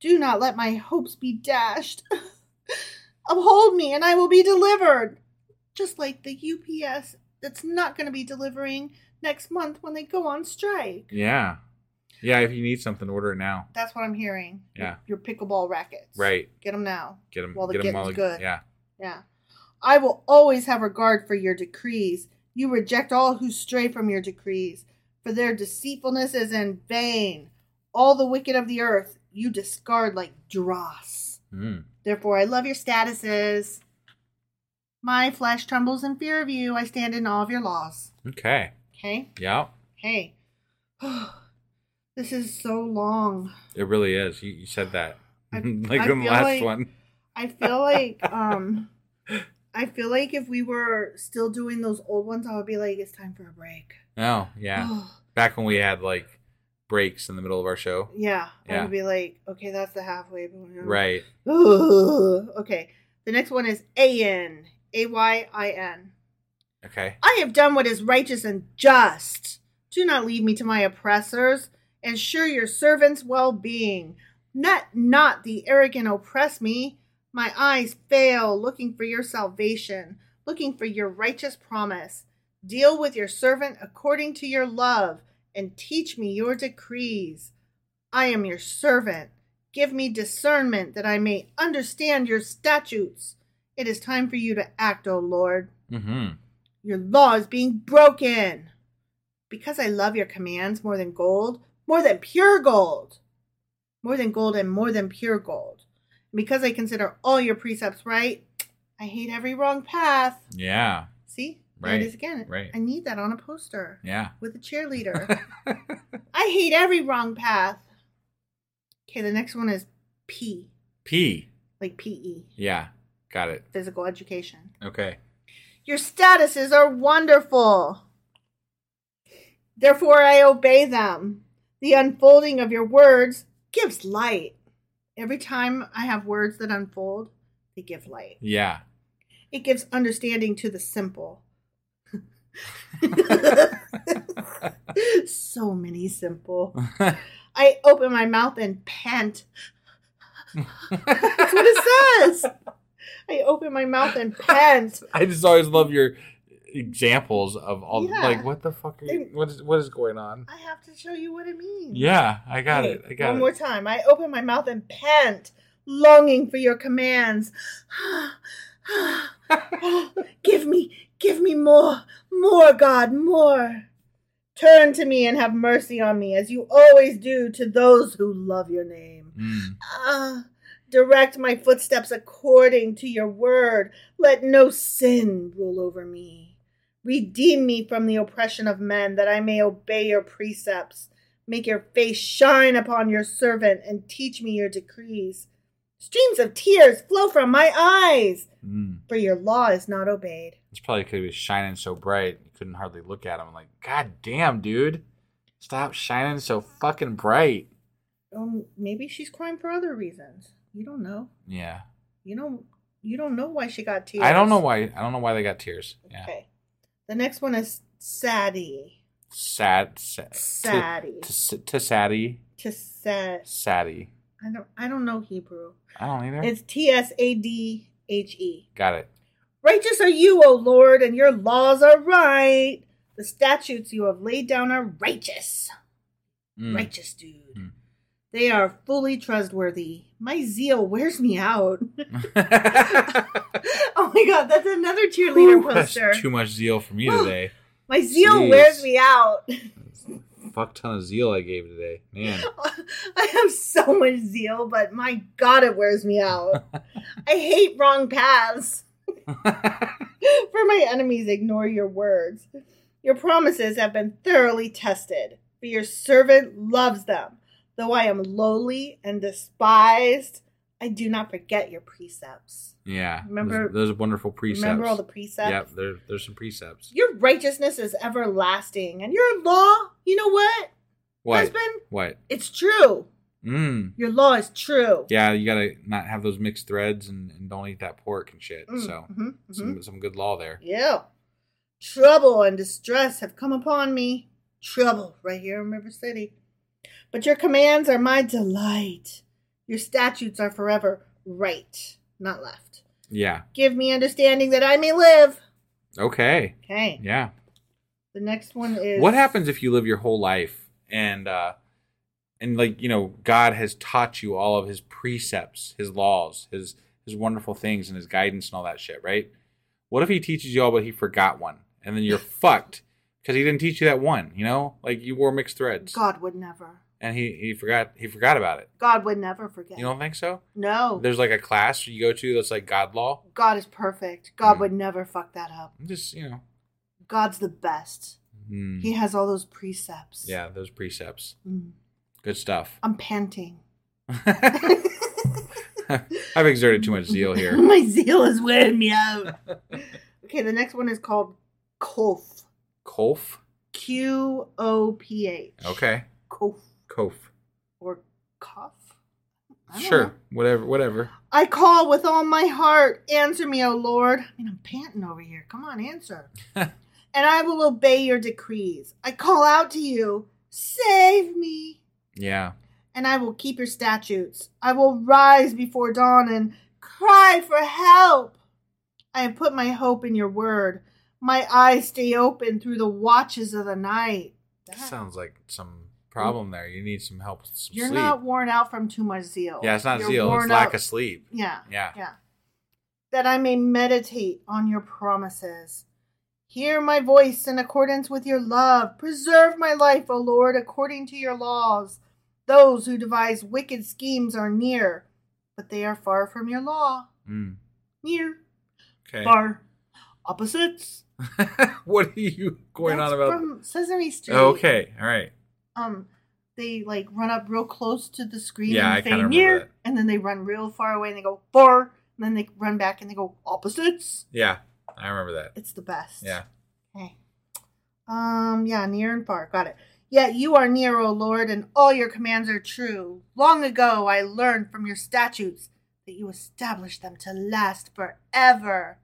Speaker 1: Do not let my hopes be dashed. [laughs] Uphold me, and I will be delivered. Just like the UPS that's not going to be delivering next month when they go on strike.
Speaker 3: Yeah. Yeah. If you need something, order it now.
Speaker 1: That's what I'm hearing.
Speaker 3: Yeah.
Speaker 1: Your pickleball rackets.
Speaker 3: Right.
Speaker 1: Get them now.
Speaker 3: Get them.
Speaker 1: While the
Speaker 3: get them all.
Speaker 1: getting's good.
Speaker 3: Yeah.
Speaker 1: Yeah. I will always have regard for your decrees. You reject all who stray from your decrees, for their deceitfulness is in vain. All the wicked of the earth you discard like dross.
Speaker 3: Mm.
Speaker 1: Therefore, I love your statuses. My flesh trembles in fear of you. I stand in awe of your laws.
Speaker 3: Okay.
Speaker 1: Okay?
Speaker 3: Yeah.
Speaker 1: Hey. [sighs] this is so long.
Speaker 3: It really is. You, you said that. [laughs]
Speaker 1: I-
Speaker 3: like
Speaker 1: I
Speaker 3: the
Speaker 1: feel
Speaker 3: last
Speaker 1: like-
Speaker 3: one.
Speaker 1: I feel like um I feel like if we were still doing those old ones, I would be like, it's time for a break.
Speaker 3: No.
Speaker 1: Oh.
Speaker 3: Yeah. Back when we had like breaks in the middle of our show.
Speaker 1: [gasps] yeah. I
Speaker 3: Yeah.
Speaker 1: would be like, okay, that's the halfway point.
Speaker 3: Right.
Speaker 1: Ugh. Okay. The next one is A N. A Y I N.
Speaker 3: Okay.
Speaker 1: I have done what is righteous and just. Do not leave me to my oppressors. Ensure your servants' well being. Let not the arrogant oppress me. My eyes fail looking for your salvation, looking for your righteous promise. Deal with your servant according to your love, and teach me your decrees. I am your servant. Give me discernment that I may understand your statutes. It is time for you to act, O Lord.
Speaker 3: Mm-hmm.
Speaker 1: Your law is being broken. Because I love your commands more than gold, more than pure gold, more than gold and more than pure gold. Because I consider all your precepts right, I hate every wrong path.
Speaker 3: Yeah.
Speaker 1: See? There it
Speaker 3: Right,
Speaker 1: is again.
Speaker 3: right.
Speaker 1: I need that on a poster
Speaker 3: Yeah. [laughs]
Speaker 1: with a cheerleader. I hate every wrong path. Okay, the next one is P,
Speaker 3: P.
Speaker 1: like PE,
Speaker 3: Yeah. Got it.
Speaker 1: physical education.
Speaker 3: Okay.
Speaker 1: Your statuses are wonderful. Therefore, I obey them. The unfolding of your words gives light. Every time I have words that unfold, they give light.
Speaker 3: Yeah.
Speaker 1: It gives understanding to the simple. [laughs] so many simple. I open my mouth and pant. That's what it says. I open my mouth and pant.
Speaker 3: I just always love your examples of all
Speaker 1: Yeah.
Speaker 3: like what the fuck are you
Speaker 1: They-
Speaker 3: what is what is going on?
Speaker 1: I have to show you what it means.
Speaker 3: Yeah, I got it. I got
Speaker 1: One
Speaker 3: it.
Speaker 1: more time. I open my mouth and pant, longing for your commands. [gasps] give me, give me more, more, God, more. Turn to me and have mercy on me, as you always do to those who love your name.
Speaker 3: Mm.
Speaker 1: Ah, direct my footsteps according to your word. Let no sin rule over me. Redeem me from the oppression of men, that I may obey your precepts. Make your face shine upon your servant and teach me your decrees. Streams of tears flow from my eyes,
Speaker 3: Mm.
Speaker 1: for your law is not obeyed.
Speaker 3: It's probably because he was shining so bright you couldn't hardly look at him. Like, God damn, dude, stop shining so fucking bright.
Speaker 1: Um, maybe she's crying for other reasons. You don't know.
Speaker 3: Yeah,
Speaker 1: You don't. You don't know why she got tears.
Speaker 3: I don't know why. I don't know why they got tears. Yeah,
Speaker 1: Okay. The next one is Sadie.
Speaker 3: sad, sad,
Speaker 1: Saddy.
Speaker 3: to, to saddy,
Speaker 1: To set.
Speaker 3: saddy.
Speaker 1: I don't. I don't know Hebrew.
Speaker 3: I don't either.
Speaker 1: It's T S A D H E.
Speaker 3: got it.
Speaker 1: Righteous are you, O Lord, and your laws are right. The statutes you have laid down are righteous.
Speaker 3: Mm. [laughs]
Speaker 1: Righteous, dude.
Speaker 3: Hmm.
Speaker 1: They are fully trustworthy. My zeal wears me out. [laughs] oh my god, that's another cheerleader poster.
Speaker 3: That's too much zeal from you
Speaker 1: Well-
Speaker 3: today.
Speaker 1: My zeal
Speaker 3: Jeez.
Speaker 1: wears me out. [laughs]
Speaker 3: Fuck ton of zeal I gave today, man. [laughs]
Speaker 1: I have so much zeal, but my god, it wears
Speaker 3: [laughs]
Speaker 1: me out. I hate wrong paths. For my enemies, ignore your words. Your promises have been thoroughly tested, for your servant loves them. Though I am lowly and despised, I do not forget your precepts.
Speaker 3: Yeah.
Speaker 1: Remember-
Speaker 3: those, those wonderful precepts.
Speaker 1: Remember all the precepts?
Speaker 3: Yep, there, there's some precepts.
Speaker 1: Your righteousness is everlasting, and your law, you know what,
Speaker 3: What?
Speaker 1: husband?
Speaker 3: What?
Speaker 1: It's true.
Speaker 3: Mm.
Speaker 1: Your law is true.
Speaker 3: Yeah, you gotta not have those mixed threads and, and don't eat that pork and shit.
Speaker 1: Mm,
Speaker 3: so
Speaker 1: mhm, mhm.
Speaker 3: some some good law there.
Speaker 1: Yeah. Trouble and distress have come upon me. Trouble right here in River City. But your commands are my delight. Your statutes are forever right, not left.
Speaker 3: Yeah.
Speaker 1: Give me understanding that I may live.
Speaker 3: Okay.
Speaker 1: Okay.
Speaker 3: Yeah.
Speaker 1: The next one is
Speaker 3: What happens if you live your whole life and uh and like, you know, God has taught you all of his precepts, his laws, his his wonderful things and his guidance and all that shit, right? What if he teaches you all but he forgot one and then
Speaker 1: [laughs]
Speaker 3: you're fucked because he didn't teach you that one, you know? Like you wore mixed threads.
Speaker 1: God would never.
Speaker 3: And he, he forgot he forgot about it.
Speaker 1: God would never forget.
Speaker 3: You don't think so?
Speaker 1: no.
Speaker 3: There's like a class you go to that's like God law.
Speaker 1: God is perfect. God
Speaker 3: Mm.
Speaker 1: would never fuck that up.
Speaker 3: I'm just, you know.
Speaker 1: God's the best.
Speaker 3: hmm.
Speaker 1: He has all those precepts.
Speaker 3: Yeah, those precepts.
Speaker 1: Mm.
Speaker 3: Good
Speaker 1: [laughs]
Speaker 3: stuff. [laughs]
Speaker 1: I'm panting.
Speaker 3: I've exerted too much zeal here.
Speaker 1: [laughs] My zeal is wearing me
Speaker 3: [laughs]
Speaker 1: out. okay, the next one is called Kof.
Speaker 3: Kof.
Speaker 1: Q O P H.
Speaker 3: Okay.
Speaker 1: Kof
Speaker 3: Kof.
Speaker 1: or cough? I don't
Speaker 3: Sure.
Speaker 1: know.
Speaker 3: Whatever. Whatever.
Speaker 1: I call with all my heart. Answer me, O Lord. I mean, I'm panting over here. Come
Speaker 3: [laughs]
Speaker 1: on, answer. and I will obey your decrees. I call out to you. Save me.
Speaker 3: Yeah.
Speaker 1: And I will keep your statutes. I will rise before dawn and cry for help. I have put my hope in your word. My eyes stay open through the watches of the night.
Speaker 3: That sounds like some problem there. You need some help with some
Speaker 1: You're
Speaker 3: sleep.
Speaker 1: not worn out from too much zeal.
Speaker 3: yeah, it's not
Speaker 1: You're
Speaker 3: zeal. It's
Speaker 1: worn
Speaker 3: lack
Speaker 1: out-
Speaker 3: of sleep.
Speaker 1: Yeah.
Speaker 3: Yeah.
Speaker 1: Yeah. That I may meditate on your promises. Hear my voice in accordance with your love. Preserve my life, O Lord, according to your laws. Those who devise wicked schemes are near, but they are far from your law.
Speaker 3: Mm.
Speaker 1: Near,
Speaker 3: Okay.
Speaker 1: far, opposites.
Speaker 3: [laughs] what are you going
Speaker 1: That's
Speaker 3: on about?
Speaker 1: from Sesame Street.
Speaker 3: Oh, okay. All right.
Speaker 1: Um, they like run up real close to the screen
Speaker 3: Yeah, I
Speaker 1: and
Speaker 3: kinda
Speaker 1: say
Speaker 3: remember that.
Speaker 1: near, and then they run real far away and they go far, and then they run back and they go opposites.
Speaker 3: Yeah. I remember that.
Speaker 1: It's the best.
Speaker 3: Yeah.
Speaker 1: Okay. Um, yeah, near and far. Got it. Yet you are near, O Lord, and all your commands are true. Long ago I learned from your statutes that you established them to last forever.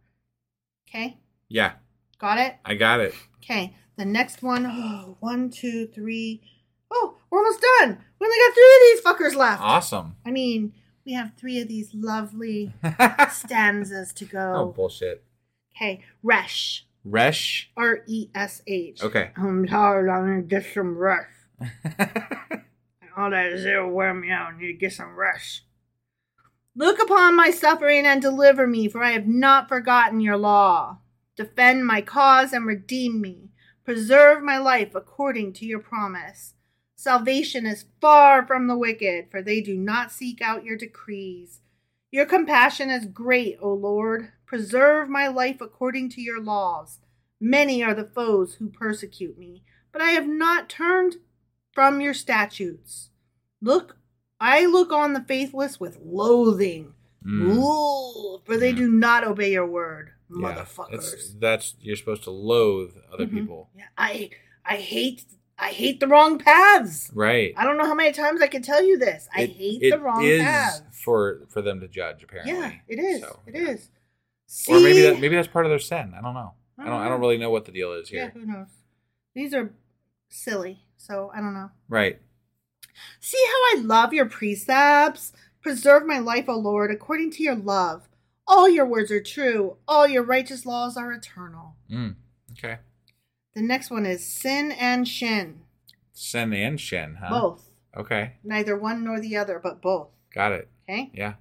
Speaker 1: Okay?
Speaker 3: Yeah.
Speaker 1: Got it?
Speaker 3: I got it.
Speaker 1: Okay. The next one. [gasps] Oh, one, two, three. Oh, we're almost done. We only got three of these fuckers left.
Speaker 3: Awesome. [laughs]
Speaker 1: I mean, we have three of these lovely stanzas to
Speaker 3: Oh,
Speaker 1: go.
Speaker 3: bullshit.
Speaker 1: Okay. Resh.
Speaker 3: Resh.
Speaker 1: R E S H.
Speaker 3: Okay. [laughs]
Speaker 1: I'm tired. I need to get some rest.
Speaker 3: Mm.
Speaker 1: and all that zero wear me out. I need to get some rest. Look upon my suffering and deliver me, for I have not forgotten your law. Defend my cause and redeem me. Preserve my life according to your promise. Salvation is far from the wicked, for they do not seek out your decrees. Your compassion is great, O Lord. Preserve my life according to your laws. Many are the foes who persecute me, but I have not turned from your statutes. Look, I look on the faithless with loathing.
Speaker 3: Mm.
Speaker 1: Ooh, for they
Speaker 3: Mm.
Speaker 1: do not obey your word,
Speaker 3: Yeah. It's,
Speaker 1: motherfuckers.
Speaker 3: that's you're supposed to loathe other
Speaker 1: Mhm.
Speaker 3: people.
Speaker 1: Yeah, I I hate I hate the wrong paths.
Speaker 3: Right.
Speaker 1: I don't know how many times I can tell you this. I
Speaker 3: It-
Speaker 1: hate
Speaker 3: it
Speaker 1: the wrong
Speaker 3: is
Speaker 1: paths.
Speaker 3: for for them to judge apparently.
Speaker 1: Yeah, it is.
Speaker 3: So,
Speaker 1: It is.
Speaker 3: yeah.
Speaker 1: See?
Speaker 3: Or maybe that maybe that's part of their sin. I don't know. I don't I
Speaker 1: Uh-huh.
Speaker 3: don't really know what the deal is
Speaker 1: Yeah,
Speaker 3: here.
Speaker 1: who knows? These are silly, so I don't know.
Speaker 3: Right.
Speaker 1: See how I love your precepts? Preserve my life, O Lord, according to your love. All your words are true, all your righteous laws are eternal.
Speaker 3: Mm. Okay.
Speaker 1: The next one is sin and shin.
Speaker 3: Sin and shin, huh?
Speaker 1: Both.
Speaker 3: Okay.
Speaker 1: Neither one nor the other, but both.
Speaker 3: Got it.
Speaker 1: Okay?
Speaker 3: Yeah.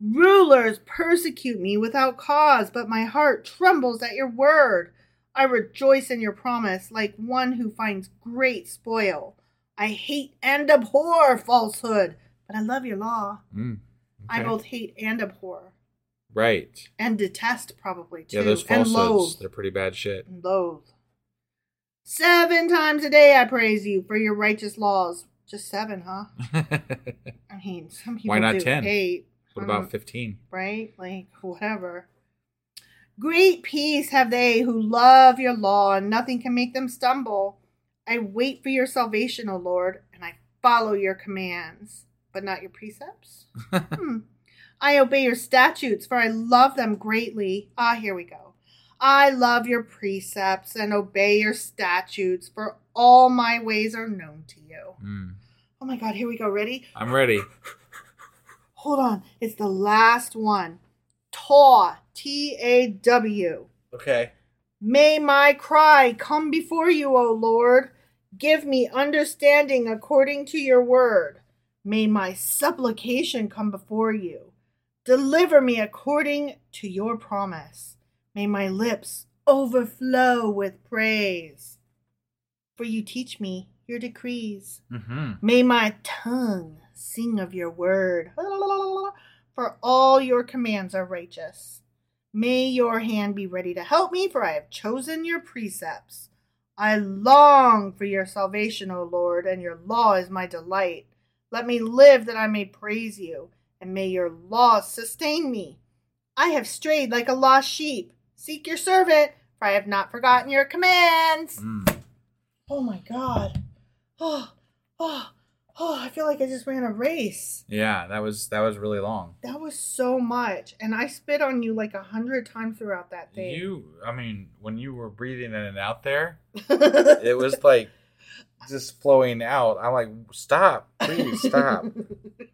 Speaker 1: Rulers persecute me without cause, but my heart trembles at your word. I rejoice in your promise like one who finds great spoil. I hate and abhor falsehood, but I love your law.
Speaker 3: Mm.
Speaker 1: I
Speaker 3: Okay.
Speaker 1: both hate and abhor,
Speaker 3: Right.
Speaker 1: and detest probably too,
Speaker 3: Yeah, those
Speaker 1: and
Speaker 3: falsehoods,
Speaker 1: loathe.
Speaker 3: they're pretty bad shit. [laughs]
Speaker 1: and loathe. Seven times a day I praise you for your righteous laws. Just seven, huh? I mean, some people
Speaker 3: Why not
Speaker 1: do
Speaker 3: 10?
Speaker 1: eight.
Speaker 3: what
Speaker 1: I don't-
Speaker 3: about 15?
Speaker 1: right? Like, whatever. Great peace have they who love your law, and nothing can make them stumble. I wait for your salvation, O Lord, and I follow your commands, but not your precepts. Hmm. I obey your statutes, for I love them greatly. Ah, here we go. I love your precepts and obey your statutes, for all my ways are known to you.
Speaker 3: Mm.
Speaker 1: Oh my God, here we go. Ready?
Speaker 3: I'm ready.
Speaker 1: Hold on. It's the last one. Taw. T A W.
Speaker 3: Okay.
Speaker 1: May my cry come before you, O Lord. Give me understanding according to your word. May my supplication come before you. Deliver me according to your promise. May my lips overflow with praise. For you teach me your decrees.
Speaker 3: Mm-hmm.
Speaker 1: May my tongue sing of your word. For all your commands are righteous. May your hand be ready to help me, for I have chosen your precepts. I long for your salvation, O Lord, and your law is my delight. Let me live that I may praise you, and may your law sustain me. I have strayed like a lost sheep. Seek your servant, for I have not forgotten your commands.
Speaker 3: Mm.
Speaker 1: Oh my god. Oh, oh, oh, I feel like I just ran a race.
Speaker 3: Yeah, that was that was really long.
Speaker 1: That was so much. And I spit on you like a hundred times throughout that thing.
Speaker 3: You, I mean, when you were breathing in and out there,
Speaker 1: it
Speaker 3: it [laughs] was like just flowing out. I'm like, stop, please
Speaker 1: [laughs]
Speaker 3: stop.
Speaker 1: [laughs]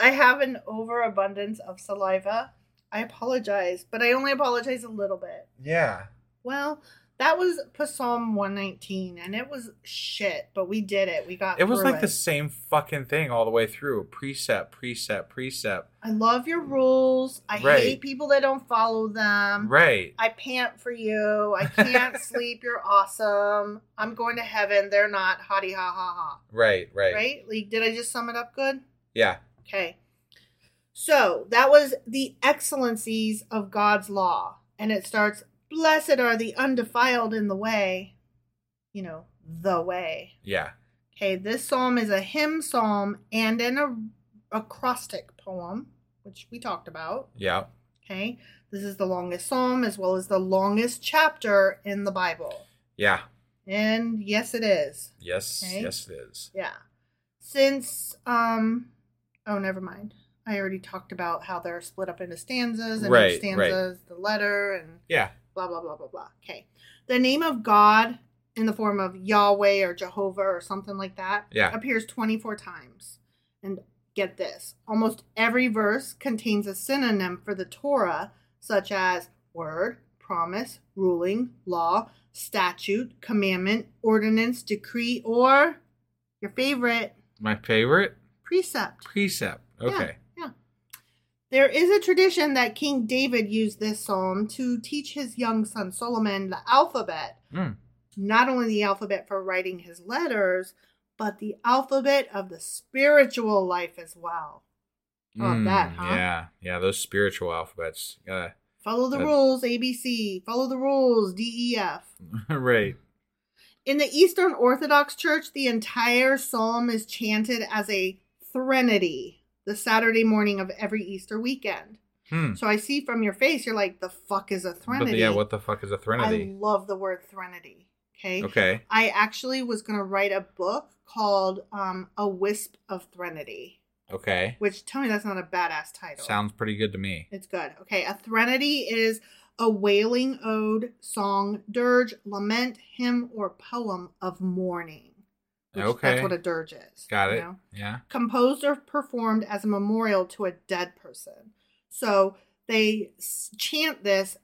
Speaker 1: I have an overabundance of saliva. I apologize, but I only apologize a little bit.
Speaker 3: yeah.
Speaker 1: Well, that was Psalm 119, and it was shit, but we did it. We got
Speaker 3: It was
Speaker 1: through
Speaker 3: like the same fucking thing all the way through. Precept, precept, precept.
Speaker 1: I love your rules. I
Speaker 3: Right.
Speaker 1: hate people that don't follow them.
Speaker 3: Right.
Speaker 1: I pant for you. I can't sleep. You're awesome. I'm going to heaven. They're not. Hottie ha ha
Speaker 3: Right,
Speaker 1: ha.
Speaker 3: right.
Speaker 1: Right? Like, did I just sum it up good?
Speaker 3: Yeah.
Speaker 1: Okay. So that was the excellencies of God's law. And it starts Blessed are the undefiled in the way. You know, the way.
Speaker 3: Yeah.
Speaker 1: Okay, this psalm is a hymn psalm and an a- acrostic poem, which we talked about.
Speaker 3: Yeah.
Speaker 1: Okay, this is the longest psalm as well as the longest chapter in the Bible.
Speaker 3: Yeah.
Speaker 1: And yes, it is.
Speaker 3: Yes.
Speaker 1: Okay.
Speaker 3: Yes, it is.
Speaker 1: Yeah. Since, um, oh, never mind. I already talked about how they're split up into stanzas and
Speaker 3: Right,
Speaker 1: each
Speaker 3: right.
Speaker 1: stanza is the letter and
Speaker 3: Yeah.
Speaker 1: blah, blah, blah, blah, blah. Okay. The name of God in the form of Yahweh or Jehovah or something like that
Speaker 3: Yeah.
Speaker 1: appears 24 times. And get this almost every verse contains a synonym for the Torah, such as word, promise, ruling, law, statute, commandment, ordinance, decree, or your favorite
Speaker 3: My favorite
Speaker 1: precept.
Speaker 3: precept.
Speaker 1: Yeah,
Speaker 3: Okay.
Speaker 1: yeah. There is a tradition that King David used this psalm to teach his young son Solomon the alphabet,
Speaker 3: Mm.
Speaker 1: not only the alphabet for writing his letters, but the alphabet of the spiritual life as well. Oh, that, huh?
Speaker 3: Hmm, Yeah. Yeah. Those spiritual alphabets. Uh, [laughs]
Speaker 1: Follow the
Speaker 3: That-
Speaker 1: rules, ABC. Follow the rules, DEF.
Speaker 3: right.
Speaker 1: In the Eastern Orthodox Church, the entire psalm is chanted as a threnody the Saturday morning of every Easter weekend.
Speaker 3: Hmm.
Speaker 1: So I see from your face, you're like, the fuck is a threnody?
Speaker 3: But yeah, what the fuck is a
Speaker 1: I
Speaker 3: threnody?
Speaker 1: love the word threnody. Okay.
Speaker 3: Okay.
Speaker 1: I actually was going to write a book called um, A Wisp of Threnody,
Speaker 3: Okay.
Speaker 1: which tell me that's not a badass title.
Speaker 3: Sounds pretty good to me.
Speaker 1: It's good. Okay. A threnody is a wailing ode, song, dirge, lament, hymn, or poem of mourning. Which
Speaker 3: Okay.
Speaker 1: That's what a dirge is.
Speaker 3: Got
Speaker 1: you
Speaker 3: it.
Speaker 1: know?
Speaker 3: Yeah.
Speaker 1: Composed or performed as a memorial to a dead person. So they s- chant this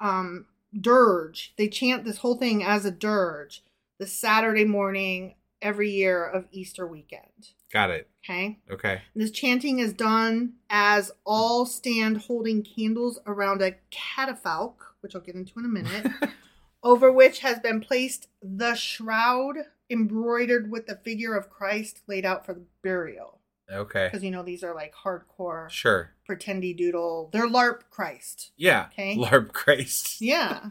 Speaker 1: um, dirge. They chant this whole thing as a dirge the Saturday morning every year of Easter weekend.
Speaker 3: Got it.
Speaker 1: Okay.
Speaker 3: Okay.
Speaker 1: This chanting is done as all stand holding candles around a catafalque, which I'll get into in
Speaker 3: [laughs]
Speaker 1: a minute, over which has been placed the shroud embroidered with the figure of Christ laid out for the burial.
Speaker 3: Okay.
Speaker 1: Because, you know, these are like hardcore
Speaker 3: Sure.
Speaker 1: pretendy doodle. They're LARP Christ.
Speaker 3: Yeah.
Speaker 1: Okay.
Speaker 3: Larb [laughs] Christ.
Speaker 1: Yeah.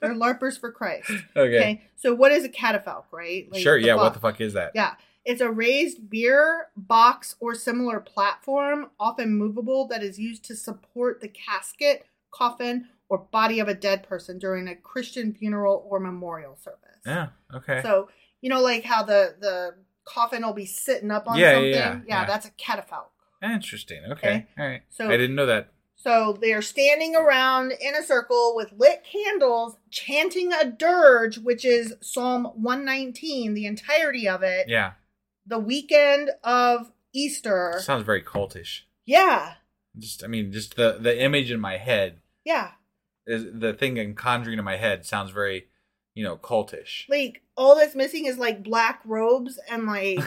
Speaker 1: They're LARPers for Christ.
Speaker 3: [laughs] Okay.
Speaker 1: So, what is a catafalque, right? Like,
Speaker 3: sure. Yeah. What the fuck is that?
Speaker 1: Yeah. It's a raised beer, box, or similar platform, often movable, that is used to support the casket, coffin, or body of a dead person during a Christian funeral or memorial service.
Speaker 3: Yeah. Okay.
Speaker 1: So, you know, like how the, the coffin will be sitting up on
Speaker 3: Yeah, yeah,
Speaker 1: something?
Speaker 3: yeah, yeah.
Speaker 1: that's a catafalque.
Speaker 3: Interesting. Okay. All right.
Speaker 1: So-
Speaker 3: I didn't know that.
Speaker 1: So they are standing around in a circle with lit candles, chanting a dirge, which is Psalm 119, the entirety of it.
Speaker 3: Yeah.
Speaker 1: the weekend of Easter.
Speaker 3: Sounds very cultish.
Speaker 1: yeah,
Speaker 3: Just I mean, just the the image in my head
Speaker 1: yeah.
Speaker 3: is the thing I'm conjuring in my head sounds very, you know, cultish.
Speaker 1: Like all that's missing is like black robes
Speaker 3: [laughs]
Speaker 1: and like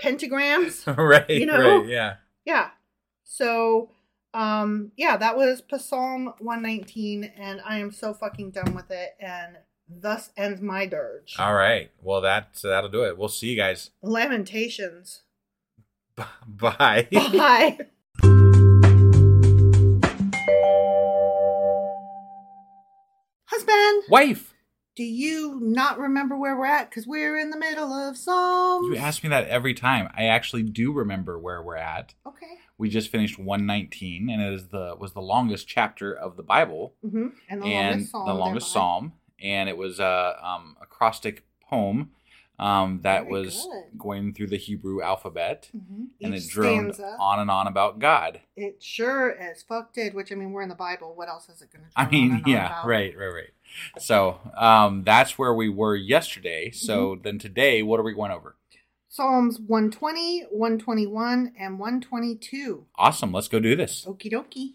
Speaker 1: pentagrams.
Speaker 3: right.
Speaker 1: You know?
Speaker 3: Right. Yeah.
Speaker 1: Yeah. So, um, yeah, that was Psalm 119, and I am so fucking done with it. And thus ends my dirge.
Speaker 3: All right. Well, that so that'll do it. We'll see you guys. [laughs]
Speaker 1: Lamentations.
Speaker 3: B- Bye.
Speaker 1: Oh, Bye. Husband.
Speaker 3: Wife.
Speaker 1: Do you not remember where we're at? Because we're in the middle of Psalms.
Speaker 3: You ask me that every time. I actually do remember where we're at.
Speaker 1: Okay.
Speaker 3: We just finished 119, and it is the was the longest chapter of the Bible
Speaker 1: Mm-hmm. And the
Speaker 3: and
Speaker 1: longest psalm.
Speaker 3: the longest
Speaker 1: thereby.
Speaker 3: psalm, and it was a um, acrostic poem um, that
Speaker 1: Very
Speaker 3: was
Speaker 1: good.
Speaker 3: going through the Hebrew alphabet,
Speaker 1: Mhm.
Speaker 3: and
Speaker 1: Each
Speaker 3: it droned
Speaker 1: stanza.
Speaker 3: on and on about God.
Speaker 1: It sure as fuck did. Which I mean, we're in the Bible. What else is it going to?
Speaker 3: I mean, yeah, right, right, right. So um, that's where we were yesterday. So
Speaker 1: Mm-hmm.
Speaker 3: then today, what are we going over?
Speaker 1: Psalms 120, 121, and 122.
Speaker 3: Awesome. Let's go do this.
Speaker 1: Okie dokie.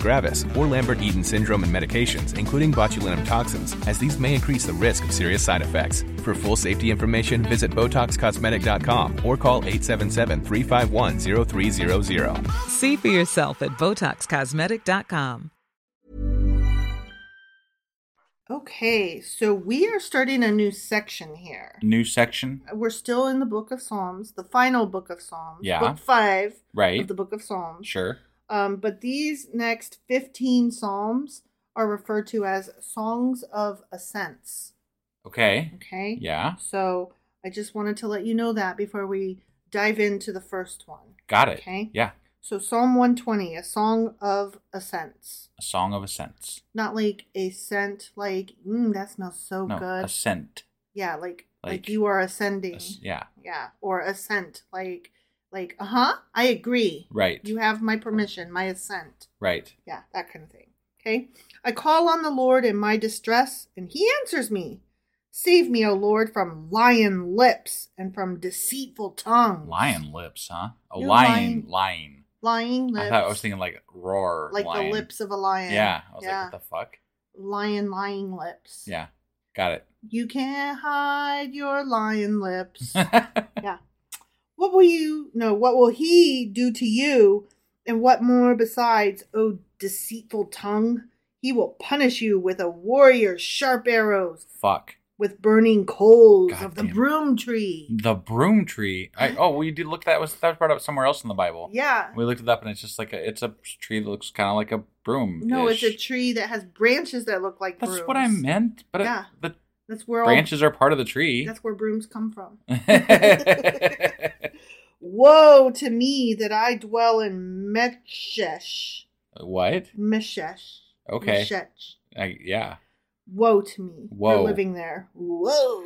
Speaker 4: gravis, or Lambert-Eaton syndrome and medications, including botulinum toxins, as these may increase the risk of serious side effects. For full safety information, visit BotoxCosmetic.com or call 877-351-0300.
Speaker 5: See for yourself at BotoxCosmetic.com.
Speaker 1: Okay, so we are starting a new section here.
Speaker 3: New section.
Speaker 1: We're still in the book of Psalms, the final book of Psalms,
Speaker 3: Yeah.
Speaker 1: book five
Speaker 3: Right.
Speaker 1: of the book of Psalms.
Speaker 3: Sure.
Speaker 1: Um, but these next 15 psalms are referred to as songs of ascents.
Speaker 3: Okay.
Speaker 1: Okay.
Speaker 3: Yeah.
Speaker 1: So I just wanted to let you know that before we dive into the first one.
Speaker 3: Got it.
Speaker 1: Okay.
Speaker 3: Yeah.
Speaker 1: So Psalm 120, a song of ascents.
Speaker 3: A song of ascents.
Speaker 1: Not like a scent, like, mm, that smells so
Speaker 3: no,
Speaker 1: good.
Speaker 3: ascent.
Speaker 1: yeah. Like, like,
Speaker 3: Like-
Speaker 1: you are ascending.
Speaker 3: As- yeah.
Speaker 1: yeah. Or ascent. Like, like, uh huh. I agree.
Speaker 3: Right.
Speaker 1: You have my permission, my assent.
Speaker 3: Right.
Speaker 1: Yeah, that kind of thing. Okay. I call on the Lord in my distress, and he answers me. Save me, O Lord, from lion lips and from deceitful tongues.
Speaker 3: Lion lips, huh? A
Speaker 1: You're
Speaker 3: lion,
Speaker 1: lying.
Speaker 3: lying.
Speaker 1: Lying lips.
Speaker 3: I thought I was thinking like roar.
Speaker 1: like
Speaker 3: lion.
Speaker 1: the lips of a lion.
Speaker 3: Yeah. I was
Speaker 1: yeah.
Speaker 3: like, what the fuck?
Speaker 1: lion lying lips.
Speaker 3: Yeah. Got it.
Speaker 1: You can't hide your
Speaker 3: [laughs]
Speaker 1: lion lips. yeah. What will you no, what will he do to you? And what more besides, O deceitful tongue? He will punish you with a warrior's sharp arrows.
Speaker 3: fuck.
Speaker 1: with burning coals
Speaker 3: God
Speaker 1: of the
Speaker 3: damn.
Speaker 1: broom tree.
Speaker 3: The broom tree. I, oh, we did look that was that was brought up somewhere else in the Bible.
Speaker 1: Yeah.
Speaker 3: We looked it up and it's just like a it's a tree that looks kind of like a broom.
Speaker 1: No, it's a tree that has branches that look like
Speaker 3: That's
Speaker 1: brooms.
Speaker 3: what I meant. But it-
Speaker 1: Yeah.
Speaker 3: the
Speaker 1: That's where all,
Speaker 3: branches are part of the tree.
Speaker 1: That's where brooms come
Speaker 3: [laughs]
Speaker 1: from. [laughs]
Speaker 3: what?
Speaker 1: Woe to me that I dwell in Meshesh.
Speaker 3: [laughs]
Speaker 1: Meshesh.
Speaker 3: Okay.
Speaker 1: Meshesh.
Speaker 3: I, yeah.
Speaker 1: Woe to me
Speaker 3: Woe.
Speaker 1: for living there. Woe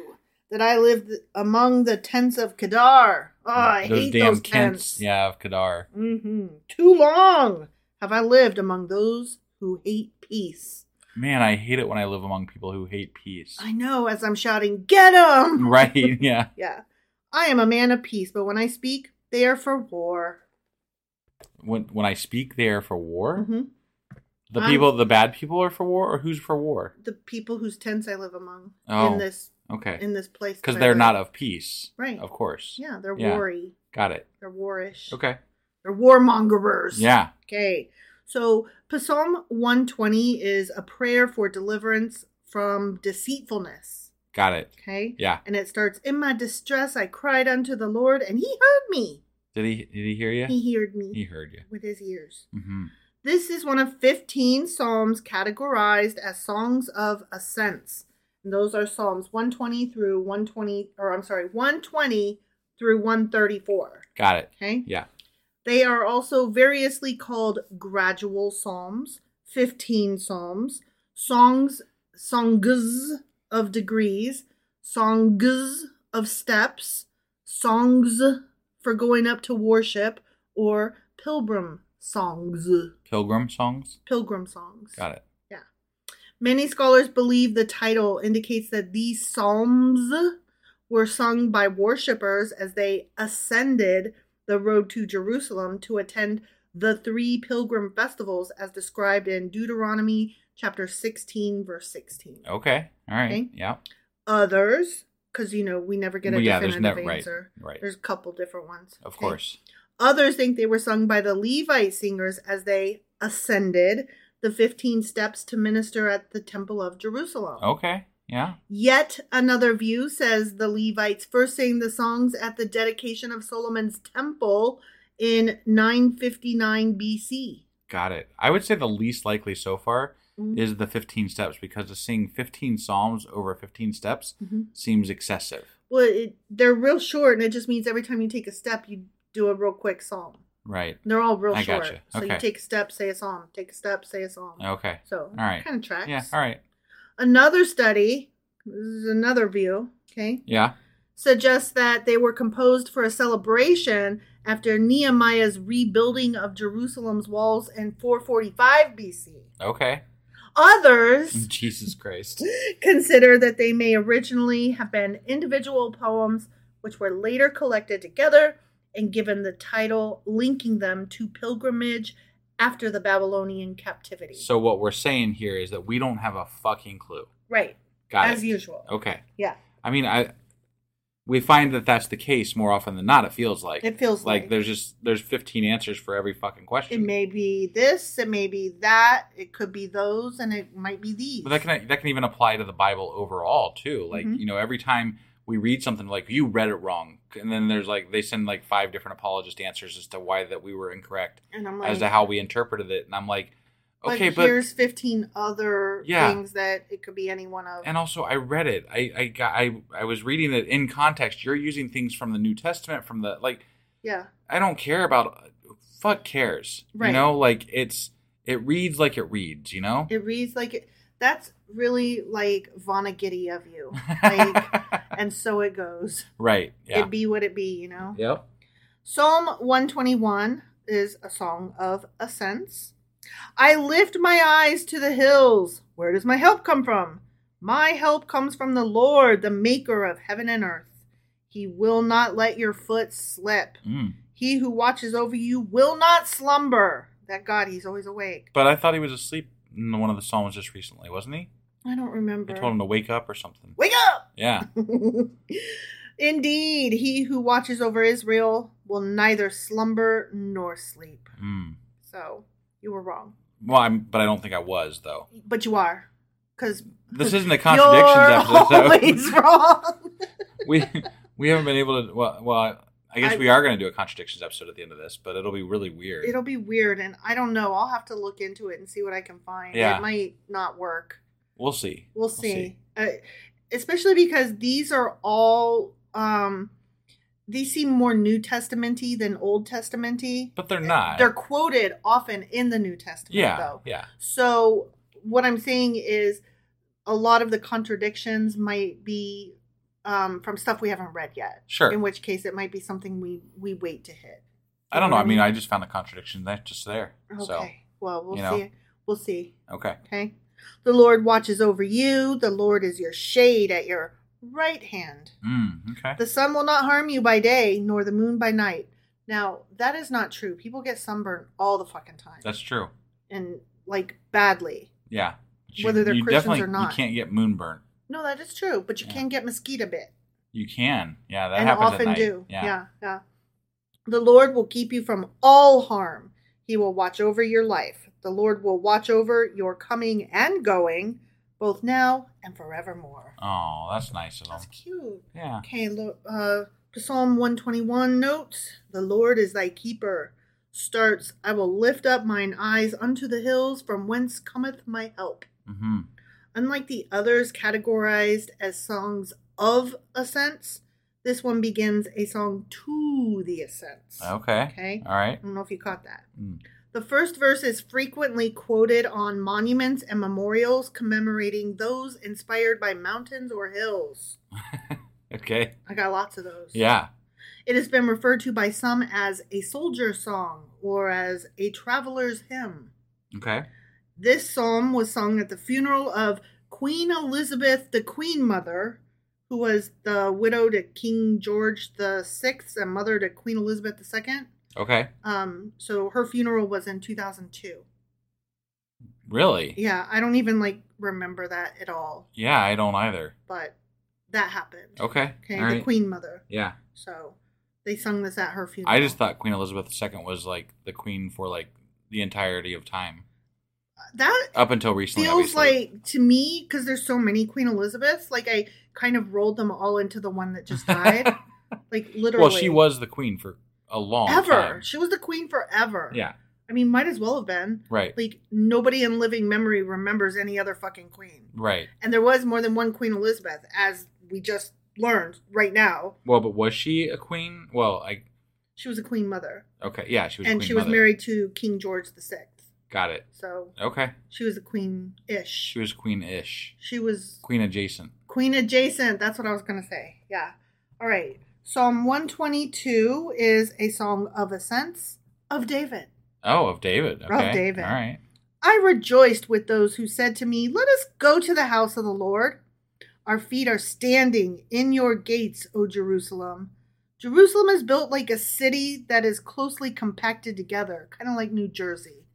Speaker 1: that I lived among the tents of Kedar. Oh, I hate those tents.
Speaker 3: Yeah, of Kadar.
Speaker 1: hmm Too long have I lived among those who hate peace.
Speaker 3: Man, I hate it when I live among people who hate peace. [laughs]
Speaker 1: I know as I'm shouting, get
Speaker 3: Mm.
Speaker 1: 'em!
Speaker 3: right? Yeah.
Speaker 1: Yeah. I am a man of peace, but when I speak, they are for war.
Speaker 3: When when I speak, they are for war.
Speaker 1: hmm
Speaker 3: The
Speaker 1: I'm-
Speaker 3: people, the bad people, are for war, or who's for war?
Speaker 1: The people whose tents I live among
Speaker 3: Oh,
Speaker 1: in this
Speaker 3: Okay,
Speaker 1: in this place
Speaker 3: because
Speaker 1: that I
Speaker 3: they're
Speaker 1: live.
Speaker 3: not of peace,
Speaker 1: Right.
Speaker 3: Of course.
Speaker 1: Yeah, they're
Speaker 3: Yeah.
Speaker 1: wary.
Speaker 3: Got it.
Speaker 1: They're warish.
Speaker 3: Okay.
Speaker 1: They're warmongers.
Speaker 3: Yeah.
Speaker 1: Okay. So Psalm 120 is a prayer for deliverance from deceitfulness.
Speaker 3: Got it.
Speaker 1: Okay.
Speaker 3: Yeah.
Speaker 1: And it starts, In my distress I cried unto the Lord, and he heard me.
Speaker 3: Did he? Did he hear you?
Speaker 1: He heard me
Speaker 3: He heard you.
Speaker 1: with his ears.
Speaker 3: hmm
Speaker 1: This is one of 15 psalms categorized as songs of ascents. And those are Psalms 120 through 120, or I'm sorry, 120 through 134.
Speaker 3: Got it.
Speaker 1: Okay.
Speaker 3: Yeah.
Speaker 1: They are also variously called gradual psalms, 15 psalms, songs, songs of degrees, songs of steps, songs for going up to worship, or pilgrim songs,
Speaker 3: Pilgrim songs.
Speaker 1: pilgrim songs.
Speaker 3: Got it.
Speaker 1: Many scholars believe the title indicates that these psalms were sung by worshipers as they ascended the road to Jerusalem to attend the three pilgrim festivals as described in Deuteronomy chapter 16 verse 16.
Speaker 3: Okay. All right.
Speaker 1: Okay.
Speaker 3: Yeah.
Speaker 1: Others cuz you know we never get a
Speaker 3: Well, yeah, there's
Speaker 1: definitive
Speaker 3: never- right,
Speaker 1: answer.
Speaker 3: right.
Speaker 1: There's a couple different ones.
Speaker 3: Of
Speaker 1: Okay.
Speaker 3: course.
Speaker 1: Others think they were sung by the Levite singers as they ascended the 15 steps to minister at the temple of
Speaker 3: Oh.
Speaker 1: Jerusalem.
Speaker 3: Okay. Yeah.
Speaker 1: Yet another view says the Levites first sang the songs at the dedication of Solomon's temple in 959 BC.
Speaker 3: Got it. I would say the least likely so far
Speaker 1: Mhm.
Speaker 3: is the 15 steps because to sing 15 psalms over 15 steps
Speaker 1: Mhm.
Speaker 3: seems excessive.
Speaker 1: Well, it, they're real short, and it just means every time you take a step, you do a real quick psalm.
Speaker 3: Right.
Speaker 1: They're all real
Speaker 3: I
Speaker 1: short.
Speaker 3: gotcha.
Speaker 1: So you
Speaker 3: Okay.
Speaker 1: take a step, say a psalm. Take a step, say a psalm.
Speaker 3: Okay.
Speaker 1: So
Speaker 3: All right.
Speaker 1: kind of tracks.
Speaker 3: Yeah. All right.
Speaker 1: Another study, this is another view, okay,
Speaker 3: Yeah.
Speaker 1: suggests that they were composed for a celebration after Nehemiah's rebuilding of Jerusalem's walls in 445 BC.
Speaker 3: Okay. [laughs]
Speaker 1: Others
Speaker 3: Jesus Christ.
Speaker 1: consider that they may originally have been individual poems which were later collected together and given the title linking them to pilgrimage after the Babylonian captivity.
Speaker 3: So what we're saying here is that we don't have a fucking clue.
Speaker 1: right,
Speaker 3: Got
Speaker 1: as
Speaker 3: it. Oh.
Speaker 1: usual.
Speaker 3: Okay.
Speaker 1: Yeah.
Speaker 3: I mean, I we find that that's the case more often than not. It feels like
Speaker 1: It feels
Speaker 3: like
Speaker 1: like.
Speaker 3: there's just there's 15 answers for every fucking
Speaker 1: It
Speaker 3: question.
Speaker 1: may be this, it may be that, it could be those, and it might be these.
Speaker 3: But that can that can even apply to the Bible overall too. Like
Speaker 1: Mhm.
Speaker 3: you know, every time we read something like you read it wrong, and then there's like they send like five different apologist answers as to why that we were incorrect
Speaker 1: and I'm like,
Speaker 3: as to how we interpreted it, and I'm like, okay,
Speaker 1: but,
Speaker 3: but,
Speaker 1: here's 15 other
Speaker 3: Yeah.
Speaker 1: things that it could be any one of.
Speaker 3: and also I read it. I I got I I was reading it in context. You're using things from the New Testament from the like
Speaker 1: yeah,
Speaker 3: I don't care about fuck cares.
Speaker 1: Right.
Speaker 3: You know, like it's it reads like it reads, you know?
Speaker 1: it reads like it. That's really like Vonnegut of
Speaker 3: [laughs]
Speaker 1: you. Like, and so it goes.
Speaker 3: right. Yeah.
Speaker 1: It be what it be, you know?
Speaker 3: yep.
Speaker 1: Psalm 121 is a song of ascents. I lift my eyes to the hills. Where does my help come from? My help comes from the Lord, the maker of heaven and earth. He will not let your foot slip.
Speaker 3: Mm.
Speaker 1: He who watches over you will not slumber. That God, he's always awake.
Speaker 3: But I thought he was asleep in one of the psalms just recently, wasn't he?
Speaker 1: I don't remember.
Speaker 3: I told him to wake up or something.
Speaker 1: Wake up!
Speaker 3: Yeah.
Speaker 1: [laughs] Indeed, he who watches over Israel will neither slumber nor sleep.
Speaker 3: Mm.
Speaker 1: So you were wrong,
Speaker 3: Well, I'm, but I don't think I was though.
Speaker 1: but you are. because
Speaker 3: This isn't
Speaker 1: [laughs]
Speaker 3: a contradictions episode.
Speaker 1: Always wrong.
Speaker 3: [laughs] we we haven't been able to. Well, well I guess
Speaker 1: I-
Speaker 3: we are going to do a contradictions episode at the end of this, but it'll be really weird.
Speaker 1: It'll be weird, and I don't know. I'll have to look into it and see what I can find.
Speaker 3: Yeah.
Speaker 1: It might not work.
Speaker 3: we'll see.
Speaker 1: We'll see. Uh, especially because these are all. um These seem more New Testamenty than Old Testamenty.
Speaker 3: But they're not.
Speaker 1: They're quoted often in the New Testament,
Speaker 3: yeah,
Speaker 1: though.
Speaker 3: yeah,
Speaker 1: So what I'm saying is a lot of the contradictions might be um, from stuff we haven't read yet.
Speaker 3: Sure.
Speaker 1: In which case it might be something we we wait to hit.
Speaker 3: I don't know. I mean, I just found a contradiction that's just there.
Speaker 1: Okay.
Speaker 3: So
Speaker 1: well, we'll
Speaker 3: you know.
Speaker 1: see. We'll see.
Speaker 3: okay,
Speaker 1: Okay. The Lord watches over you. The Lord is your shade at your right hand.
Speaker 3: mm, okay.
Speaker 1: The sun will not harm you by day, nor the moon by night. Now, that is not true. People get sunburned all the fucking time.
Speaker 3: That's true.
Speaker 1: and like badly.
Speaker 3: Yeah. But
Speaker 1: Whether they're Christians
Speaker 3: definitely-
Speaker 1: or not.
Speaker 3: you can't get moon burnt.
Speaker 1: No, that is true, but you can get mosquito bit.
Speaker 3: You can. Yeah, that
Speaker 1: and
Speaker 3: happens
Speaker 1: often
Speaker 3: at night.
Speaker 1: do.
Speaker 3: Yeah.
Speaker 1: yeah, yeah. The Lord will keep you from all harm. He will watch over your life. The Lord will watch over your coming and going, both now and forevermore.
Speaker 3: Oh, that's nice of them.
Speaker 1: That's cute.
Speaker 3: Yeah.
Speaker 1: Okay, lo- uh, Psalm 121 notes The Lord is thy keeper. Starts, I will lift up mine eyes unto the hills, from whence cometh my help.
Speaker 3: Mm-hmm.
Speaker 1: Unlike the others categorized as songs of ascents, this one begins a song to the ascents.
Speaker 3: Oh, Okay.
Speaker 1: Okay.
Speaker 3: All right.
Speaker 1: I don't know if you caught that.
Speaker 3: Mm.
Speaker 1: The first verse is frequently quoted on monuments and memorials commemorating those inspired by mountains or hills.
Speaker 3: Okay.
Speaker 1: I got lots of those.
Speaker 3: Yeah.
Speaker 1: It has been referred to by some as a soldier song or as a traveler's hymn.
Speaker 3: Okay.
Speaker 1: This psalm was sung at the funeral of Queen Elizabeth, the Queen Mother, who was the widow to King George the Sixth and mother to Queen Elizabeth II.
Speaker 3: Okay.
Speaker 1: Um, so her funeral was in 2002.
Speaker 3: Really?
Speaker 1: Yeah, I don't even like remember that at all,
Speaker 3: Yeah, I don't either.
Speaker 1: but that happened.
Speaker 3: Okay.
Speaker 1: Okay,
Speaker 3: All
Speaker 1: the
Speaker 3: right.
Speaker 1: Queen Mother.
Speaker 3: Yeah.
Speaker 1: So they sung this at her funeral.
Speaker 3: I just thought Queen Elizabeth II was like the queen for like the entirety of time
Speaker 1: that
Speaker 3: up until recently.
Speaker 1: feels
Speaker 3: obviously.
Speaker 1: like to me because there's so many Queen Elizabeths. Like I kind of rolled them all into the one that
Speaker 3: [laughs]
Speaker 1: just died. like literally.
Speaker 3: well, she was the queen for a long
Speaker 1: ever.
Speaker 3: time.
Speaker 1: She was the queen forever.
Speaker 3: Yeah.
Speaker 1: I mean, might as well have been.
Speaker 3: Right.
Speaker 1: Like nobody in living memory remembers any other fucking queen.
Speaker 3: Right.
Speaker 1: And there was more than one Queen Elizabeth, as we just learned right now.
Speaker 3: Well, but was she a queen? Well, I
Speaker 1: She was a queen mother,
Speaker 3: okay. Yeah, she was.
Speaker 1: and
Speaker 3: queen
Speaker 1: she was
Speaker 3: mother.
Speaker 1: married to King George the Sixth.
Speaker 3: Got it.
Speaker 1: So
Speaker 3: Okay.
Speaker 1: she was a queen-ish.
Speaker 3: She was queen-ish,
Speaker 1: She was
Speaker 3: queen adjacent.
Speaker 1: Queen adjacent. That's what I was going to say. Yeah. All right. Psalm 122 is a song of ascents of David.
Speaker 3: Oh, of David.
Speaker 1: Of
Speaker 3: Okay.
Speaker 1: David.
Speaker 3: All right. [laughs]
Speaker 1: I rejoiced with those who said to me, Let us go to the house of the Lord. Our feet are standing in your gates, O Jerusalem. Jerusalem is built like a city that is closely compacted together, kind of like New Jersey.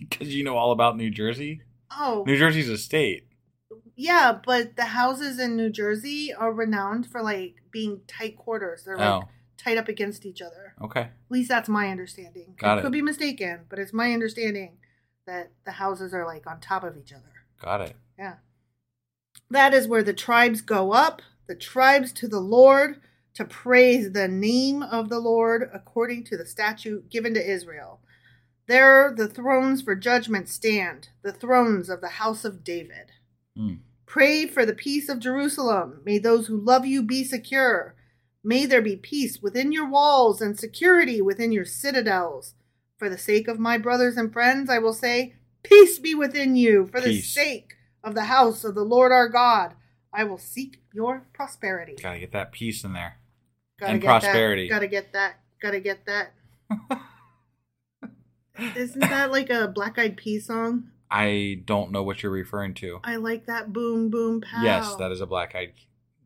Speaker 3: Because you know all about New Jersey.
Speaker 1: Oh,
Speaker 3: New Jersey's a state.
Speaker 1: yeah, but the houses in New Jersey are renowned for like being tight quarters. They're like
Speaker 3: Oh.
Speaker 1: tight up against each other.
Speaker 3: Okay.
Speaker 1: At least that's my understanding.
Speaker 3: Got
Speaker 1: I
Speaker 3: it.
Speaker 1: could be mistaken, but it's my understanding that the houses are like on top of each other.
Speaker 3: Got it.
Speaker 1: Yeah. That is where the tribes go up, the tribes to the Lord, to praise the name of the Lord according to the statute given to Israel. There the thrones for judgment stand, the thrones of the house of David.
Speaker 3: Mm.
Speaker 1: Pray for the peace of Jerusalem. May those who love you be secure. May there be peace within your walls and security within your citadels. For the sake of my brothers and friends, I will say, Peace be within you. For the
Speaker 3: Peace.
Speaker 1: sake of the house of the Lord our God, I will seek your prosperity.
Speaker 3: Gotta get that peace in there.
Speaker 1: Gotta
Speaker 3: and
Speaker 1: get that,
Speaker 3: prosperity.
Speaker 1: gotta get that. Gotta
Speaker 3: [laughs]
Speaker 1: get that. Isn't that like a Black Eyed Pea song?
Speaker 3: I don't know what you're referring to.
Speaker 1: I like that boom boom pow.
Speaker 3: Yes, that is a black eyed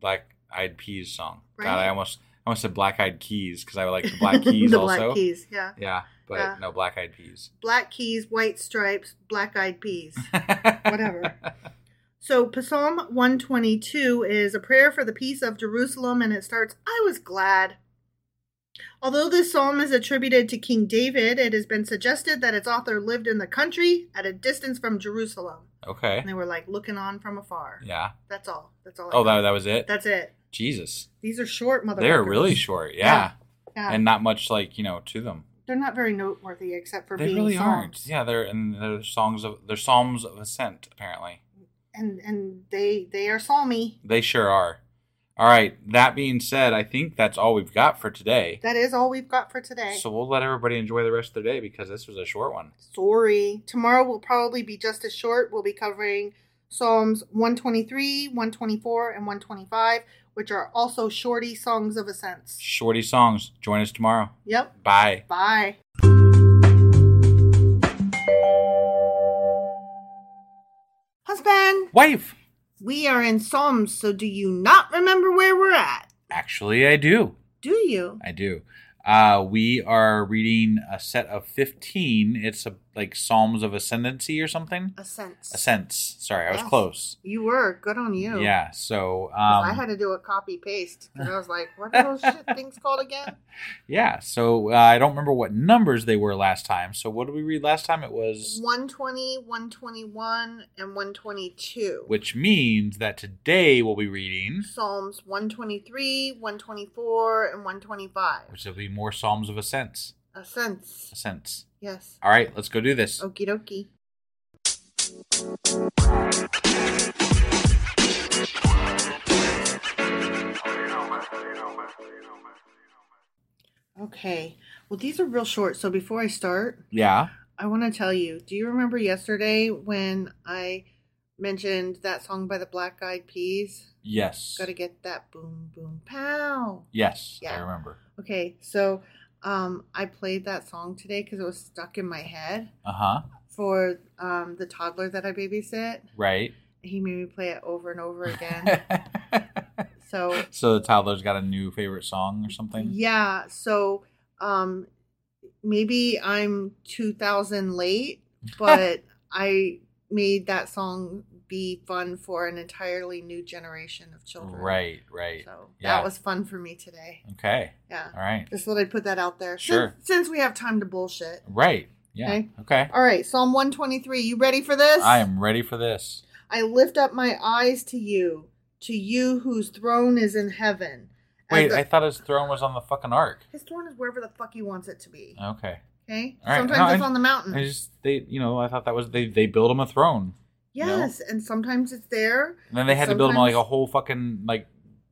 Speaker 3: black eyed peas song. God,
Speaker 1: Right?
Speaker 3: I almost I almost said black eyed keys because I like
Speaker 1: [laughs]
Speaker 3: the black keys
Speaker 1: the
Speaker 3: also.
Speaker 1: Black Keys, yeah.
Speaker 3: Yeah, but
Speaker 1: Yeah.
Speaker 3: no black eyed peas.
Speaker 1: [laughs]
Speaker 3: [laughs]
Speaker 1: black keys, white stripes, black eyed peas, whatever. So, Psalm 122 is a prayer for the peace of Jerusalem, and it starts, I was glad. Although this psalm is attributed to King David, it has been suggested that its author lived in the country at a distance from Jerusalem.
Speaker 3: Okay.
Speaker 1: And they were like looking on from afar.
Speaker 3: Yeah.
Speaker 1: That's all. That's all. I
Speaker 3: Oh,
Speaker 1: got.
Speaker 3: that, that was it?
Speaker 1: That's it.
Speaker 3: Jesus.
Speaker 1: These are short motherfuckers.
Speaker 3: They're really short. Yeah.
Speaker 1: Yeah. Yeah.
Speaker 3: And not much, like, you know, to them.
Speaker 1: They're not very noteworthy except for
Speaker 3: they
Speaker 1: being
Speaker 3: really
Speaker 1: psalms.
Speaker 3: aren't. Yeah, they're and they're songs of they're psalms of ascent. Apparently,
Speaker 1: And and they they are psalmy.
Speaker 3: they sure are. All right. That being said, I think that's all we've got for today.
Speaker 1: That is all we've got for today.
Speaker 3: So we'll let everybody enjoy the rest of their day because this was a short one.
Speaker 1: Sorry. Tomorrow will probably be just as short. We'll be covering Psalms 123, 124, and 125, which are also shorty songs of ascents.
Speaker 3: Shorty songs. Join us tomorrow.
Speaker 1: Yep.
Speaker 3: Bye.
Speaker 1: Bye. Husband,
Speaker 3: Wife.
Speaker 1: we are in Psalms, so do you not remember where we're at?
Speaker 3: Actually, I do.
Speaker 1: Do you?
Speaker 3: I do. Uh, we are reading a set of 15. It's a, like Psalms of Ascendancy or something.
Speaker 1: Ascents.
Speaker 3: Ascents. Sorry, I was
Speaker 1: Yes.
Speaker 3: close.
Speaker 1: You were. Good on you.
Speaker 3: Yeah, so.
Speaker 1: 'Cause
Speaker 3: Um,
Speaker 1: I had to do a copy paste because I was like, what are those shit
Speaker 3: [laughs]
Speaker 1: things called again?
Speaker 3: yeah, so uh, I don't remember what numbers they were last time. So what did we read last time? It was.
Speaker 1: 120, 121, and 122.
Speaker 3: Which means that today we'll be reading,
Speaker 1: Psalms 123, 124, and 125.
Speaker 3: which will be more Psalms of Ascents.
Speaker 1: Ascents.
Speaker 3: Ascents.
Speaker 1: Yes.
Speaker 3: All right, let's go do this.
Speaker 1: Okie dokie. Okay. Well, these are real short. So before I start,
Speaker 3: Yeah.
Speaker 1: I want to tell you do you remember yesterday when I mentioned that song by the Black Eyed Peas?
Speaker 3: Yes.
Speaker 1: Gotta get that boom, boom, pow.
Speaker 3: Yes, I
Speaker 1: Yeah.
Speaker 3: remember.
Speaker 1: Okay. So um, I played that song today because it was stuck in my head.
Speaker 3: Uh huh.
Speaker 1: for um, the toddler that I babysit.
Speaker 3: Right. [laughs]
Speaker 1: He made me play it over and over again. so
Speaker 3: so the toddler's got a new favorite song or something.
Speaker 1: yeah, so um, maybe I'm 2000
Speaker 3: [laughs]
Speaker 1: late, but I made that song be fun for an entirely new generation of children.
Speaker 3: Right. Right.
Speaker 1: So
Speaker 3: yeah.
Speaker 1: that was fun for me today.
Speaker 3: okay.
Speaker 1: Yeah.
Speaker 3: All right.
Speaker 1: Just thought I'd put that out there.
Speaker 3: Sure.
Speaker 1: Since, since we have time to bullshit.
Speaker 3: Right. Yeah.
Speaker 1: Okay.
Speaker 3: Okay.
Speaker 1: All right, Psalm 123. You ready for this?
Speaker 3: I am ready for this.
Speaker 1: I lift up my eyes to you, to you whose throne is in heaven. As
Speaker 3: Wait,
Speaker 1: the-
Speaker 3: I thought his throne was on the fucking ark.
Speaker 1: his throne is wherever the fuck he wants it to be.
Speaker 3: Okay.
Speaker 1: Okay,
Speaker 3: All right.
Speaker 1: sometimes
Speaker 3: No,
Speaker 1: it's
Speaker 3: I-
Speaker 1: on the mountain.
Speaker 3: I just they you know I thought that was they they built him a throne.
Speaker 1: yes, and sometimes it's there.
Speaker 3: And then they had to build him like a
Speaker 1: Sometimes-
Speaker 3: whole fucking like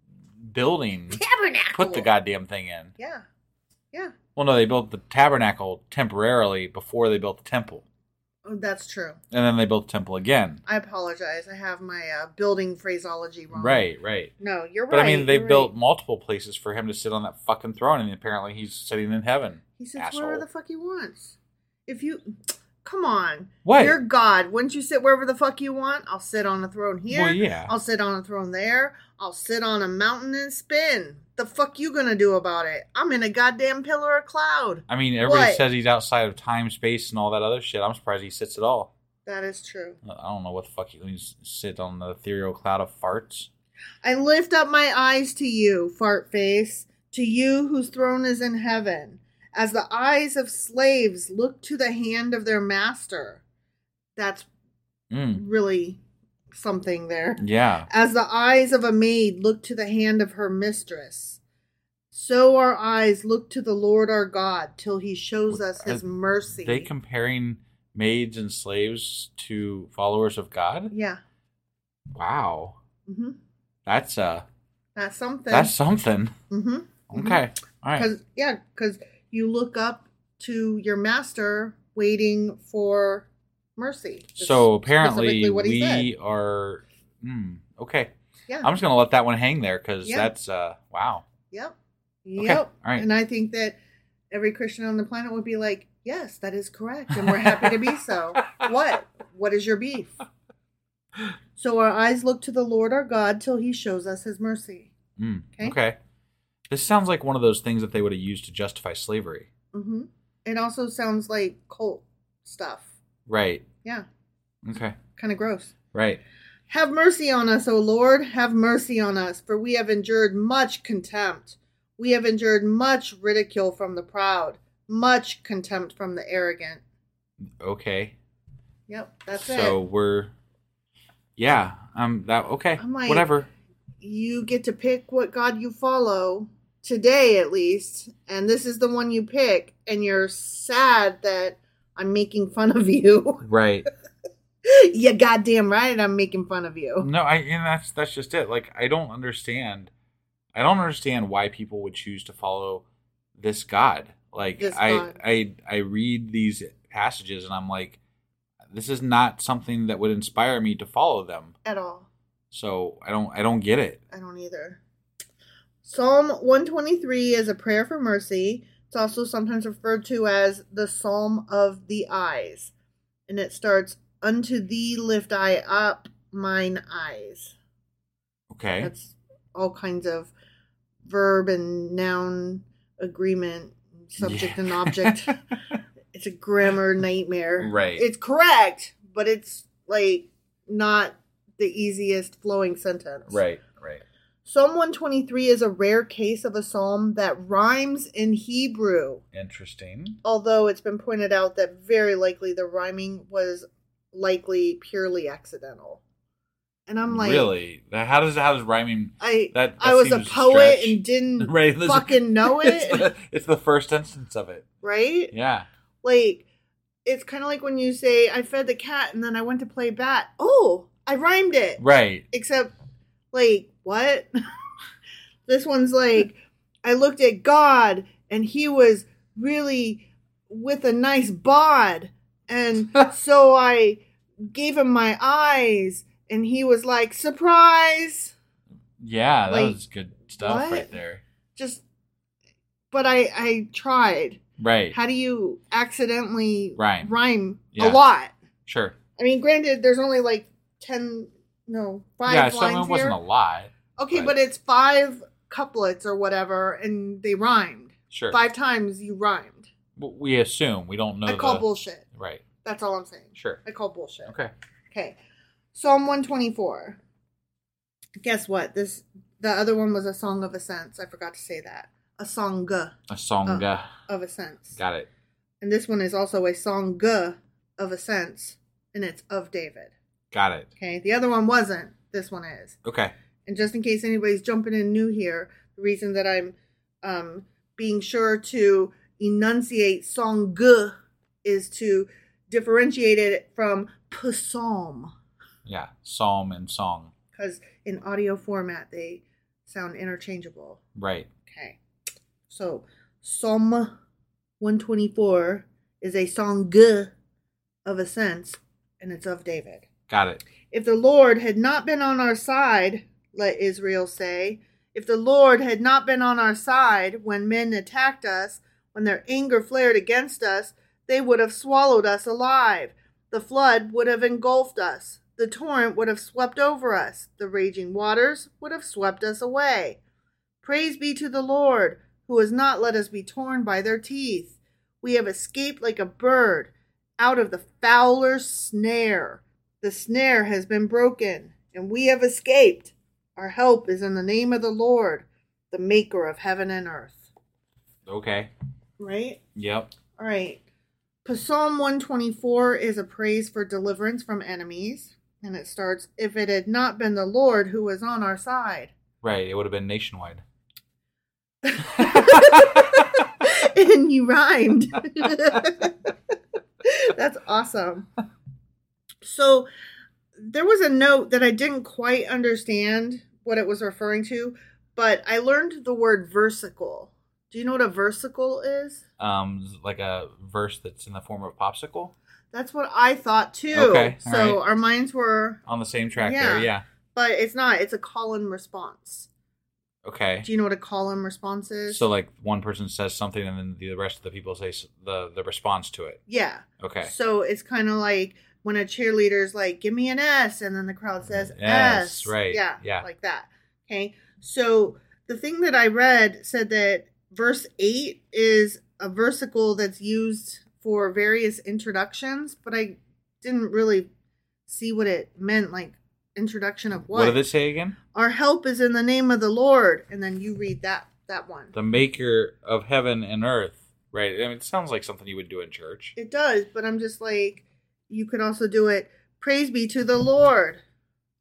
Speaker 1: [laughs]
Speaker 3: building.
Speaker 1: tabernacle.
Speaker 3: Put the goddamn thing in.
Speaker 1: Yeah, yeah,
Speaker 3: Well, no, they built the tabernacle temporarily before they built the temple,
Speaker 1: oh, that's true.
Speaker 3: and then they built the temple again.
Speaker 1: I apologize. I have my uh, building phraseology wrong.
Speaker 3: Right. Right.
Speaker 1: No, you're
Speaker 3: But
Speaker 1: right.
Speaker 3: I mean, they
Speaker 1: you're
Speaker 3: built
Speaker 1: right.
Speaker 3: multiple places for him to sit on that fucking throne, and apparently he's sitting in heaven.
Speaker 1: He sits
Speaker 3: Asshole.
Speaker 1: wherever the fuck he wants. If you, come on,
Speaker 3: What?
Speaker 1: You're God. Wouldn't you sit wherever the fuck you want? I'll sit on a throne here.
Speaker 3: Well, yeah.
Speaker 1: I'll sit on a throne there. I'll sit on a mountain and spin. The fuck you gonna do about it? I'm in a goddamn pillar of cloud.
Speaker 3: I mean, everybody
Speaker 1: What?
Speaker 3: says he's outside of time, space, and all that other shit. I'm surprised he sits at all.
Speaker 1: That is true.
Speaker 3: I don't know what the fuck he means. Sit on the ethereal cloud of farts.
Speaker 1: I lift up my eyes to you, fart face, to you whose throne is in heaven, as the eyes of slaves look to the hand of their master. That's
Speaker 3: Mm.
Speaker 1: really something there.
Speaker 3: Yeah.
Speaker 1: As the eyes of a maid look to the hand of her mistress, so our eyes look to the Lord our God till he shows us his
Speaker 3: Are
Speaker 1: mercy.
Speaker 3: They comparing maids and slaves to followers of God.
Speaker 1: Yeah.
Speaker 3: Wow,
Speaker 1: Mm-hmm.
Speaker 3: that's uh,
Speaker 1: That's something.
Speaker 3: that's something.
Speaker 1: [laughs] mm-hmm.
Speaker 3: Okay, all right.
Speaker 1: Cause, yeah, because you look up to your master waiting for mercy. That's
Speaker 3: So apparently
Speaker 1: specifically what he
Speaker 3: we
Speaker 1: said.
Speaker 3: are. Mm, okay,
Speaker 1: Yeah.
Speaker 3: I'm just gonna let that one hang there because
Speaker 1: Yeah.
Speaker 3: that's uh, wow.
Speaker 1: Yep. Yep.
Speaker 3: all right.
Speaker 1: And I think that every Christian on the planet would be like, yes, that is correct. And we're happy to be
Speaker 3: [laughs]
Speaker 1: so. What? What is your beef? So our eyes look to the Lord our God till he shows us his mercy.
Speaker 3: Mm,
Speaker 1: Okay.
Speaker 3: okay. This sounds like one of those things that they would have used to justify slavery.
Speaker 1: hmm It also sounds like cult stuff.
Speaker 3: Right.
Speaker 1: Yeah.
Speaker 3: Okay.
Speaker 1: Kind of gross.
Speaker 3: Right.
Speaker 1: Have mercy on us, O Lord. Have mercy on us, for we have endured much contempt. We have endured much ridicule from the proud, much contempt from the arrogant.
Speaker 3: Okay.
Speaker 1: Yep, that's
Speaker 3: so
Speaker 1: it.
Speaker 3: we're yeah um that okay
Speaker 1: I'm like-
Speaker 3: whatever
Speaker 1: You get to pick what God you follow today, at least, and this is the one you pick, and you're sad that I'm making fun of you. [laughs]
Speaker 3: right
Speaker 1: you goddamn right, I'm making fun of [laughs] you.
Speaker 3: no i and that's that's just it like i don't understand i don't understand why people would choose to follow this god like
Speaker 1: This
Speaker 3: i
Speaker 1: God.
Speaker 3: i i read these passages and i'm like this is not something that would inspire me to follow them
Speaker 1: At all.
Speaker 3: so i don't i don't get it
Speaker 1: I don't either. Psalm 123 is a prayer for mercy. It's also sometimes referred to as the Psalm of the Eyes. And it starts, Unto thee lift I up mine eyes.
Speaker 3: okay
Speaker 1: That's all kinds of verb and noun agreement, subject
Speaker 3: Yeah.
Speaker 1: and
Speaker 3: [laughs]
Speaker 1: object. it's a grammar nightmare.
Speaker 3: Right.
Speaker 1: It's correct, but it's like not the easiest flowing sentence.
Speaker 3: right right
Speaker 1: Psalm 123 is a rare case of a psalm that rhymes in Hebrew,
Speaker 3: interesting
Speaker 1: although it's been pointed out that very likely the rhyming was likely purely accidental. And I'm like,
Speaker 3: really how does how does rhyming
Speaker 1: I
Speaker 3: That- that
Speaker 1: I was a
Speaker 3: seems a
Speaker 1: poet
Speaker 3: stretch.
Speaker 1: and didn't
Speaker 3: [laughs] Right, this-
Speaker 1: fucking know
Speaker 3: [laughs] it's
Speaker 1: it,
Speaker 3: the, it's the first instance of it
Speaker 1: [laughs] right?
Speaker 3: yeah
Speaker 1: Like it's kind of like when you say I fed the cat and then I went to play bat. Oh, I rhymed it.
Speaker 3: right
Speaker 1: except like what [laughs] this one's like i looked at god and he was really with a nice bod
Speaker 3: [laughs]
Speaker 1: and so i gave him my eyes and he was like surprise
Speaker 3: Yeah, that
Speaker 1: Like,
Speaker 3: was good stuff
Speaker 1: what?
Speaker 3: right there.
Speaker 1: just but i i tried
Speaker 3: Right.
Speaker 1: how do you accidentally
Speaker 3: Rhyme.
Speaker 1: rhyme
Speaker 3: Yeah.
Speaker 1: a lot
Speaker 3: sure.
Speaker 1: i mean granted there's only like 10 no five
Speaker 3: Yeah,
Speaker 1: lines
Speaker 3: so it
Speaker 1: here.
Speaker 3: wasn't a lot.
Speaker 1: Okay,
Speaker 3: Right.
Speaker 1: but it's five couplets or whatever, and they rhymed.
Speaker 3: Sure.
Speaker 1: Five times you rhymed.
Speaker 3: W- We assume. We don't know.
Speaker 1: I call
Speaker 3: the-
Speaker 1: bullshit.
Speaker 3: Right.
Speaker 1: That's all I'm saying.
Speaker 3: Sure.
Speaker 1: I call bullshit.
Speaker 3: Okay.
Speaker 1: Okay. Psalm 124. Guess what? This the other one was a song of ascents. I forgot to say that. A song
Speaker 3: A
Speaker 1: Oh.
Speaker 3: song. uh,
Speaker 1: of ascents.
Speaker 3: got it.
Speaker 1: And this one is also a song of ascents, and it's of David.
Speaker 3: Got it.
Speaker 1: Okay. The other one wasn't. This one is.
Speaker 3: Okay.
Speaker 1: and just in case anybody's jumping in new here, the reason that I'm um, being sure to enunciate song g is to differentiate it from psalm
Speaker 3: Yeah. Psalm and song.
Speaker 1: because in audio format they sound interchangeable.
Speaker 3: Right.
Speaker 1: Okay, so Psalm 124 is a song g of ascents, and it's of David.
Speaker 3: Got it.
Speaker 1: If the Lord had not been on our side, let Israel say, if the Lord had not been on our side when men attacked us, when their anger flared against us, they would have swallowed us alive. The flood would have engulfed us. The torrent would have swept over us. The raging waters would have swept us away. Praise be to the Lord, who has not let us be torn by their teeth. We have escaped like a bird out of the fowler's snare. The snare has been broken, and we have escaped. Our help is in the name of the Lord, the maker of heaven and earth.
Speaker 3: Okay.
Speaker 1: Right?
Speaker 3: Yep.
Speaker 1: All right. Psalm 124 is a praise for deliverance from enemies, and it starts If it had not been the Lord who was on our side.
Speaker 3: Right. It would have been nationwide.
Speaker 1: and you rhymed. [laughs] That's awesome. So there was a note that I didn't quite understand what it was referring to, but I learned the word versicle. Do you know what a versicle is?
Speaker 3: Um, like a verse that's in the form of popsicle
Speaker 1: That's what I thought too.
Speaker 3: Okay, all
Speaker 1: so
Speaker 3: right.
Speaker 1: our minds were,
Speaker 3: on the same track
Speaker 1: Yeah.
Speaker 3: there. Yeah.
Speaker 1: but it's not. It's a call and response.
Speaker 3: Okay.
Speaker 1: Do you know what a call and response is?
Speaker 3: So like one person says something and then the rest of the people say s- the the response to it.
Speaker 1: yeah.
Speaker 3: Okay.
Speaker 1: So it's kind of like when a cheerleader's like, "Give me an S," and then the crowd says
Speaker 3: S,
Speaker 1: "S,"
Speaker 3: right,
Speaker 1: Yeah,
Speaker 3: yeah.
Speaker 1: like that. Okay. So the thing that I read said that verse eight is a versicle that's used for various introductions, but I didn't really see what it meant. Like introduction of what?
Speaker 3: what did it say again?
Speaker 1: Our help is in the name of the Lord, and then you read that that one.
Speaker 3: the maker of heaven and earth, right? I mean, it sounds like something you would do in church.
Speaker 1: It does, but I'm just like, you could also do it. Praise be to the Lord,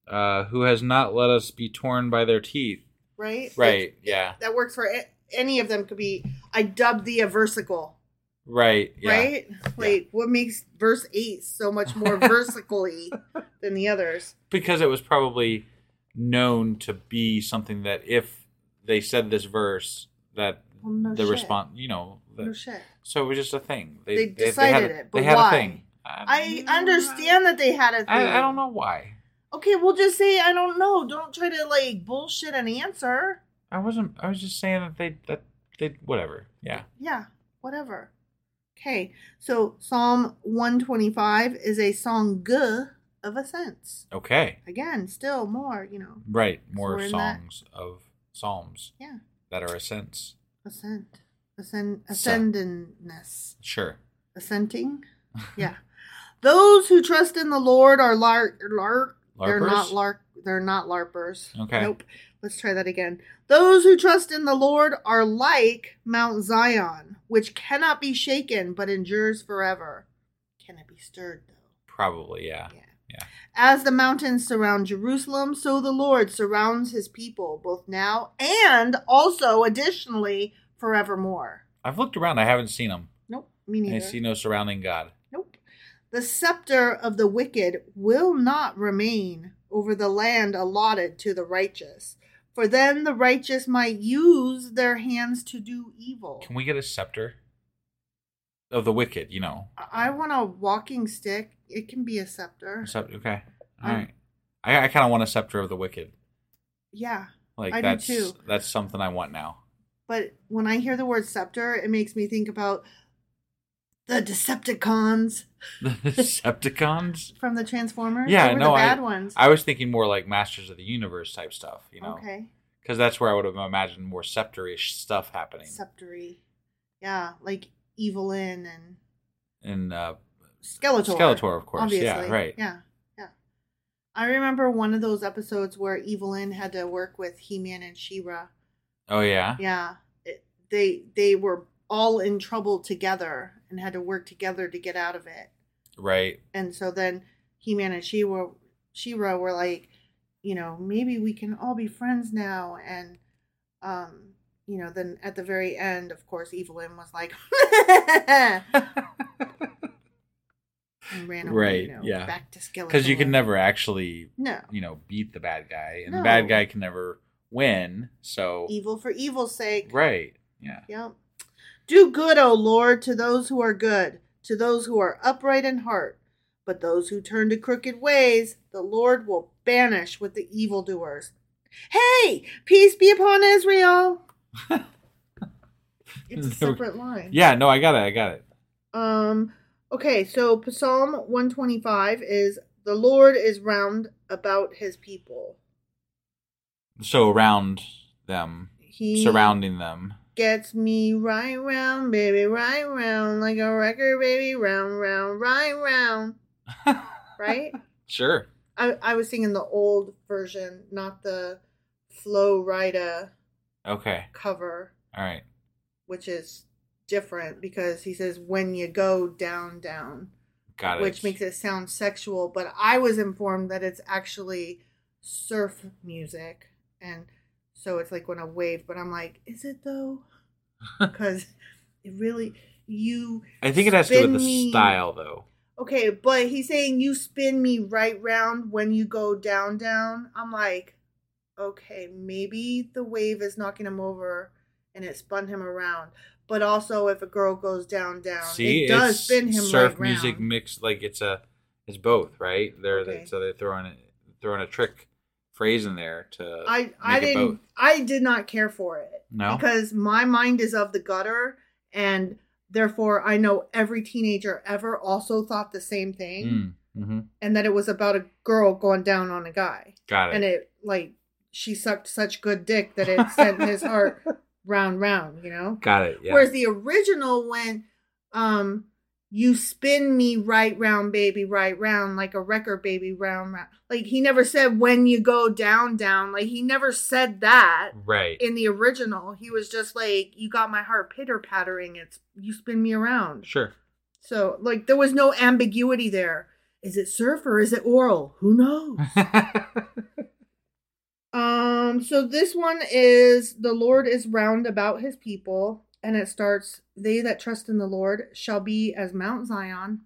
Speaker 3: Uh, who has not let us be torn by their teeth.
Speaker 1: right?
Speaker 3: Right,
Speaker 1: Like,
Speaker 3: yeah.
Speaker 1: that works for a- any of them. Could be. I dubbed thee a versicle,
Speaker 3: Right, yeah.
Speaker 1: right? Like, what makes verse eight so
Speaker 3: [laughs]
Speaker 1: much more versically than the others?
Speaker 3: Because it was probably known to be something that if they said this verse, that
Speaker 1: Well, no
Speaker 3: the
Speaker 1: shit.
Speaker 3: response, you know, that,
Speaker 1: No shit.
Speaker 3: so it was just a thing. They,
Speaker 1: They
Speaker 3: had,
Speaker 1: decided
Speaker 3: a-
Speaker 1: it,
Speaker 3: They
Speaker 1: but
Speaker 3: had
Speaker 1: why?
Speaker 3: a thing.
Speaker 1: I understand that they had a thing.
Speaker 3: I, I don't know why.
Speaker 1: Okay, we'll just say I don't know. Don't try to like bullshit an answer.
Speaker 3: I wasn't. I was just saying that they that they whatever. Yeah.
Speaker 1: Yeah, whatever. Okay, so Psalm 125 is a song of ascents.
Speaker 3: Okay.
Speaker 1: Again, still more, you know,
Speaker 3: Right.
Speaker 1: we're
Speaker 3: More
Speaker 1: in that.
Speaker 3: songs of psalms
Speaker 1: yeah,
Speaker 3: that are ascents.
Speaker 1: ascent, ascend,
Speaker 3: So-
Speaker 1: ascendingness,
Speaker 3: Sure. [laughs]
Speaker 1: assenting. Yeah, those who trust in the Lord are lark, lark. They're
Speaker 3: Larpers?
Speaker 1: not lark. They're not larpers.
Speaker 3: Okay.
Speaker 1: Nope. Let's try that again. Those who trust in the Lord are like Mount Zion, which cannot be shaken, but endures forever. Can it be stirred though?
Speaker 3: Probably. Yeah.
Speaker 1: Yeah.
Speaker 3: Uh, Yeah.
Speaker 1: As the mountains surround Jerusalem, so the Lord surrounds his people, both now and also additionally forevermore.
Speaker 3: I've looked around. I haven't seen them.
Speaker 1: Nope, me neither.
Speaker 3: I see no surrounding God.
Speaker 1: Nope. The scepter of the wicked will not remain over the land allotted to the righteous, for then the righteous might use their hands to do evil.
Speaker 3: Can we get a scepter of the wicked? You know.
Speaker 1: I I want a walking stick. It can be a scepter.
Speaker 3: A scepter- Okay. All
Speaker 1: Um,
Speaker 3: right. I, I kind of want a scepter of the wicked.
Speaker 1: Yeah.
Speaker 3: Like
Speaker 1: I do
Speaker 3: that's
Speaker 1: too.
Speaker 3: that's something I want now. [laughs]
Speaker 1: But when I hear the word scepter, it makes me think about the Decepticons [laughs]
Speaker 3: The Decepticons.
Speaker 1: from the Transformers.
Speaker 3: Yeah,
Speaker 1: they were
Speaker 3: no,
Speaker 1: the bad
Speaker 3: I,
Speaker 1: ones.
Speaker 3: I was thinking more like Masters of the Universe type stuff, you know,
Speaker 1: Okay.
Speaker 3: because that's where I would have imagined more scepterish stuff happening.
Speaker 1: Sceptery. Yeah, like Evelyn and
Speaker 3: and uh,
Speaker 1: Skeletor.
Speaker 3: Skeletor, of course.
Speaker 1: Obviously.
Speaker 3: Yeah, right.
Speaker 1: Yeah, yeah. I remember one of those episodes where Evelyn had to work with He Man and She Ra.
Speaker 3: oh yeah,
Speaker 1: Yeah, it, they they were all in trouble together and had to work together to get out of it.
Speaker 3: right.
Speaker 1: And so then He Man and She Ra She Ra were like, you know, maybe we can all be friends now. And um, you know, then at the very end, of course, Evelyn was like. [laughs] And ran away,
Speaker 3: Right,
Speaker 1: you know,
Speaker 3: yeah.
Speaker 1: Back to Skeletor.
Speaker 3: Because you can never actually,
Speaker 1: No.
Speaker 3: you know, beat the bad guy, and
Speaker 1: No.
Speaker 3: the bad guy can never win. So
Speaker 1: evil for evil's sake.
Speaker 3: right, yeah,
Speaker 1: Yep. Do good, O Lord, to those who are good, to those who are upright in heart. But those who turn to crooked ways, the Lord will banish with the evildoers. Hey, peace be upon Israel. it's a separate line.
Speaker 3: yeah. No, I got it. I got it.
Speaker 1: Um. Okay, so Psalm one twenty five is the Lord is round about His people.
Speaker 3: So around them,
Speaker 1: He
Speaker 3: surrounding them.
Speaker 1: Gets me right round, baby, right round, like a record, baby, round, round, right round. right?
Speaker 3: Sure.
Speaker 1: I, I was singing the old version, not the Flow Rida
Speaker 3: Okay.
Speaker 1: cover,
Speaker 3: All right.
Speaker 1: which is different because he says, when you go down, down,
Speaker 3: Got it.
Speaker 1: which makes it sound sexual. But I was informed that it's actually surf music. And so it's like when a wave, but I'm like, is it
Speaker 3: [laughs]
Speaker 1: though? Because it really, you.
Speaker 3: I think it has to do
Speaker 1: spin
Speaker 3: with the
Speaker 1: me-
Speaker 3: style, though.
Speaker 1: Okay, but he's saying you spin me right round when you go down, down. I'm like, okay, maybe the wave is knocking him over and it spun him around. But also, if a girl goes down, down,
Speaker 3: See,
Speaker 1: it does
Speaker 3: it's
Speaker 1: spin him
Speaker 3: surf
Speaker 1: right
Speaker 3: music
Speaker 1: round.
Speaker 3: mixed like it's a it's both, right? They're
Speaker 1: Okay.
Speaker 3: so they're throwing a, throwing a trick phrase in there to
Speaker 1: I
Speaker 3: make
Speaker 1: I
Speaker 3: it
Speaker 1: didn't
Speaker 3: both.
Speaker 1: I did not care for it.
Speaker 3: No?
Speaker 1: because my mind is of the gutter, and therefore I know every teenager ever also thought the same thing,
Speaker 3: Mm, mhm.
Speaker 1: and that it was about a girl going down on a guy.
Speaker 3: Got it.
Speaker 1: and it like she sucked such good dick that it sent his
Speaker 3: [laughs]
Speaker 1: heart round round you know
Speaker 3: Got it. Yeah.
Speaker 1: whereas the original when um you spin me right round, baby, right round, like a record, baby, round, round. Like he never said when you go down, down. Like he never said that
Speaker 3: Right.
Speaker 1: in the original. He was just like, you got my heart pitter pattering. It's you spin me around.
Speaker 3: Sure.
Speaker 1: So like there was no ambiguity there. Is it surf or is it oral? Who knows? um, so this one is the Lord is round about his people, and it starts, They that trust in the Lord shall be as Mount Zion.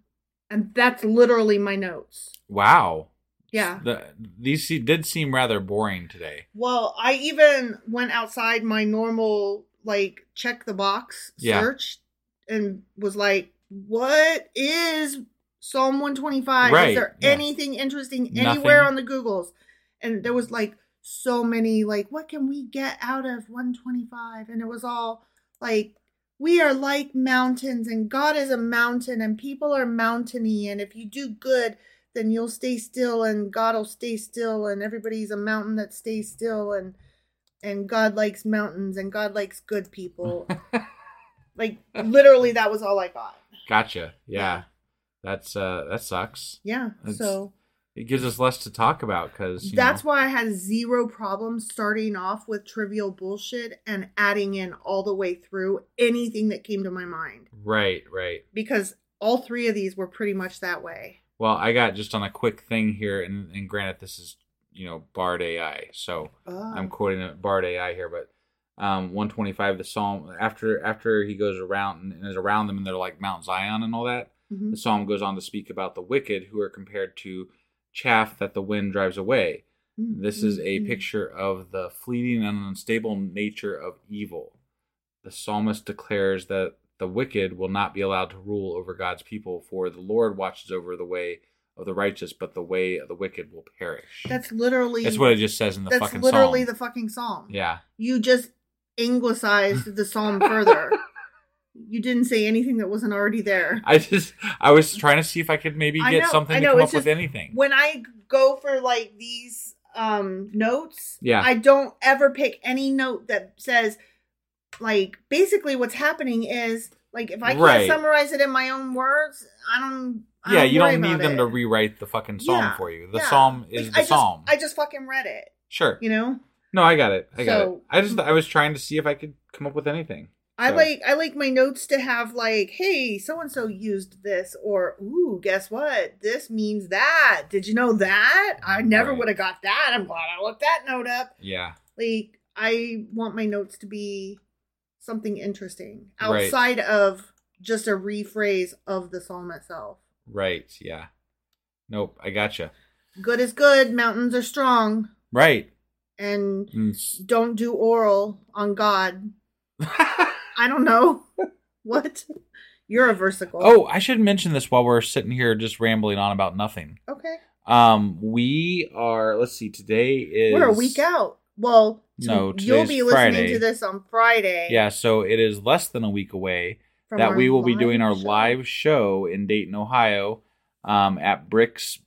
Speaker 1: And that's literally my notes.
Speaker 3: [laughs] Wow.
Speaker 1: Yeah.
Speaker 3: The, these se- did seem rather boring today.
Speaker 1: Well, I even went outside my normal like check the box
Speaker 3: Yeah.
Speaker 1: search and was like, what is Psalm 125?
Speaker 3: Right,
Speaker 1: Is there
Speaker 3: yeah.
Speaker 1: anything interesting anywhere
Speaker 3: Nothing.
Speaker 1: on the Googles? And there was like so many like what can we get out of 125 and it was all like we are like mountains and God is a mountain and people are mountainy and if you do good then you'll stay still and God'll stay still and everybody's a mountain that stays still and and God likes mountains and God likes
Speaker 3: [laughs]
Speaker 1: good people. like literally that was all I got.
Speaker 3: Gotcha. Yeah. That's uh that sucks.
Speaker 1: Yeah.
Speaker 3: That's-
Speaker 1: so
Speaker 3: It gives us less to talk about because
Speaker 1: that's why I had zero problems starting off with trivial bullshit and adding in all the way through anything that came to my mind
Speaker 3: Right. Right.
Speaker 1: because all three of these were pretty much that way.
Speaker 3: Well, I got just on a quick thing here, and, and granted, this is you know Bard AI, so I'm quoting a Bard AI here, but um, 125, the psalm after after he goes around and, and is around them, and they're like Mount Zion and all that.
Speaker 1: Mhm.
Speaker 3: The psalm goes on to speak about the wicked who are compared to chaff that the wind drives away. This is a
Speaker 1: Mhm.
Speaker 3: picture of the fleeting and unstable nature of evil. The psalmist declares that the wicked will not be allowed to rule over God's people, for the Lord watches over the way of the righteous, but the way of the wicked will perish.
Speaker 1: That's literally
Speaker 3: That's what it just says in the
Speaker 1: that's
Speaker 3: fucking
Speaker 1: literally
Speaker 3: psalm.
Speaker 1: the fucking psalm.
Speaker 3: yeah,
Speaker 1: You just anglicized the
Speaker 3: [laughs]
Speaker 1: psalm further. You didn't say anything that wasn't already there.
Speaker 3: I just I was trying to see if I could maybe
Speaker 1: I
Speaker 3: get
Speaker 1: know,
Speaker 3: something
Speaker 1: I
Speaker 3: to
Speaker 1: know,
Speaker 3: come up
Speaker 1: it's
Speaker 3: with
Speaker 1: just-
Speaker 3: anything.
Speaker 1: When I go for like these um notes,
Speaker 3: Yeah.
Speaker 1: I don't ever pick any note that says like basically what's happening is like if I can't
Speaker 3: Right.
Speaker 1: summarize it in my own words, I don't I
Speaker 3: yeah, you
Speaker 1: worry
Speaker 3: don't need
Speaker 1: about
Speaker 3: them
Speaker 1: it.
Speaker 3: to rewrite the fucking psalm
Speaker 1: Yeah,
Speaker 3: for you. The
Speaker 1: yeah.
Speaker 3: psalm is
Speaker 1: Like,
Speaker 3: the
Speaker 1: I just,
Speaker 3: psalm.
Speaker 1: I just fucking read it,
Speaker 3: sure.
Speaker 1: you know?
Speaker 3: No, I got it. I got
Speaker 1: So-
Speaker 3: it. I just I was trying to see if I could come up with anything.
Speaker 1: I
Speaker 3: So-
Speaker 1: like I like my notes to have like, hey, so and so used this, or ooh, guess what? This means that. Did you know that? I never
Speaker 3: Right.
Speaker 1: would have got that. I'm glad I looked that note up.
Speaker 3: Yeah.
Speaker 1: Like I want my notes to be something interesting
Speaker 3: Right.
Speaker 1: outside of just a rephrase of the psalm itself.
Speaker 3: Right. Yeah. Nope. I gotcha.
Speaker 1: Good is good. Mountains are strong,
Speaker 3: Right.
Speaker 1: and
Speaker 3: Mm, s- [laughs]
Speaker 1: don't do oral on God. I don't know [laughs] what. You're a versicle.
Speaker 3: Oh, I should mention this while we're sitting here just rambling on about nothing.
Speaker 1: okay.
Speaker 3: Um, we are. Let's see. Today is
Speaker 1: We're a week out. Well,
Speaker 3: No,
Speaker 1: so you'll
Speaker 3: today's
Speaker 1: be listening
Speaker 3: Friday.
Speaker 1: to this on Friday.
Speaker 3: Yeah. So it is less than a week away
Speaker 1: from
Speaker 3: that
Speaker 1: our
Speaker 3: we will be
Speaker 1: live
Speaker 3: doing our
Speaker 1: show.
Speaker 3: live show in Dayton, Ohio, um, at Bricks.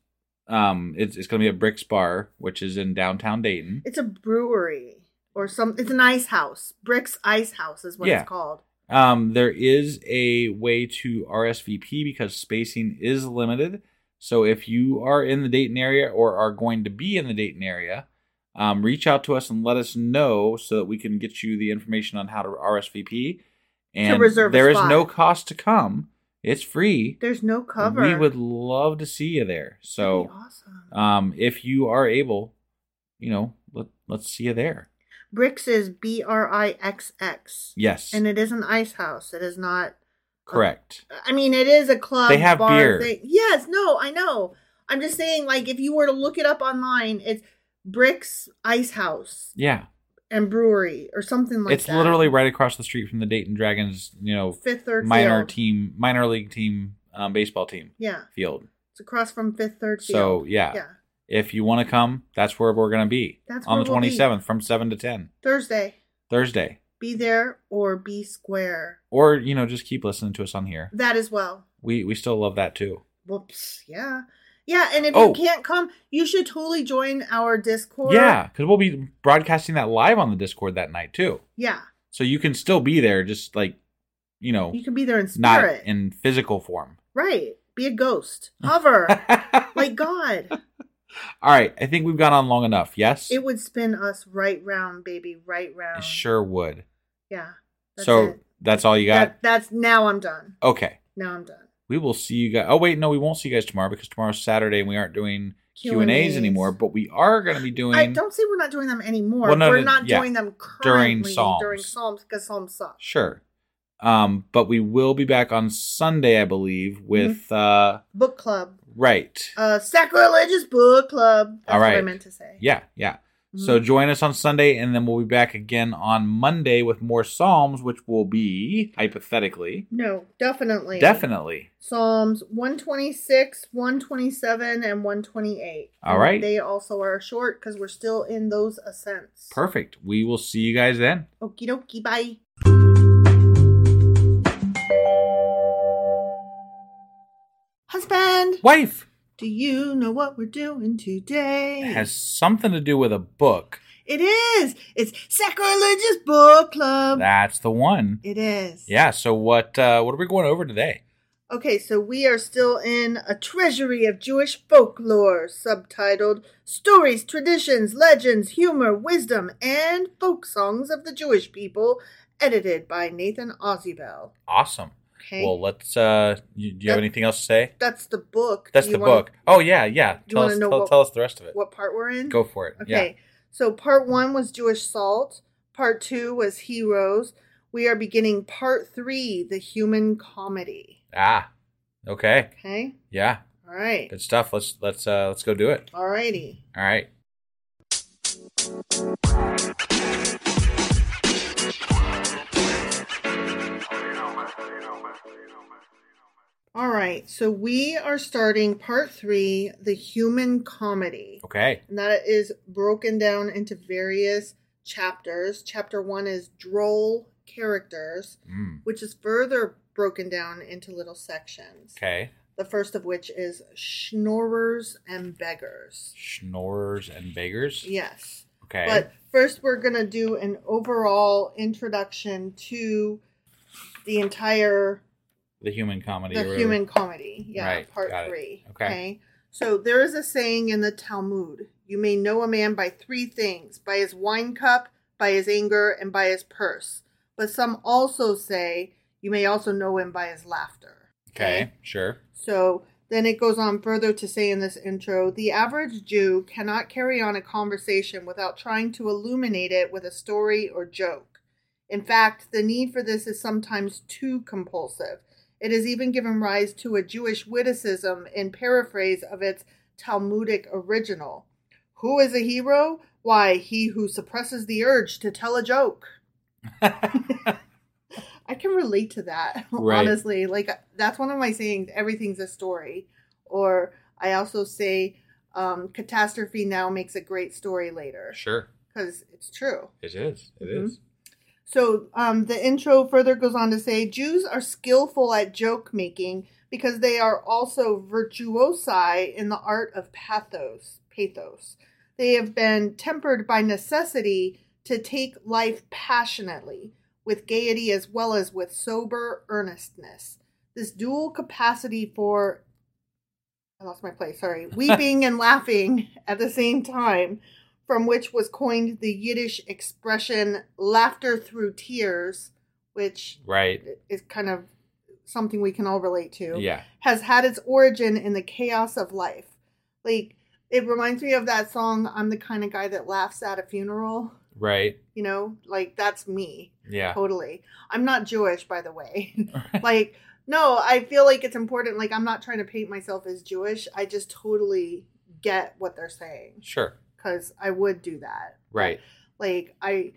Speaker 3: Um, it's it's going to be at Bricks Bar, which is in downtown Dayton.
Speaker 1: It's a brewery or some. It's an ice house. Bricks Ice House is what
Speaker 3: Yeah.
Speaker 1: it's called.
Speaker 3: Um, there is a way to RSVP because spacing is limited. So if you are in the Dayton area or are going to be in the Dayton area, um, reach out to us and let us know so that we can get you the information on how to RSVP. And
Speaker 1: reserve a
Speaker 3: there is
Speaker 1: spot.
Speaker 3: no cost to come; it's free.
Speaker 1: There's no cover.
Speaker 3: We would love to see you there.
Speaker 1: That'd be
Speaker 3: So,
Speaker 1: awesome.
Speaker 3: um, if you are able, you know, let let's see you there.
Speaker 1: Bricks is B R I X X,
Speaker 3: Yes,
Speaker 1: and it is an ice house. It is not.
Speaker 3: correct.
Speaker 1: I mean, it is a club.
Speaker 3: They have
Speaker 1: bar
Speaker 3: beer.
Speaker 1: Thing. Yes. No, I know. I'm just saying, like, if you were to look it up online, it's Bricks Ice House
Speaker 3: Yeah.
Speaker 1: and Brewery or something like
Speaker 3: it's
Speaker 1: that.
Speaker 3: literally right across the street from the Dayton Dragons, you know,
Speaker 1: fifth third
Speaker 3: minor
Speaker 1: field.
Speaker 3: team, minor league team, um, baseball team
Speaker 1: Yeah,
Speaker 3: field.
Speaker 1: it's across from fifth third
Speaker 3: So
Speaker 1: field.
Speaker 3: yeah.
Speaker 1: yeah,
Speaker 3: if you want to come, that's where we're gonna be
Speaker 1: That's
Speaker 3: on
Speaker 1: where
Speaker 3: the
Speaker 1: we'll be.
Speaker 3: twenty seventh from seven to ten
Speaker 1: Thursday.
Speaker 3: Thursday,
Speaker 1: Be there or be square.
Speaker 3: or you know, just keep listening to us on here.
Speaker 1: That as well.
Speaker 3: We we still love that too.
Speaker 1: Whoops. Yeah, yeah. And if
Speaker 3: Oh.
Speaker 1: you can't come, you should totally join our Discord.
Speaker 3: Yeah, because we'll be broadcasting that live on the Discord that night too,
Speaker 1: yeah.
Speaker 3: so you can still be there, just like you know,
Speaker 1: You can be there in
Speaker 3: not
Speaker 1: spirit.
Speaker 3: in physical form. [laughs]
Speaker 1: Right. Be a ghost. Hover. like God.
Speaker 3: All right, I think we've gone on long enough. Yes,
Speaker 1: It would spin us right round, baby, right round.
Speaker 3: It sure would.
Speaker 1: Yeah. That's
Speaker 3: so
Speaker 1: it.
Speaker 3: that's all you got.
Speaker 1: That, that's now I'm done.
Speaker 3: okay,
Speaker 1: Now I'm done.
Speaker 3: we will see you guys. Oh wait, no, we won't see you guys tomorrow because tomorrow's Saturday and we aren't doing Q and A's
Speaker 1: Q&As.
Speaker 3: anymore. But we are going to be doing.
Speaker 1: I don't say we're not doing them anymore.
Speaker 3: Well, no,
Speaker 1: we're
Speaker 3: no,
Speaker 1: not
Speaker 3: yeah.
Speaker 1: doing them
Speaker 3: During
Speaker 1: currently
Speaker 3: Psalms.
Speaker 1: during Psalms because Psalms suck.
Speaker 3: Sure. Um, but we will be back on Sunday, I believe, with uh
Speaker 1: Book club,
Speaker 3: right.
Speaker 1: uh, sacrilegious book club. That's
Speaker 3: All
Speaker 1: what I
Speaker 3: right.
Speaker 1: meant to say.
Speaker 3: Yeah, yeah. So join us on Sunday and then we'll be back again on Monday with more Psalms, which will be hypothetically
Speaker 1: No, definitely.
Speaker 3: definitely.
Speaker 1: Psalms 126, 127, and 128.
Speaker 3: All
Speaker 1: And
Speaker 3: right.
Speaker 1: They also are short because we're still in those ascents.
Speaker 3: Perfect. We will see you guys then.
Speaker 1: Okie dokie. Bye. Husband,
Speaker 3: Wife
Speaker 1: do you know what we're doing today?
Speaker 3: has something to do with a book.
Speaker 1: It is. It's sacrilegious book club.
Speaker 3: That's the one.
Speaker 1: it is.
Speaker 3: Yeah, so what uh what are we going over today?
Speaker 1: Okay, so we are still in a treasury of Jewish folklore, subtitled "Stories, Traditions, Legends, Humor, Wisdom, and Folk Songs of the Jewish People," edited by Nathan Ozibel.
Speaker 3: Awesome.
Speaker 1: Okay,
Speaker 3: Well, let's uh you, do you have
Speaker 1: That-
Speaker 3: anything else to say?
Speaker 1: that's the book.
Speaker 3: That's
Speaker 1: Do
Speaker 3: the
Speaker 1: you wanna-
Speaker 3: book. Oh yeah, yeah.
Speaker 1: you
Speaker 3: Tell
Speaker 1: wanna
Speaker 3: us,
Speaker 1: know
Speaker 3: tell,
Speaker 1: what-
Speaker 3: tell us the rest of it.
Speaker 1: What part we're in?
Speaker 3: Go for it.
Speaker 1: Okay. So part one was Jewish salt. Part two was heroes. We are beginning part three, the human comedy.
Speaker 3: Yeah. Ah. Okay.
Speaker 1: Okay.
Speaker 3: Yeah.
Speaker 1: All right.
Speaker 3: Good stuff. Let's let's uh let's go do it.
Speaker 1: All righty.
Speaker 3: All right.
Speaker 1: All right. So we are starting part three, the human comedy.
Speaker 3: Okay.
Speaker 1: And that is broken down into various chapters. Chapter one is droll characters,
Speaker 3: Mm.
Speaker 1: which is further broken down into little sections.
Speaker 3: Okay.
Speaker 1: The first of which is schnorrers and beggars.
Speaker 3: Schnorrers and beggars.
Speaker 1: Yes.
Speaker 3: Okay.
Speaker 1: But first, we're going to do an overall introduction to the entire
Speaker 3: the human comedy. or
Speaker 1: the
Speaker 3: whatever.
Speaker 1: human comedy. Yeah,
Speaker 3: Right,
Speaker 1: part
Speaker 3: got it.
Speaker 1: three.
Speaker 3: Okay.
Speaker 1: So there is a saying in the Talmud you may know a man by three things by his wine cup, by his anger, and by his purse. But some also say you may also know him by his laughter.
Speaker 3: Okay.
Speaker 1: [laughs]
Speaker 3: Sure.
Speaker 1: So then it goes on further to say in this intro the average Jew cannot carry on a conversation without trying to illuminate it with a story or joke. In fact, the need for this is sometimes too compulsive. It has even given rise to a Jewish witticism in paraphrase of its Talmudic original. Who is a hero? Why, he who suppresses the urge to tell a joke. I can relate to that, [laughs]
Speaker 3: Right.
Speaker 1: honestly. Like, that's one of my sayings everything's a story. Or I also say, um, catastrophe now makes a great story later.
Speaker 3: Sure.
Speaker 1: Because it's true.
Speaker 3: It is. It is.
Speaker 1: Mhm. So um, the intro further goes on to say Jews are skillful at joke making because they are also virtuosi in the art of pathos. Pathos. They have been tempered by necessity to take life passionately with gaiety as well as with sober earnestness. This dual capacity for I lost my place, sorry. Weeping and laughing at the same time from which was coined the Yiddish expression laughter through tears, which
Speaker 3: Right.
Speaker 1: is kind of something we can all relate to,
Speaker 3: Yeah.
Speaker 1: has had its origin in the chaos of life. Like, it reminds me of that song, I'm the kind of guy that laughs at a funeral.
Speaker 3: Right.
Speaker 1: You know, like that's me.
Speaker 3: Yeah.
Speaker 1: Totally. I'm not Jewish, by the way.
Speaker 3: [laughs]
Speaker 1: like, no, I feel like it's important. Like, I'm not trying to paint myself as Jewish. I just totally get what they're saying
Speaker 3: Sure.
Speaker 1: because I would do that.
Speaker 3: Right.
Speaker 1: Like I,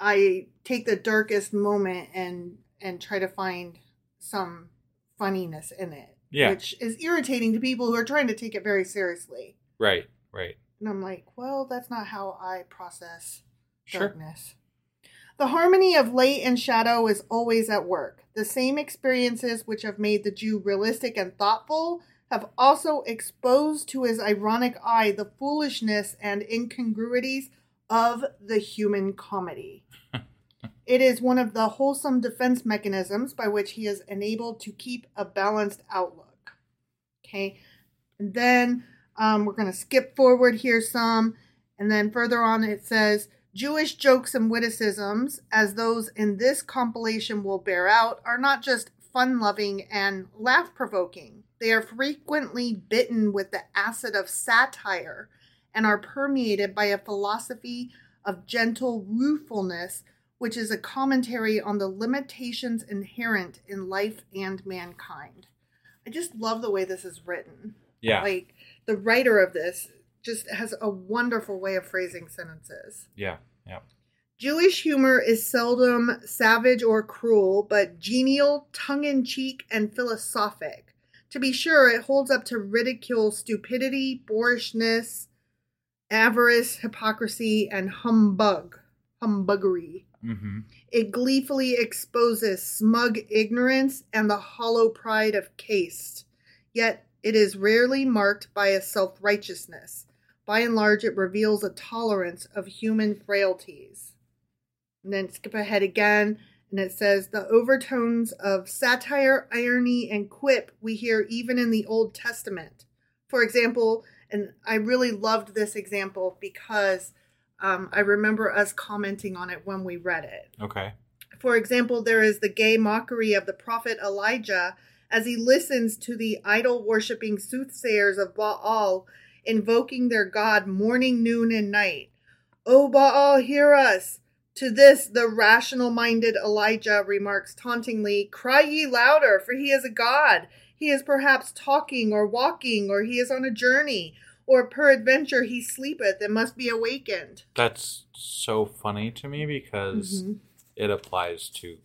Speaker 1: I take the darkest moment and and try to find some funniness in it.
Speaker 3: Yeah.
Speaker 1: which is irritating to people who are trying to take it very seriously.
Speaker 3: Right. Right.
Speaker 1: And I'm like, well, that's not how I process
Speaker 3: Sure.
Speaker 1: darkness. The harmony of light and shadow is always at work. The same experiences which have made the Jew realistic and thoughtful have also exposed to his ironic eye the foolishness and incongruities of the human comedy. it is one of the wholesome defense mechanisms by which he is enabled to keep a balanced outlook. Okay. And then um, we're going to skip forward here some. And then further on, it says Jewish jokes and witticisms, as those in this compilation will bear out, are not just fun loving and laugh provoking. They are frequently bitten with the acid of satire and are permeated by a philosophy of gentle ruefulness, which is a commentary on the limitations inherent in life and mankind. I just love the way this is written.
Speaker 3: Yeah.
Speaker 1: Like the writer of this just has a wonderful way of phrasing sentences.
Speaker 3: Yeah. Yeah.
Speaker 1: Jewish humor is seldom savage or cruel, but genial, tongue in cheek, and philosophic. To be sure, it holds up to ridicule stupidity, boorishness, avarice, hypocrisy, and humbug, humbuggery.
Speaker 3: Mm-hmm.
Speaker 1: It gleefully exposes smug ignorance and the hollow pride of caste. Yet it is rarely marked by a self righteousness. By and large, it reveals a tolerance of human frailties. And then skip ahead again, and it says the overtones of satire, irony, and quip we hear even in the Old Testament. For example, and I really loved this example because um, I remember us commenting on it when we read it.
Speaker 3: Okay.
Speaker 1: For example, there is the gay mockery of the prophet Elijah as he listens to the idol worshipping soothsayers of Baal invoking their god morning, noon, and night. O Baal, hear us! To this, the rational minded Elijah remarks tauntingly, Cry ye louder, for he is a god. He is perhaps talking or walking, or he is on a journey, or peradventure he sleepeth and must be awakened.
Speaker 3: That's so funny to me because
Speaker 1: Mhm.
Speaker 3: it applies to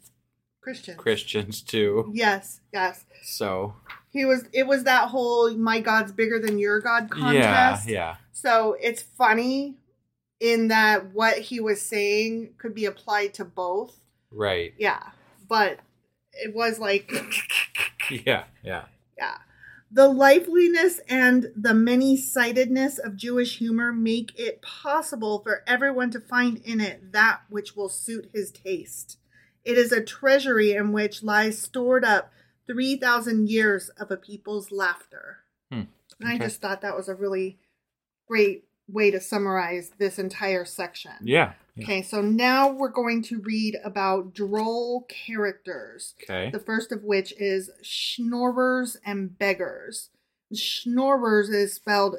Speaker 1: Christian.
Speaker 3: Christians too.
Speaker 1: Yes, yes.
Speaker 3: So
Speaker 1: He was it was that whole my god's bigger than your god
Speaker 3: yeah,
Speaker 1: contest.
Speaker 3: yeah,
Speaker 1: So it's funny in that what he was saying could be applied to both.
Speaker 3: right, [laughs]
Speaker 1: Yeah. But it was like
Speaker 3: yeah, yeah,
Speaker 1: yeah. The liveliness and the many sidedness of Jewish humor make it possible for everyone to find in it that which will suit his taste. It is a treasury in which lies stored up 3,000 years of a people's laughter.
Speaker 3: Hmm.
Speaker 1: And I
Speaker 3: Okay.
Speaker 1: just thought that was a really great way to summarize this entire section.
Speaker 3: yeah.
Speaker 1: Okay, so now we're going to read about droll characters.
Speaker 3: Okay.
Speaker 1: The first of which is schnorrers and beggars. Schnorrers is spelled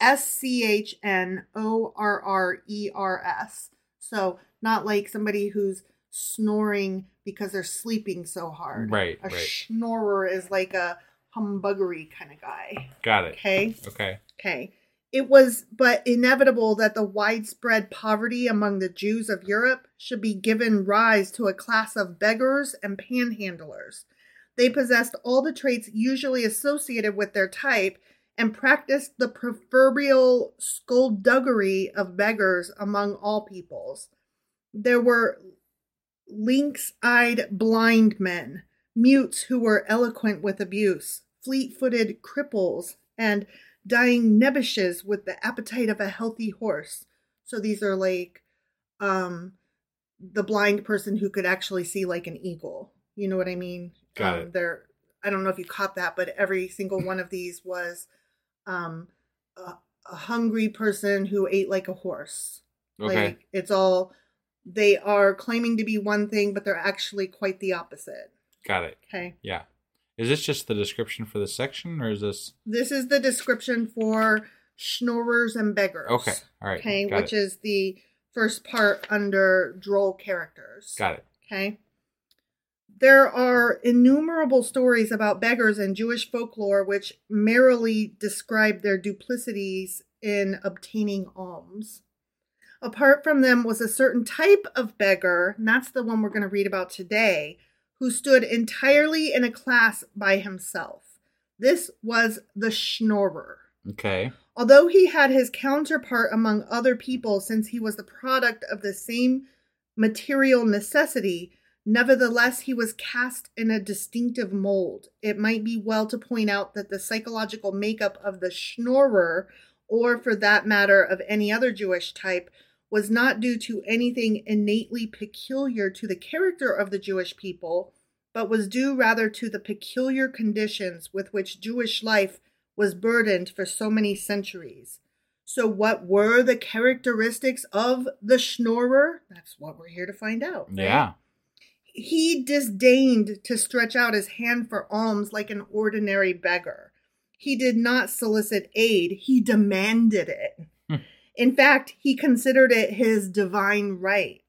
Speaker 1: S C H N O R R E R S. So, not like somebody who's snoring because they're sleeping so hard.
Speaker 3: Right,
Speaker 1: A
Speaker 3: right.
Speaker 1: schnorrer is like a humbuggery kind of guy.
Speaker 3: Got it.
Speaker 1: Okay?
Speaker 3: Okay.
Speaker 1: Okay. It was but inevitable that the widespread poverty among the Jews of Europe should be given rise to a class of beggars and panhandlers. They possessed all the traits usually associated with their type and practiced the proverbial skullduggery of beggars among all peoples. There were lynx eyed blind men, mutes who were eloquent with abuse, fleet footed cripples, and dying nebbishes with the appetite of a healthy horse. So these are like um the blind person who could actually see like an eagle. You know what I mean?
Speaker 3: Got
Speaker 1: um,
Speaker 3: it.
Speaker 1: They're, I don't know if you caught that, but every single one of these was um a, a hungry person who ate like a horse.
Speaker 3: Okay.
Speaker 1: Like it's all they are claiming to be one thing, but they're actually quite the opposite.
Speaker 3: Got it.
Speaker 1: Okay.
Speaker 3: Yeah. Is this just the description for the section, or is this
Speaker 1: This is the description for schnorrers and beggars.
Speaker 3: okay? All right.
Speaker 1: Okay,
Speaker 3: Got
Speaker 1: which
Speaker 3: it.
Speaker 1: is the first part under droll characters.
Speaker 3: got it.
Speaker 1: Okay. There are innumerable stories about beggars in Jewish folklore which merrily describe their duplicities in obtaining alms. Apart from them was a certain type of beggar, and that's the one we're going to read about today, who stood entirely in a class by himself. This was the schnorrer.
Speaker 3: Okay.
Speaker 1: Although he had his counterpart among other people, since he was the product of the same material necessity, nevertheless he was cast in a distinctive mold. It might be well to point out that the psychological makeup of the schnorrer, or for that matter of any other Jewish type, was not due to anything innately peculiar to the character of the Jewish people, but was due rather to the peculiar conditions with which Jewish life was burdened for so many centuries. So, what were the characteristics of the schnorrer? That's what we're here to find out.
Speaker 3: Yeah.
Speaker 1: He disdained to stretch out his hand for alms like an ordinary beggar. He did not solicit aid, he demanded it. In fact, he considered it his divine right.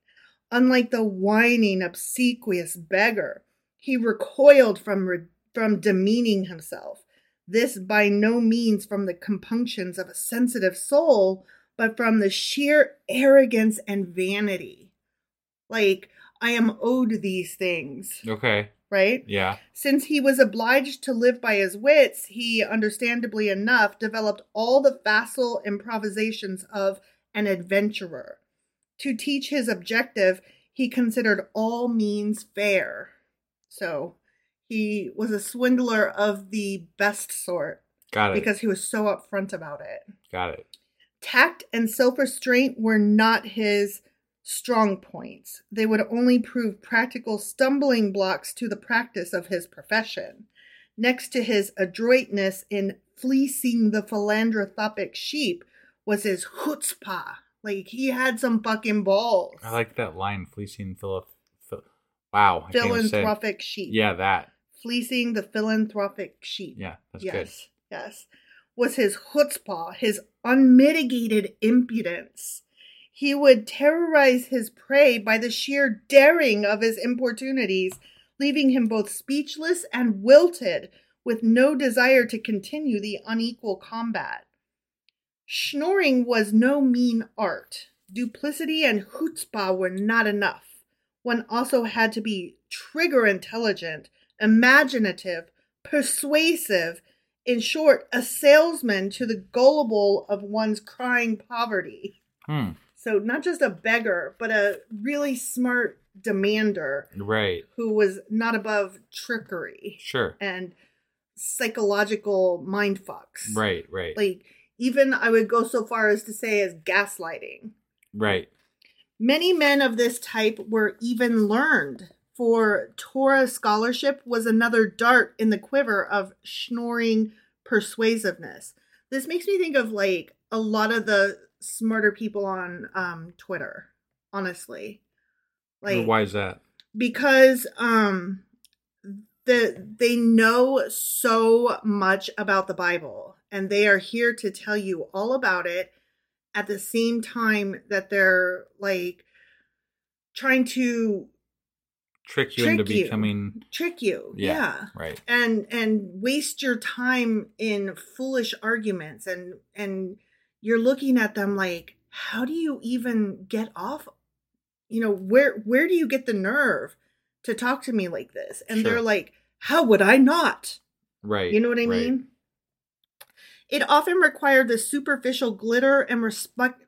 Speaker 1: Unlike the whining, obsequious beggar, he recoiled from, re- from demeaning himself. This by no means from the compunctions of a sensitive soul, but from the sheer arrogance and vanity. Like, I am owed these things,
Speaker 3: Okay.
Speaker 1: right?
Speaker 3: Yeah.
Speaker 1: Since he was obliged to live by his wits, he, understandably enough, developed all the facile improvisations of an adventurer. To teach his objective, he considered all means fair. So he was a swindler of the best sort
Speaker 3: Got it.
Speaker 1: because he was so upfront about it.
Speaker 3: Got it.
Speaker 1: Tact and self restraint were not his strong points. They would only prove practical stumbling blocks to the practice of his profession. Next to his adroitness in fleecing the philanthropic sheep was his chutzpah. Like he had some fucking balls.
Speaker 3: I like that line, fleecing Philip. Phil- wow. I can't even say it.
Speaker 1: philanthropic sheep.
Speaker 3: Yeah, that.
Speaker 1: Fleecing the philanthropic sheep.
Speaker 3: Yeah, that's
Speaker 1: yes,
Speaker 3: good.
Speaker 1: Yes. Was his chutzpah, his unmitigated impudence. He would terrorize his prey by the sheer daring of his importunities, leaving him both speechless and wilted, with no desire to continue the unequal combat. Schnorring was no mean art. Duplicity and chutzpah were not enough. One also had to be trigger intelligent, imaginative, persuasive, in short, a salesman to the gullible of one's crying poverty.
Speaker 3: Hmm.
Speaker 1: So, not just a beggar, but a really smart demander
Speaker 3: Right.
Speaker 1: who was not above trickery
Speaker 3: Sure.
Speaker 1: and psychological mind fucks.
Speaker 3: Right. Right.
Speaker 1: Like, even I would go so far as to say as gaslighting.
Speaker 3: right.
Speaker 1: Many men of this type were even learned, for Torah scholarship was another dart in the quiver of schnorring persuasiveness. This makes me think of like a lot of the smarter people on um, Twitter, honestly. Like,
Speaker 3: Why is that?
Speaker 1: because um the they know so much about the bible and they are here to tell you all about it at the same time that they're like trying to
Speaker 3: Trick you
Speaker 1: Trick
Speaker 3: into
Speaker 1: you.
Speaker 3: becoming.
Speaker 1: trick you
Speaker 3: Yeah,
Speaker 1: yeah
Speaker 3: Right.
Speaker 1: and and waste your time in foolish arguments and and you're looking at them like how do you even get off you know where where do you get the nerve to talk to me like this and
Speaker 3: Sure.
Speaker 1: they're like how would i not
Speaker 3: Right.
Speaker 1: you know what i
Speaker 3: right.
Speaker 1: mean it often required the superficial glitter and respect,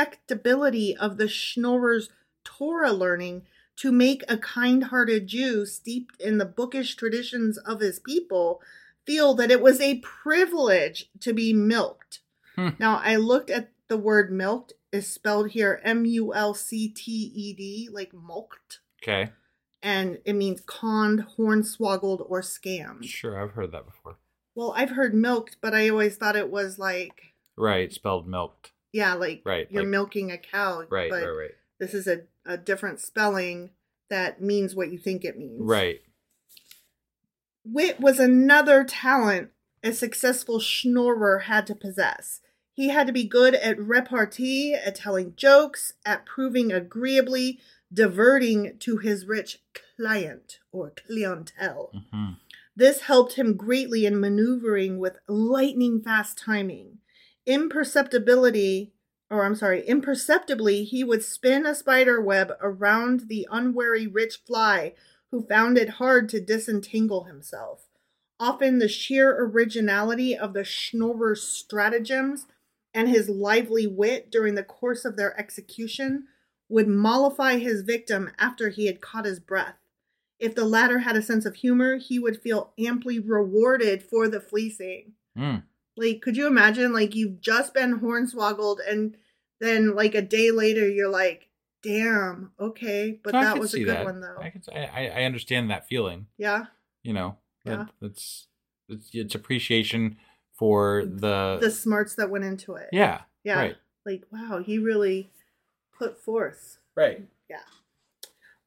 Speaker 1: respectability of the schnorrer's Torah learning to make a kind hearted Jew steeped in the bookish traditions of his people feel that it was a privilege to be milked.
Speaker 3: Hmm.
Speaker 1: Now, I looked at the word milked is spelled here M U L C T E D, like mulked,
Speaker 3: Okay.
Speaker 1: and it means conned, hornswoggled, or scammed.
Speaker 3: Sure. I've heard that before.
Speaker 1: Well, I've heard milked, but I always thought it was like.
Speaker 3: Right. Spelled milked.
Speaker 1: Yeah, like
Speaker 3: Right,
Speaker 1: you're
Speaker 3: like-
Speaker 1: milking a cow.
Speaker 3: Right.
Speaker 1: but
Speaker 3: right. Right.
Speaker 1: This is a, a different spelling that means what you think it means.
Speaker 3: Right.
Speaker 1: Wit was another talent a successful schnorrer had to possess. He had to be good at repartee, at telling jokes, at proving agreeably diverting to his rich client or clientele.
Speaker 3: Hmm.
Speaker 1: This helped him greatly in maneuvering with lightning fast timing. Imperceptibility, or I'm sorry, imperceptibly, he would spin a spider web around the unwary rich fly who found it hard to disentangle himself. Often the sheer originality of the schnorrer's stratagems and his lively wit during the course of their execution would mollify his victim after he had caught his breath. If the latter had a sense of humor, he would feel amply rewarded for the fleecing.
Speaker 3: Mm.
Speaker 1: Like, could you imagine? Like, you've just been hornswoggled, and then like a day later, you're like, "Damn, okay," but
Speaker 3: No, I
Speaker 1: that
Speaker 3: could
Speaker 1: was a
Speaker 3: see
Speaker 1: good
Speaker 3: that.
Speaker 1: one, though.
Speaker 3: I, could, I I I understand that feeling.
Speaker 1: Yeah,
Speaker 3: You know.
Speaker 1: Yeah.
Speaker 3: That, that's it's, it's appreciation for the,
Speaker 1: the smarts that went into it.
Speaker 3: yeah
Speaker 1: Yeah.
Speaker 3: right
Speaker 1: Like, wow, he really put forth.
Speaker 3: right
Speaker 1: Yeah.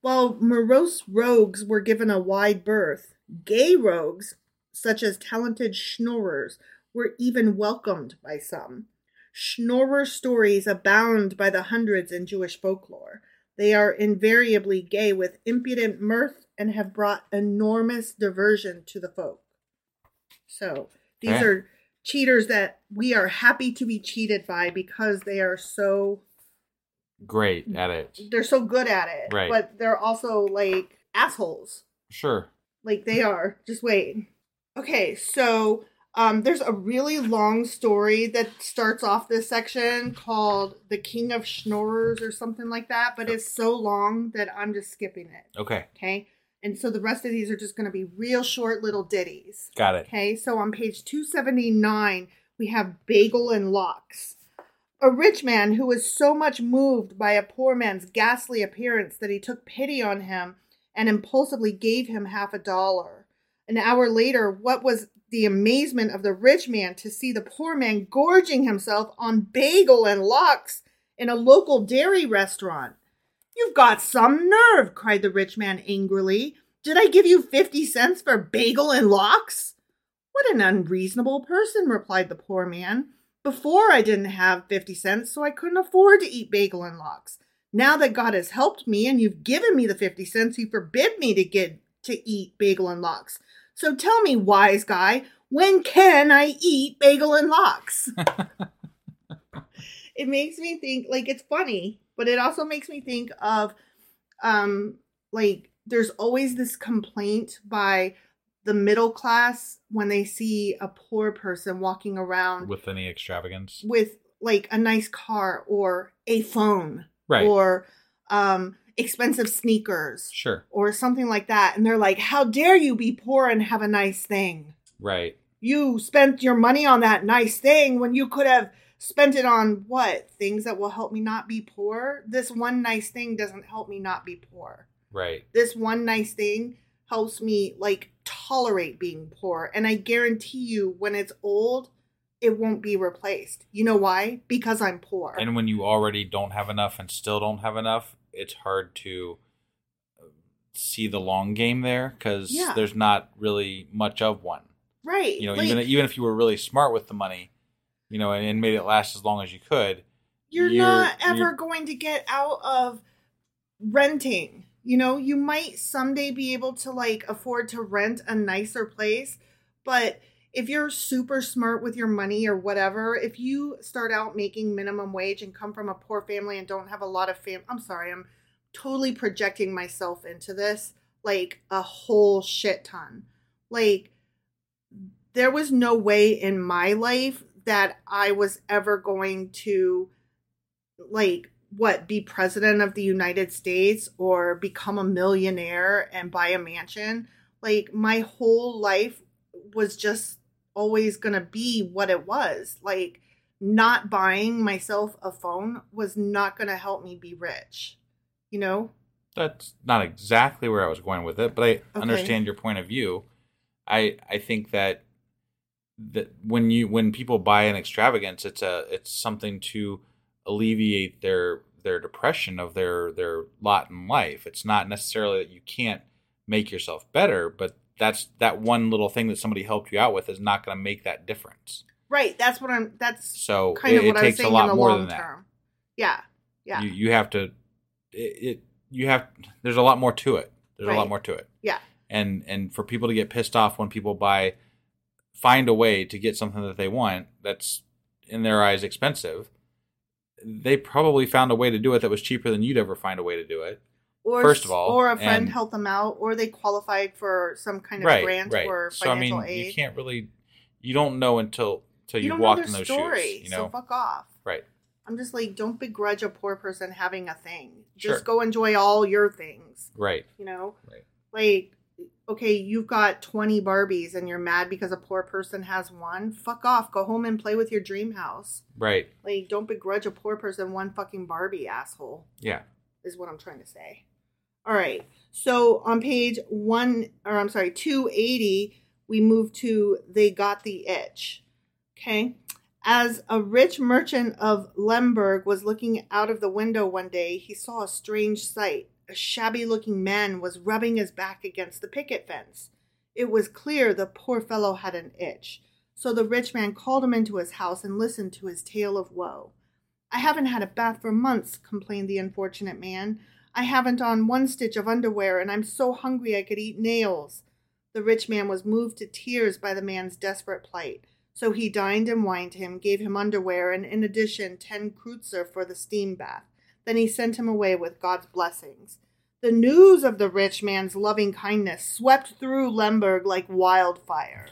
Speaker 1: While morose rogues were given a wide berth, gay rogues, such as talented schnorrers, were even welcomed by some. Schnorrer stories abound by the hundreds in Jewish folklore. They are invariably gay with impudent mirth and have brought enormous diversion to the folk. So these
Speaker 3: Yeah.
Speaker 1: are cheaters that we are happy to be cheated by because they are so
Speaker 3: great at it
Speaker 1: they're so good at it.
Speaker 3: Right.
Speaker 1: But they're also like assholes.
Speaker 3: sure
Speaker 1: Like they are. Just wait. Okay, so um, there's a really long story that starts off this section called The King of Schnorrers or something like that, but it's so long that I'm just skipping it.
Speaker 3: okay
Speaker 1: Okay. And so the rest of these are just going to be real short little ditties.
Speaker 3: got it
Speaker 1: Okay, so on page 279, we have Bagel and Locks. A rich man who was so much moved by a poor man's ghastly appearance that he took pity on him and impulsively gave him half a dollar. An hour later, what was the amazement of the rich man to see the poor man gorging himself on bagel and lox in a local dairy restaurant? You've got some nerve, cried the rich man angrily. Did I give you 50 cents for bagel and lox? What an unreasonable person, replied the poor man. Before I didn't have fifty cents, so I couldn't afford to eat bagel and lox. Now that God has helped me and you've given me the fifty cents, you forbid me to get to eat bagel and lox. So tell me, wise guy, when can I eat bagel and lox? it makes me think like it's funny, but it also makes me think of um like there's always this complaint by the middle class when they see a poor person walking around with,
Speaker 3: with any extravagance
Speaker 1: like a nice car or a phone
Speaker 3: right
Speaker 1: or um expensive sneakers
Speaker 3: sure
Speaker 1: or something like that and they're like how dare you be poor and have a nice thing
Speaker 3: right
Speaker 1: you spent your money on that nice thing when you could have spent it on what things that will help me not be poor this one nice thing doesn't help me not be poor
Speaker 3: right
Speaker 1: this one nice thing helps me like tolerate being poor and i guarantee you when it's old it won't be replaced you know why because i'm poor
Speaker 3: and when you already don't have enough and still don't have enough it's hard to uh, see the long game there because
Speaker 1: Yeah.
Speaker 3: there's not really much of one
Speaker 1: right
Speaker 3: you know
Speaker 1: like,
Speaker 3: even even if you were really smart with the money you know and, and made it last as long as you could
Speaker 1: you're,
Speaker 3: you're-
Speaker 1: not ever
Speaker 3: you're-
Speaker 1: going to get out of renting you know you might someday be able to like afford to rent a nicer place but if you're super smart with your money or whatever if you start out making minimum wage and come from a poor family and don't have a lot of fam i'm sorry i'm totally projecting myself into this like a whole shit ton like there was no way in my life that I was ever going to like what be president of the United States or become a millionaire and buy a mansion. Like my whole life was just always going to be what it was. Like not buying myself a phone was not going to help me be rich. You know?
Speaker 3: that's not exactly where I was going with it, but I understand your point of view. I I think that that when you when people buy an extravagance, it's a it's something to alleviate their their depression of their their lot in life. It's not necessarily that you can't make yourself better, but that's that one little thing that somebody helped you out with is not going to make that difference.
Speaker 1: Right, that's what I'm that's
Speaker 3: So
Speaker 1: kind of
Speaker 3: it,
Speaker 1: what
Speaker 3: it
Speaker 1: I was
Speaker 3: takes a
Speaker 1: saying
Speaker 3: lot
Speaker 1: in the
Speaker 3: more
Speaker 1: long
Speaker 3: than that.
Speaker 1: term. Yeah. Yeah.
Speaker 3: You you have to it, it you have there's a lot more to it. There's a
Speaker 1: Right.
Speaker 3: lot more to it.
Speaker 1: yeah.
Speaker 3: and and for people to get pissed off when people buy find a way to get something that they want that's in their eyes expensive they probably found a way to do it that was cheaper than you'd ever find a way to do it
Speaker 1: or
Speaker 3: First of all,
Speaker 1: or a friend
Speaker 3: and-
Speaker 1: helped them out, or they qualified for some kind of
Speaker 3: right
Speaker 1: grant
Speaker 3: right
Speaker 1: or
Speaker 3: so i
Speaker 1: financial
Speaker 3: mean
Speaker 1: aid.
Speaker 3: you can't really you don't know until until
Speaker 1: You
Speaker 3: you,
Speaker 1: don't know
Speaker 3: walk
Speaker 1: their
Speaker 3: in those
Speaker 1: story,
Speaker 3: shoes you know
Speaker 1: so fuck off.
Speaker 3: right
Speaker 1: I'm just like, don't begrudge a poor person having a thing.
Speaker 3: Sure.
Speaker 1: Just go enjoy all your things.
Speaker 3: right
Speaker 1: You know,
Speaker 3: right
Speaker 1: like, okay, you've got 20 Barbies and you're mad because a poor person has one. Fuck off. Go home and play with your dream house.
Speaker 3: right
Speaker 1: Like, don't begrudge a poor person one fucking Barbie, asshole.
Speaker 3: yeah
Speaker 1: is what I'm trying to say. All right. So on page one, or I'm sorry, 280, we move to They Got the Itch. Okay. As a rich merchant of Lemberg was looking out of the window one day, he saw a strange sight. A shabby looking man was rubbing his back against the picket fence. It was clear the poor fellow had an itch. So the rich man called him into his house and listened to his tale of woe. I haven't had a bath for months, complained the unfortunate man. I haven't on one stitch of underwear, and I'm so hungry I could eat nails. The rich man was moved to tears by the man's desperate plight. So he dined and wined him, gave him underwear, and in addition, ten kreutzer for the steam bath. Then he sent him away with God's blessings. The news of the rich man's loving kindness swept through Lemberg like wildfire.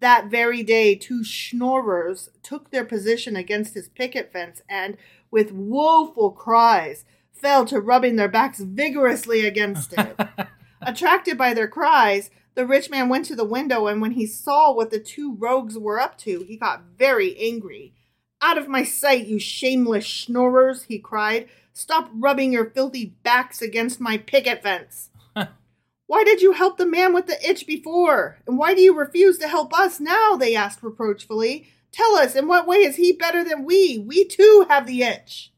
Speaker 1: that very day, two schnorrers took their position against his picket fence and, with woeful cries, fell to rubbing their backs vigorously against it. Attracted by their cries, the rich man went to the window, and when he saw what the two rogues were up to, he got very angry. Out of my sight, you shameless schnorrers, he cried. Stop rubbing your filthy backs against my picket fence. why did you help the man with the itch before? And why do you refuse to help us now? They asked reproachfully. Tell us, in what way is he better than we? We too have the itch.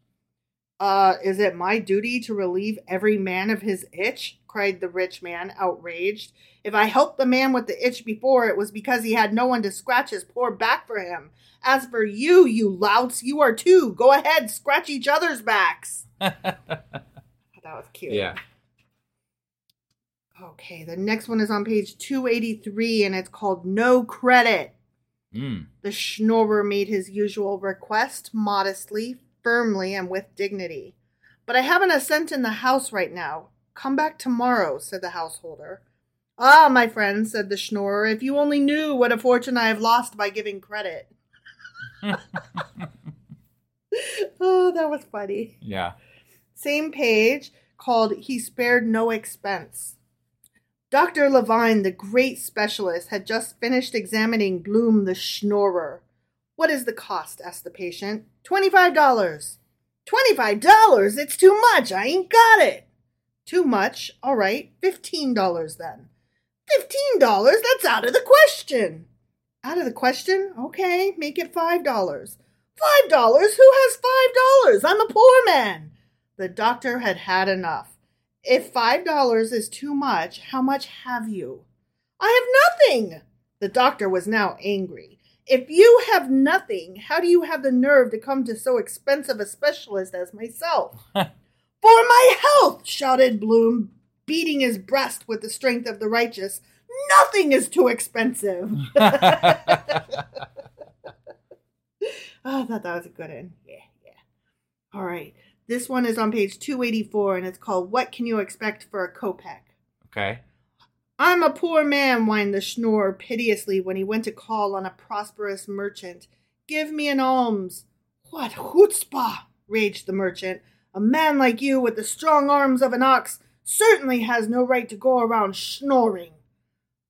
Speaker 1: Uh, is it my duty to relieve every man of his itch? cried the rich man, outraged. If I helped the man with the itch before, it was because he had no one to scratch his poor back for him. As for you, you louts, you are too. Go ahead, scratch each other's backs. that was cute.
Speaker 3: Yeah.
Speaker 1: Okay, the next one is on page 283 and it's called No Credit.
Speaker 3: Mm.
Speaker 1: The schnorrer made his usual request modestly, firmly, and with dignity. But I haven't a cent in the house right now. Come back tomorrow, said the householder. Ah, my friend, said the schnorrer, if you only knew what a fortune I have lost by giving credit. [laughs] oh, that was funny.
Speaker 3: Yeah.
Speaker 1: Same page called He Spared No Expense. Dr. Levine, the great specialist, had just finished examining Bloom the schnorrer. What is the cost? asked the patient. Twenty-five dollars. Twenty-five dollars? It's too much. I ain't got it. Too much? All right. Fifteen dollars then. Fifteen dollars? That's out of the question. Out of the question? Okay, make it five dollars. Five dollars? Who has five dollars? I'm a poor man. The doctor had had enough. If five dollars is too much, how much have you? I have nothing. The doctor was now angry. If you have nothing, how do you have the nerve to come to so expensive a specialist as myself? For my health, shouted Bloom, beating his breast with the strength of the righteous. Nothing is too expensive. [laughs] oh, I thought that was a good one. Yeah, yeah. All right. This one is on page 284 and it's called What Can You Expect for a Kopeck?
Speaker 3: Okay.
Speaker 1: I'm a poor man, whined the schnorrer piteously when he went to call on a prosperous merchant. Give me an alms. What chutzpah! raged the merchant. A man like you with the strong arms of an ox certainly has no right to go around schnorring.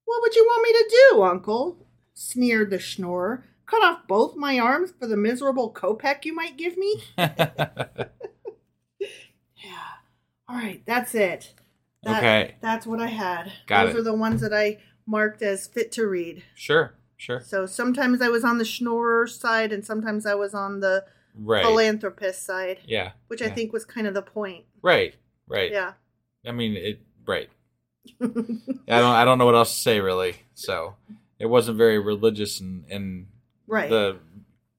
Speaker 1: What would you want me to do, uncle? sneered the schnorrer. Cut off both my arms for the miserable kopeck you might give me? [laughs] Yeah. All right, that's it. That,
Speaker 3: Okay.
Speaker 1: That's what I had.
Speaker 3: Got
Speaker 1: Those
Speaker 3: it.
Speaker 1: are the ones that I marked as fit to read.
Speaker 3: Sure. Sure.
Speaker 1: So sometimes I was on the schnorrer side and sometimes I was on the
Speaker 3: Right.
Speaker 1: philanthropist side,
Speaker 3: yeah.
Speaker 1: which I
Speaker 3: yeah.
Speaker 1: think was kind of the point.
Speaker 3: Right. Right.
Speaker 1: Yeah.
Speaker 3: I mean it.
Speaker 1: [laughs]
Speaker 3: Right. I don't. I don't know what else to say really. So it wasn't very religious and and
Speaker 1: Right.
Speaker 3: the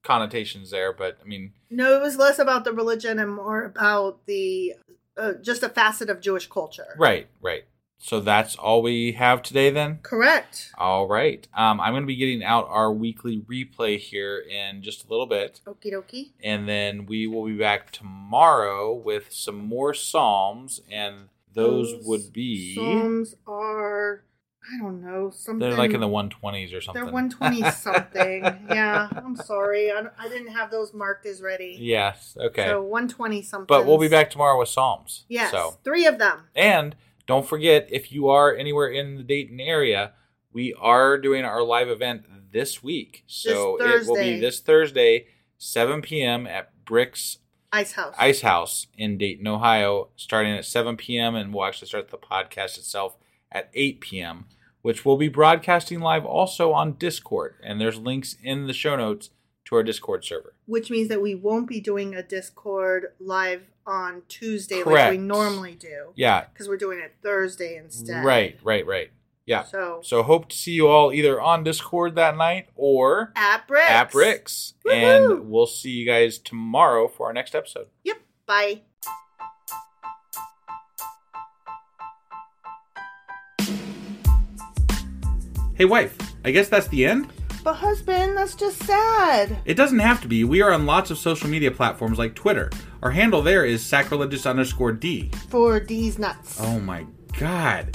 Speaker 3: connotations there, but I mean,
Speaker 1: no, it was less about the religion and more about the uh, just a facet of Jewish culture.
Speaker 3: right. Right. So that's all we have today then.
Speaker 1: Correct.
Speaker 3: All right. Um, I'm going to be getting out our weekly replay here in just a little bit.
Speaker 1: Okie dokie.
Speaker 3: And then we will be back tomorrow with some more Psalms. And those, would be.
Speaker 1: Psalms are I don't know something
Speaker 3: They're like in the 120s or something.
Speaker 1: They're 120 something. yeah, I'm sorry. I, I didn't have those marked as ready.
Speaker 3: [laughs] Yes. Okay.
Speaker 1: So 120 something.
Speaker 3: but we'll be back tomorrow with Psalms.
Speaker 1: Yes.
Speaker 3: So.
Speaker 1: Three of them.
Speaker 3: And don't forget, if you are anywhere in the Dayton area, we are doing our live event this week. So it will
Speaker 1: Thursday.
Speaker 3: be this Thursday, 7 p.m. at Bricks
Speaker 1: Ice House.
Speaker 3: Ice House in Dayton, Ohio, starting at 7 p.m. And we'll actually start the podcast itself at 8 p.m. which we'll be broadcasting live also on Discord. And there's links in the show notes to our Discord server.
Speaker 1: which means that we won't be doing a Discord live on Tuesday like we
Speaker 3: Correct.
Speaker 1: normally do.
Speaker 3: Yeah.
Speaker 1: Because we're doing it Thursday instead.
Speaker 3: Right, right, right. Yeah.
Speaker 1: So,
Speaker 3: So hope to see you all either on Discord that night or
Speaker 1: at bricks.
Speaker 3: at Bricks.
Speaker 1: Woohoo!
Speaker 3: And we'll see you guys tomorrow for our next episode.
Speaker 1: Yep. Bye.
Speaker 3: Hey, wife, I guess that's the end?
Speaker 1: But husband, that's just sad.
Speaker 3: It doesn't have to be. We are on lots of social media platforms like Twitter. Our handle there is sacrilegious underscore D.
Speaker 1: For these nuts.
Speaker 3: Oh my God.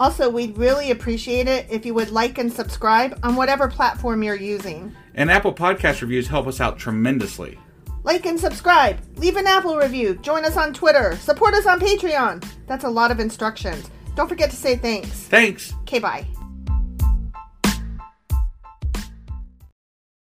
Speaker 1: Also, we'd really appreciate it if you would like and subscribe on whatever platform you're using.
Speaker 3: And Apple Podcast reviews help us out tremendously.
Speaker 1: Like and subscribe, leave an Apple review, join us on Twitter, support us on Patreon. That's a lot of instructions. Don't forget to say thanks.
Speaker 3: Thanks!
Speaker 1: Okay, bye.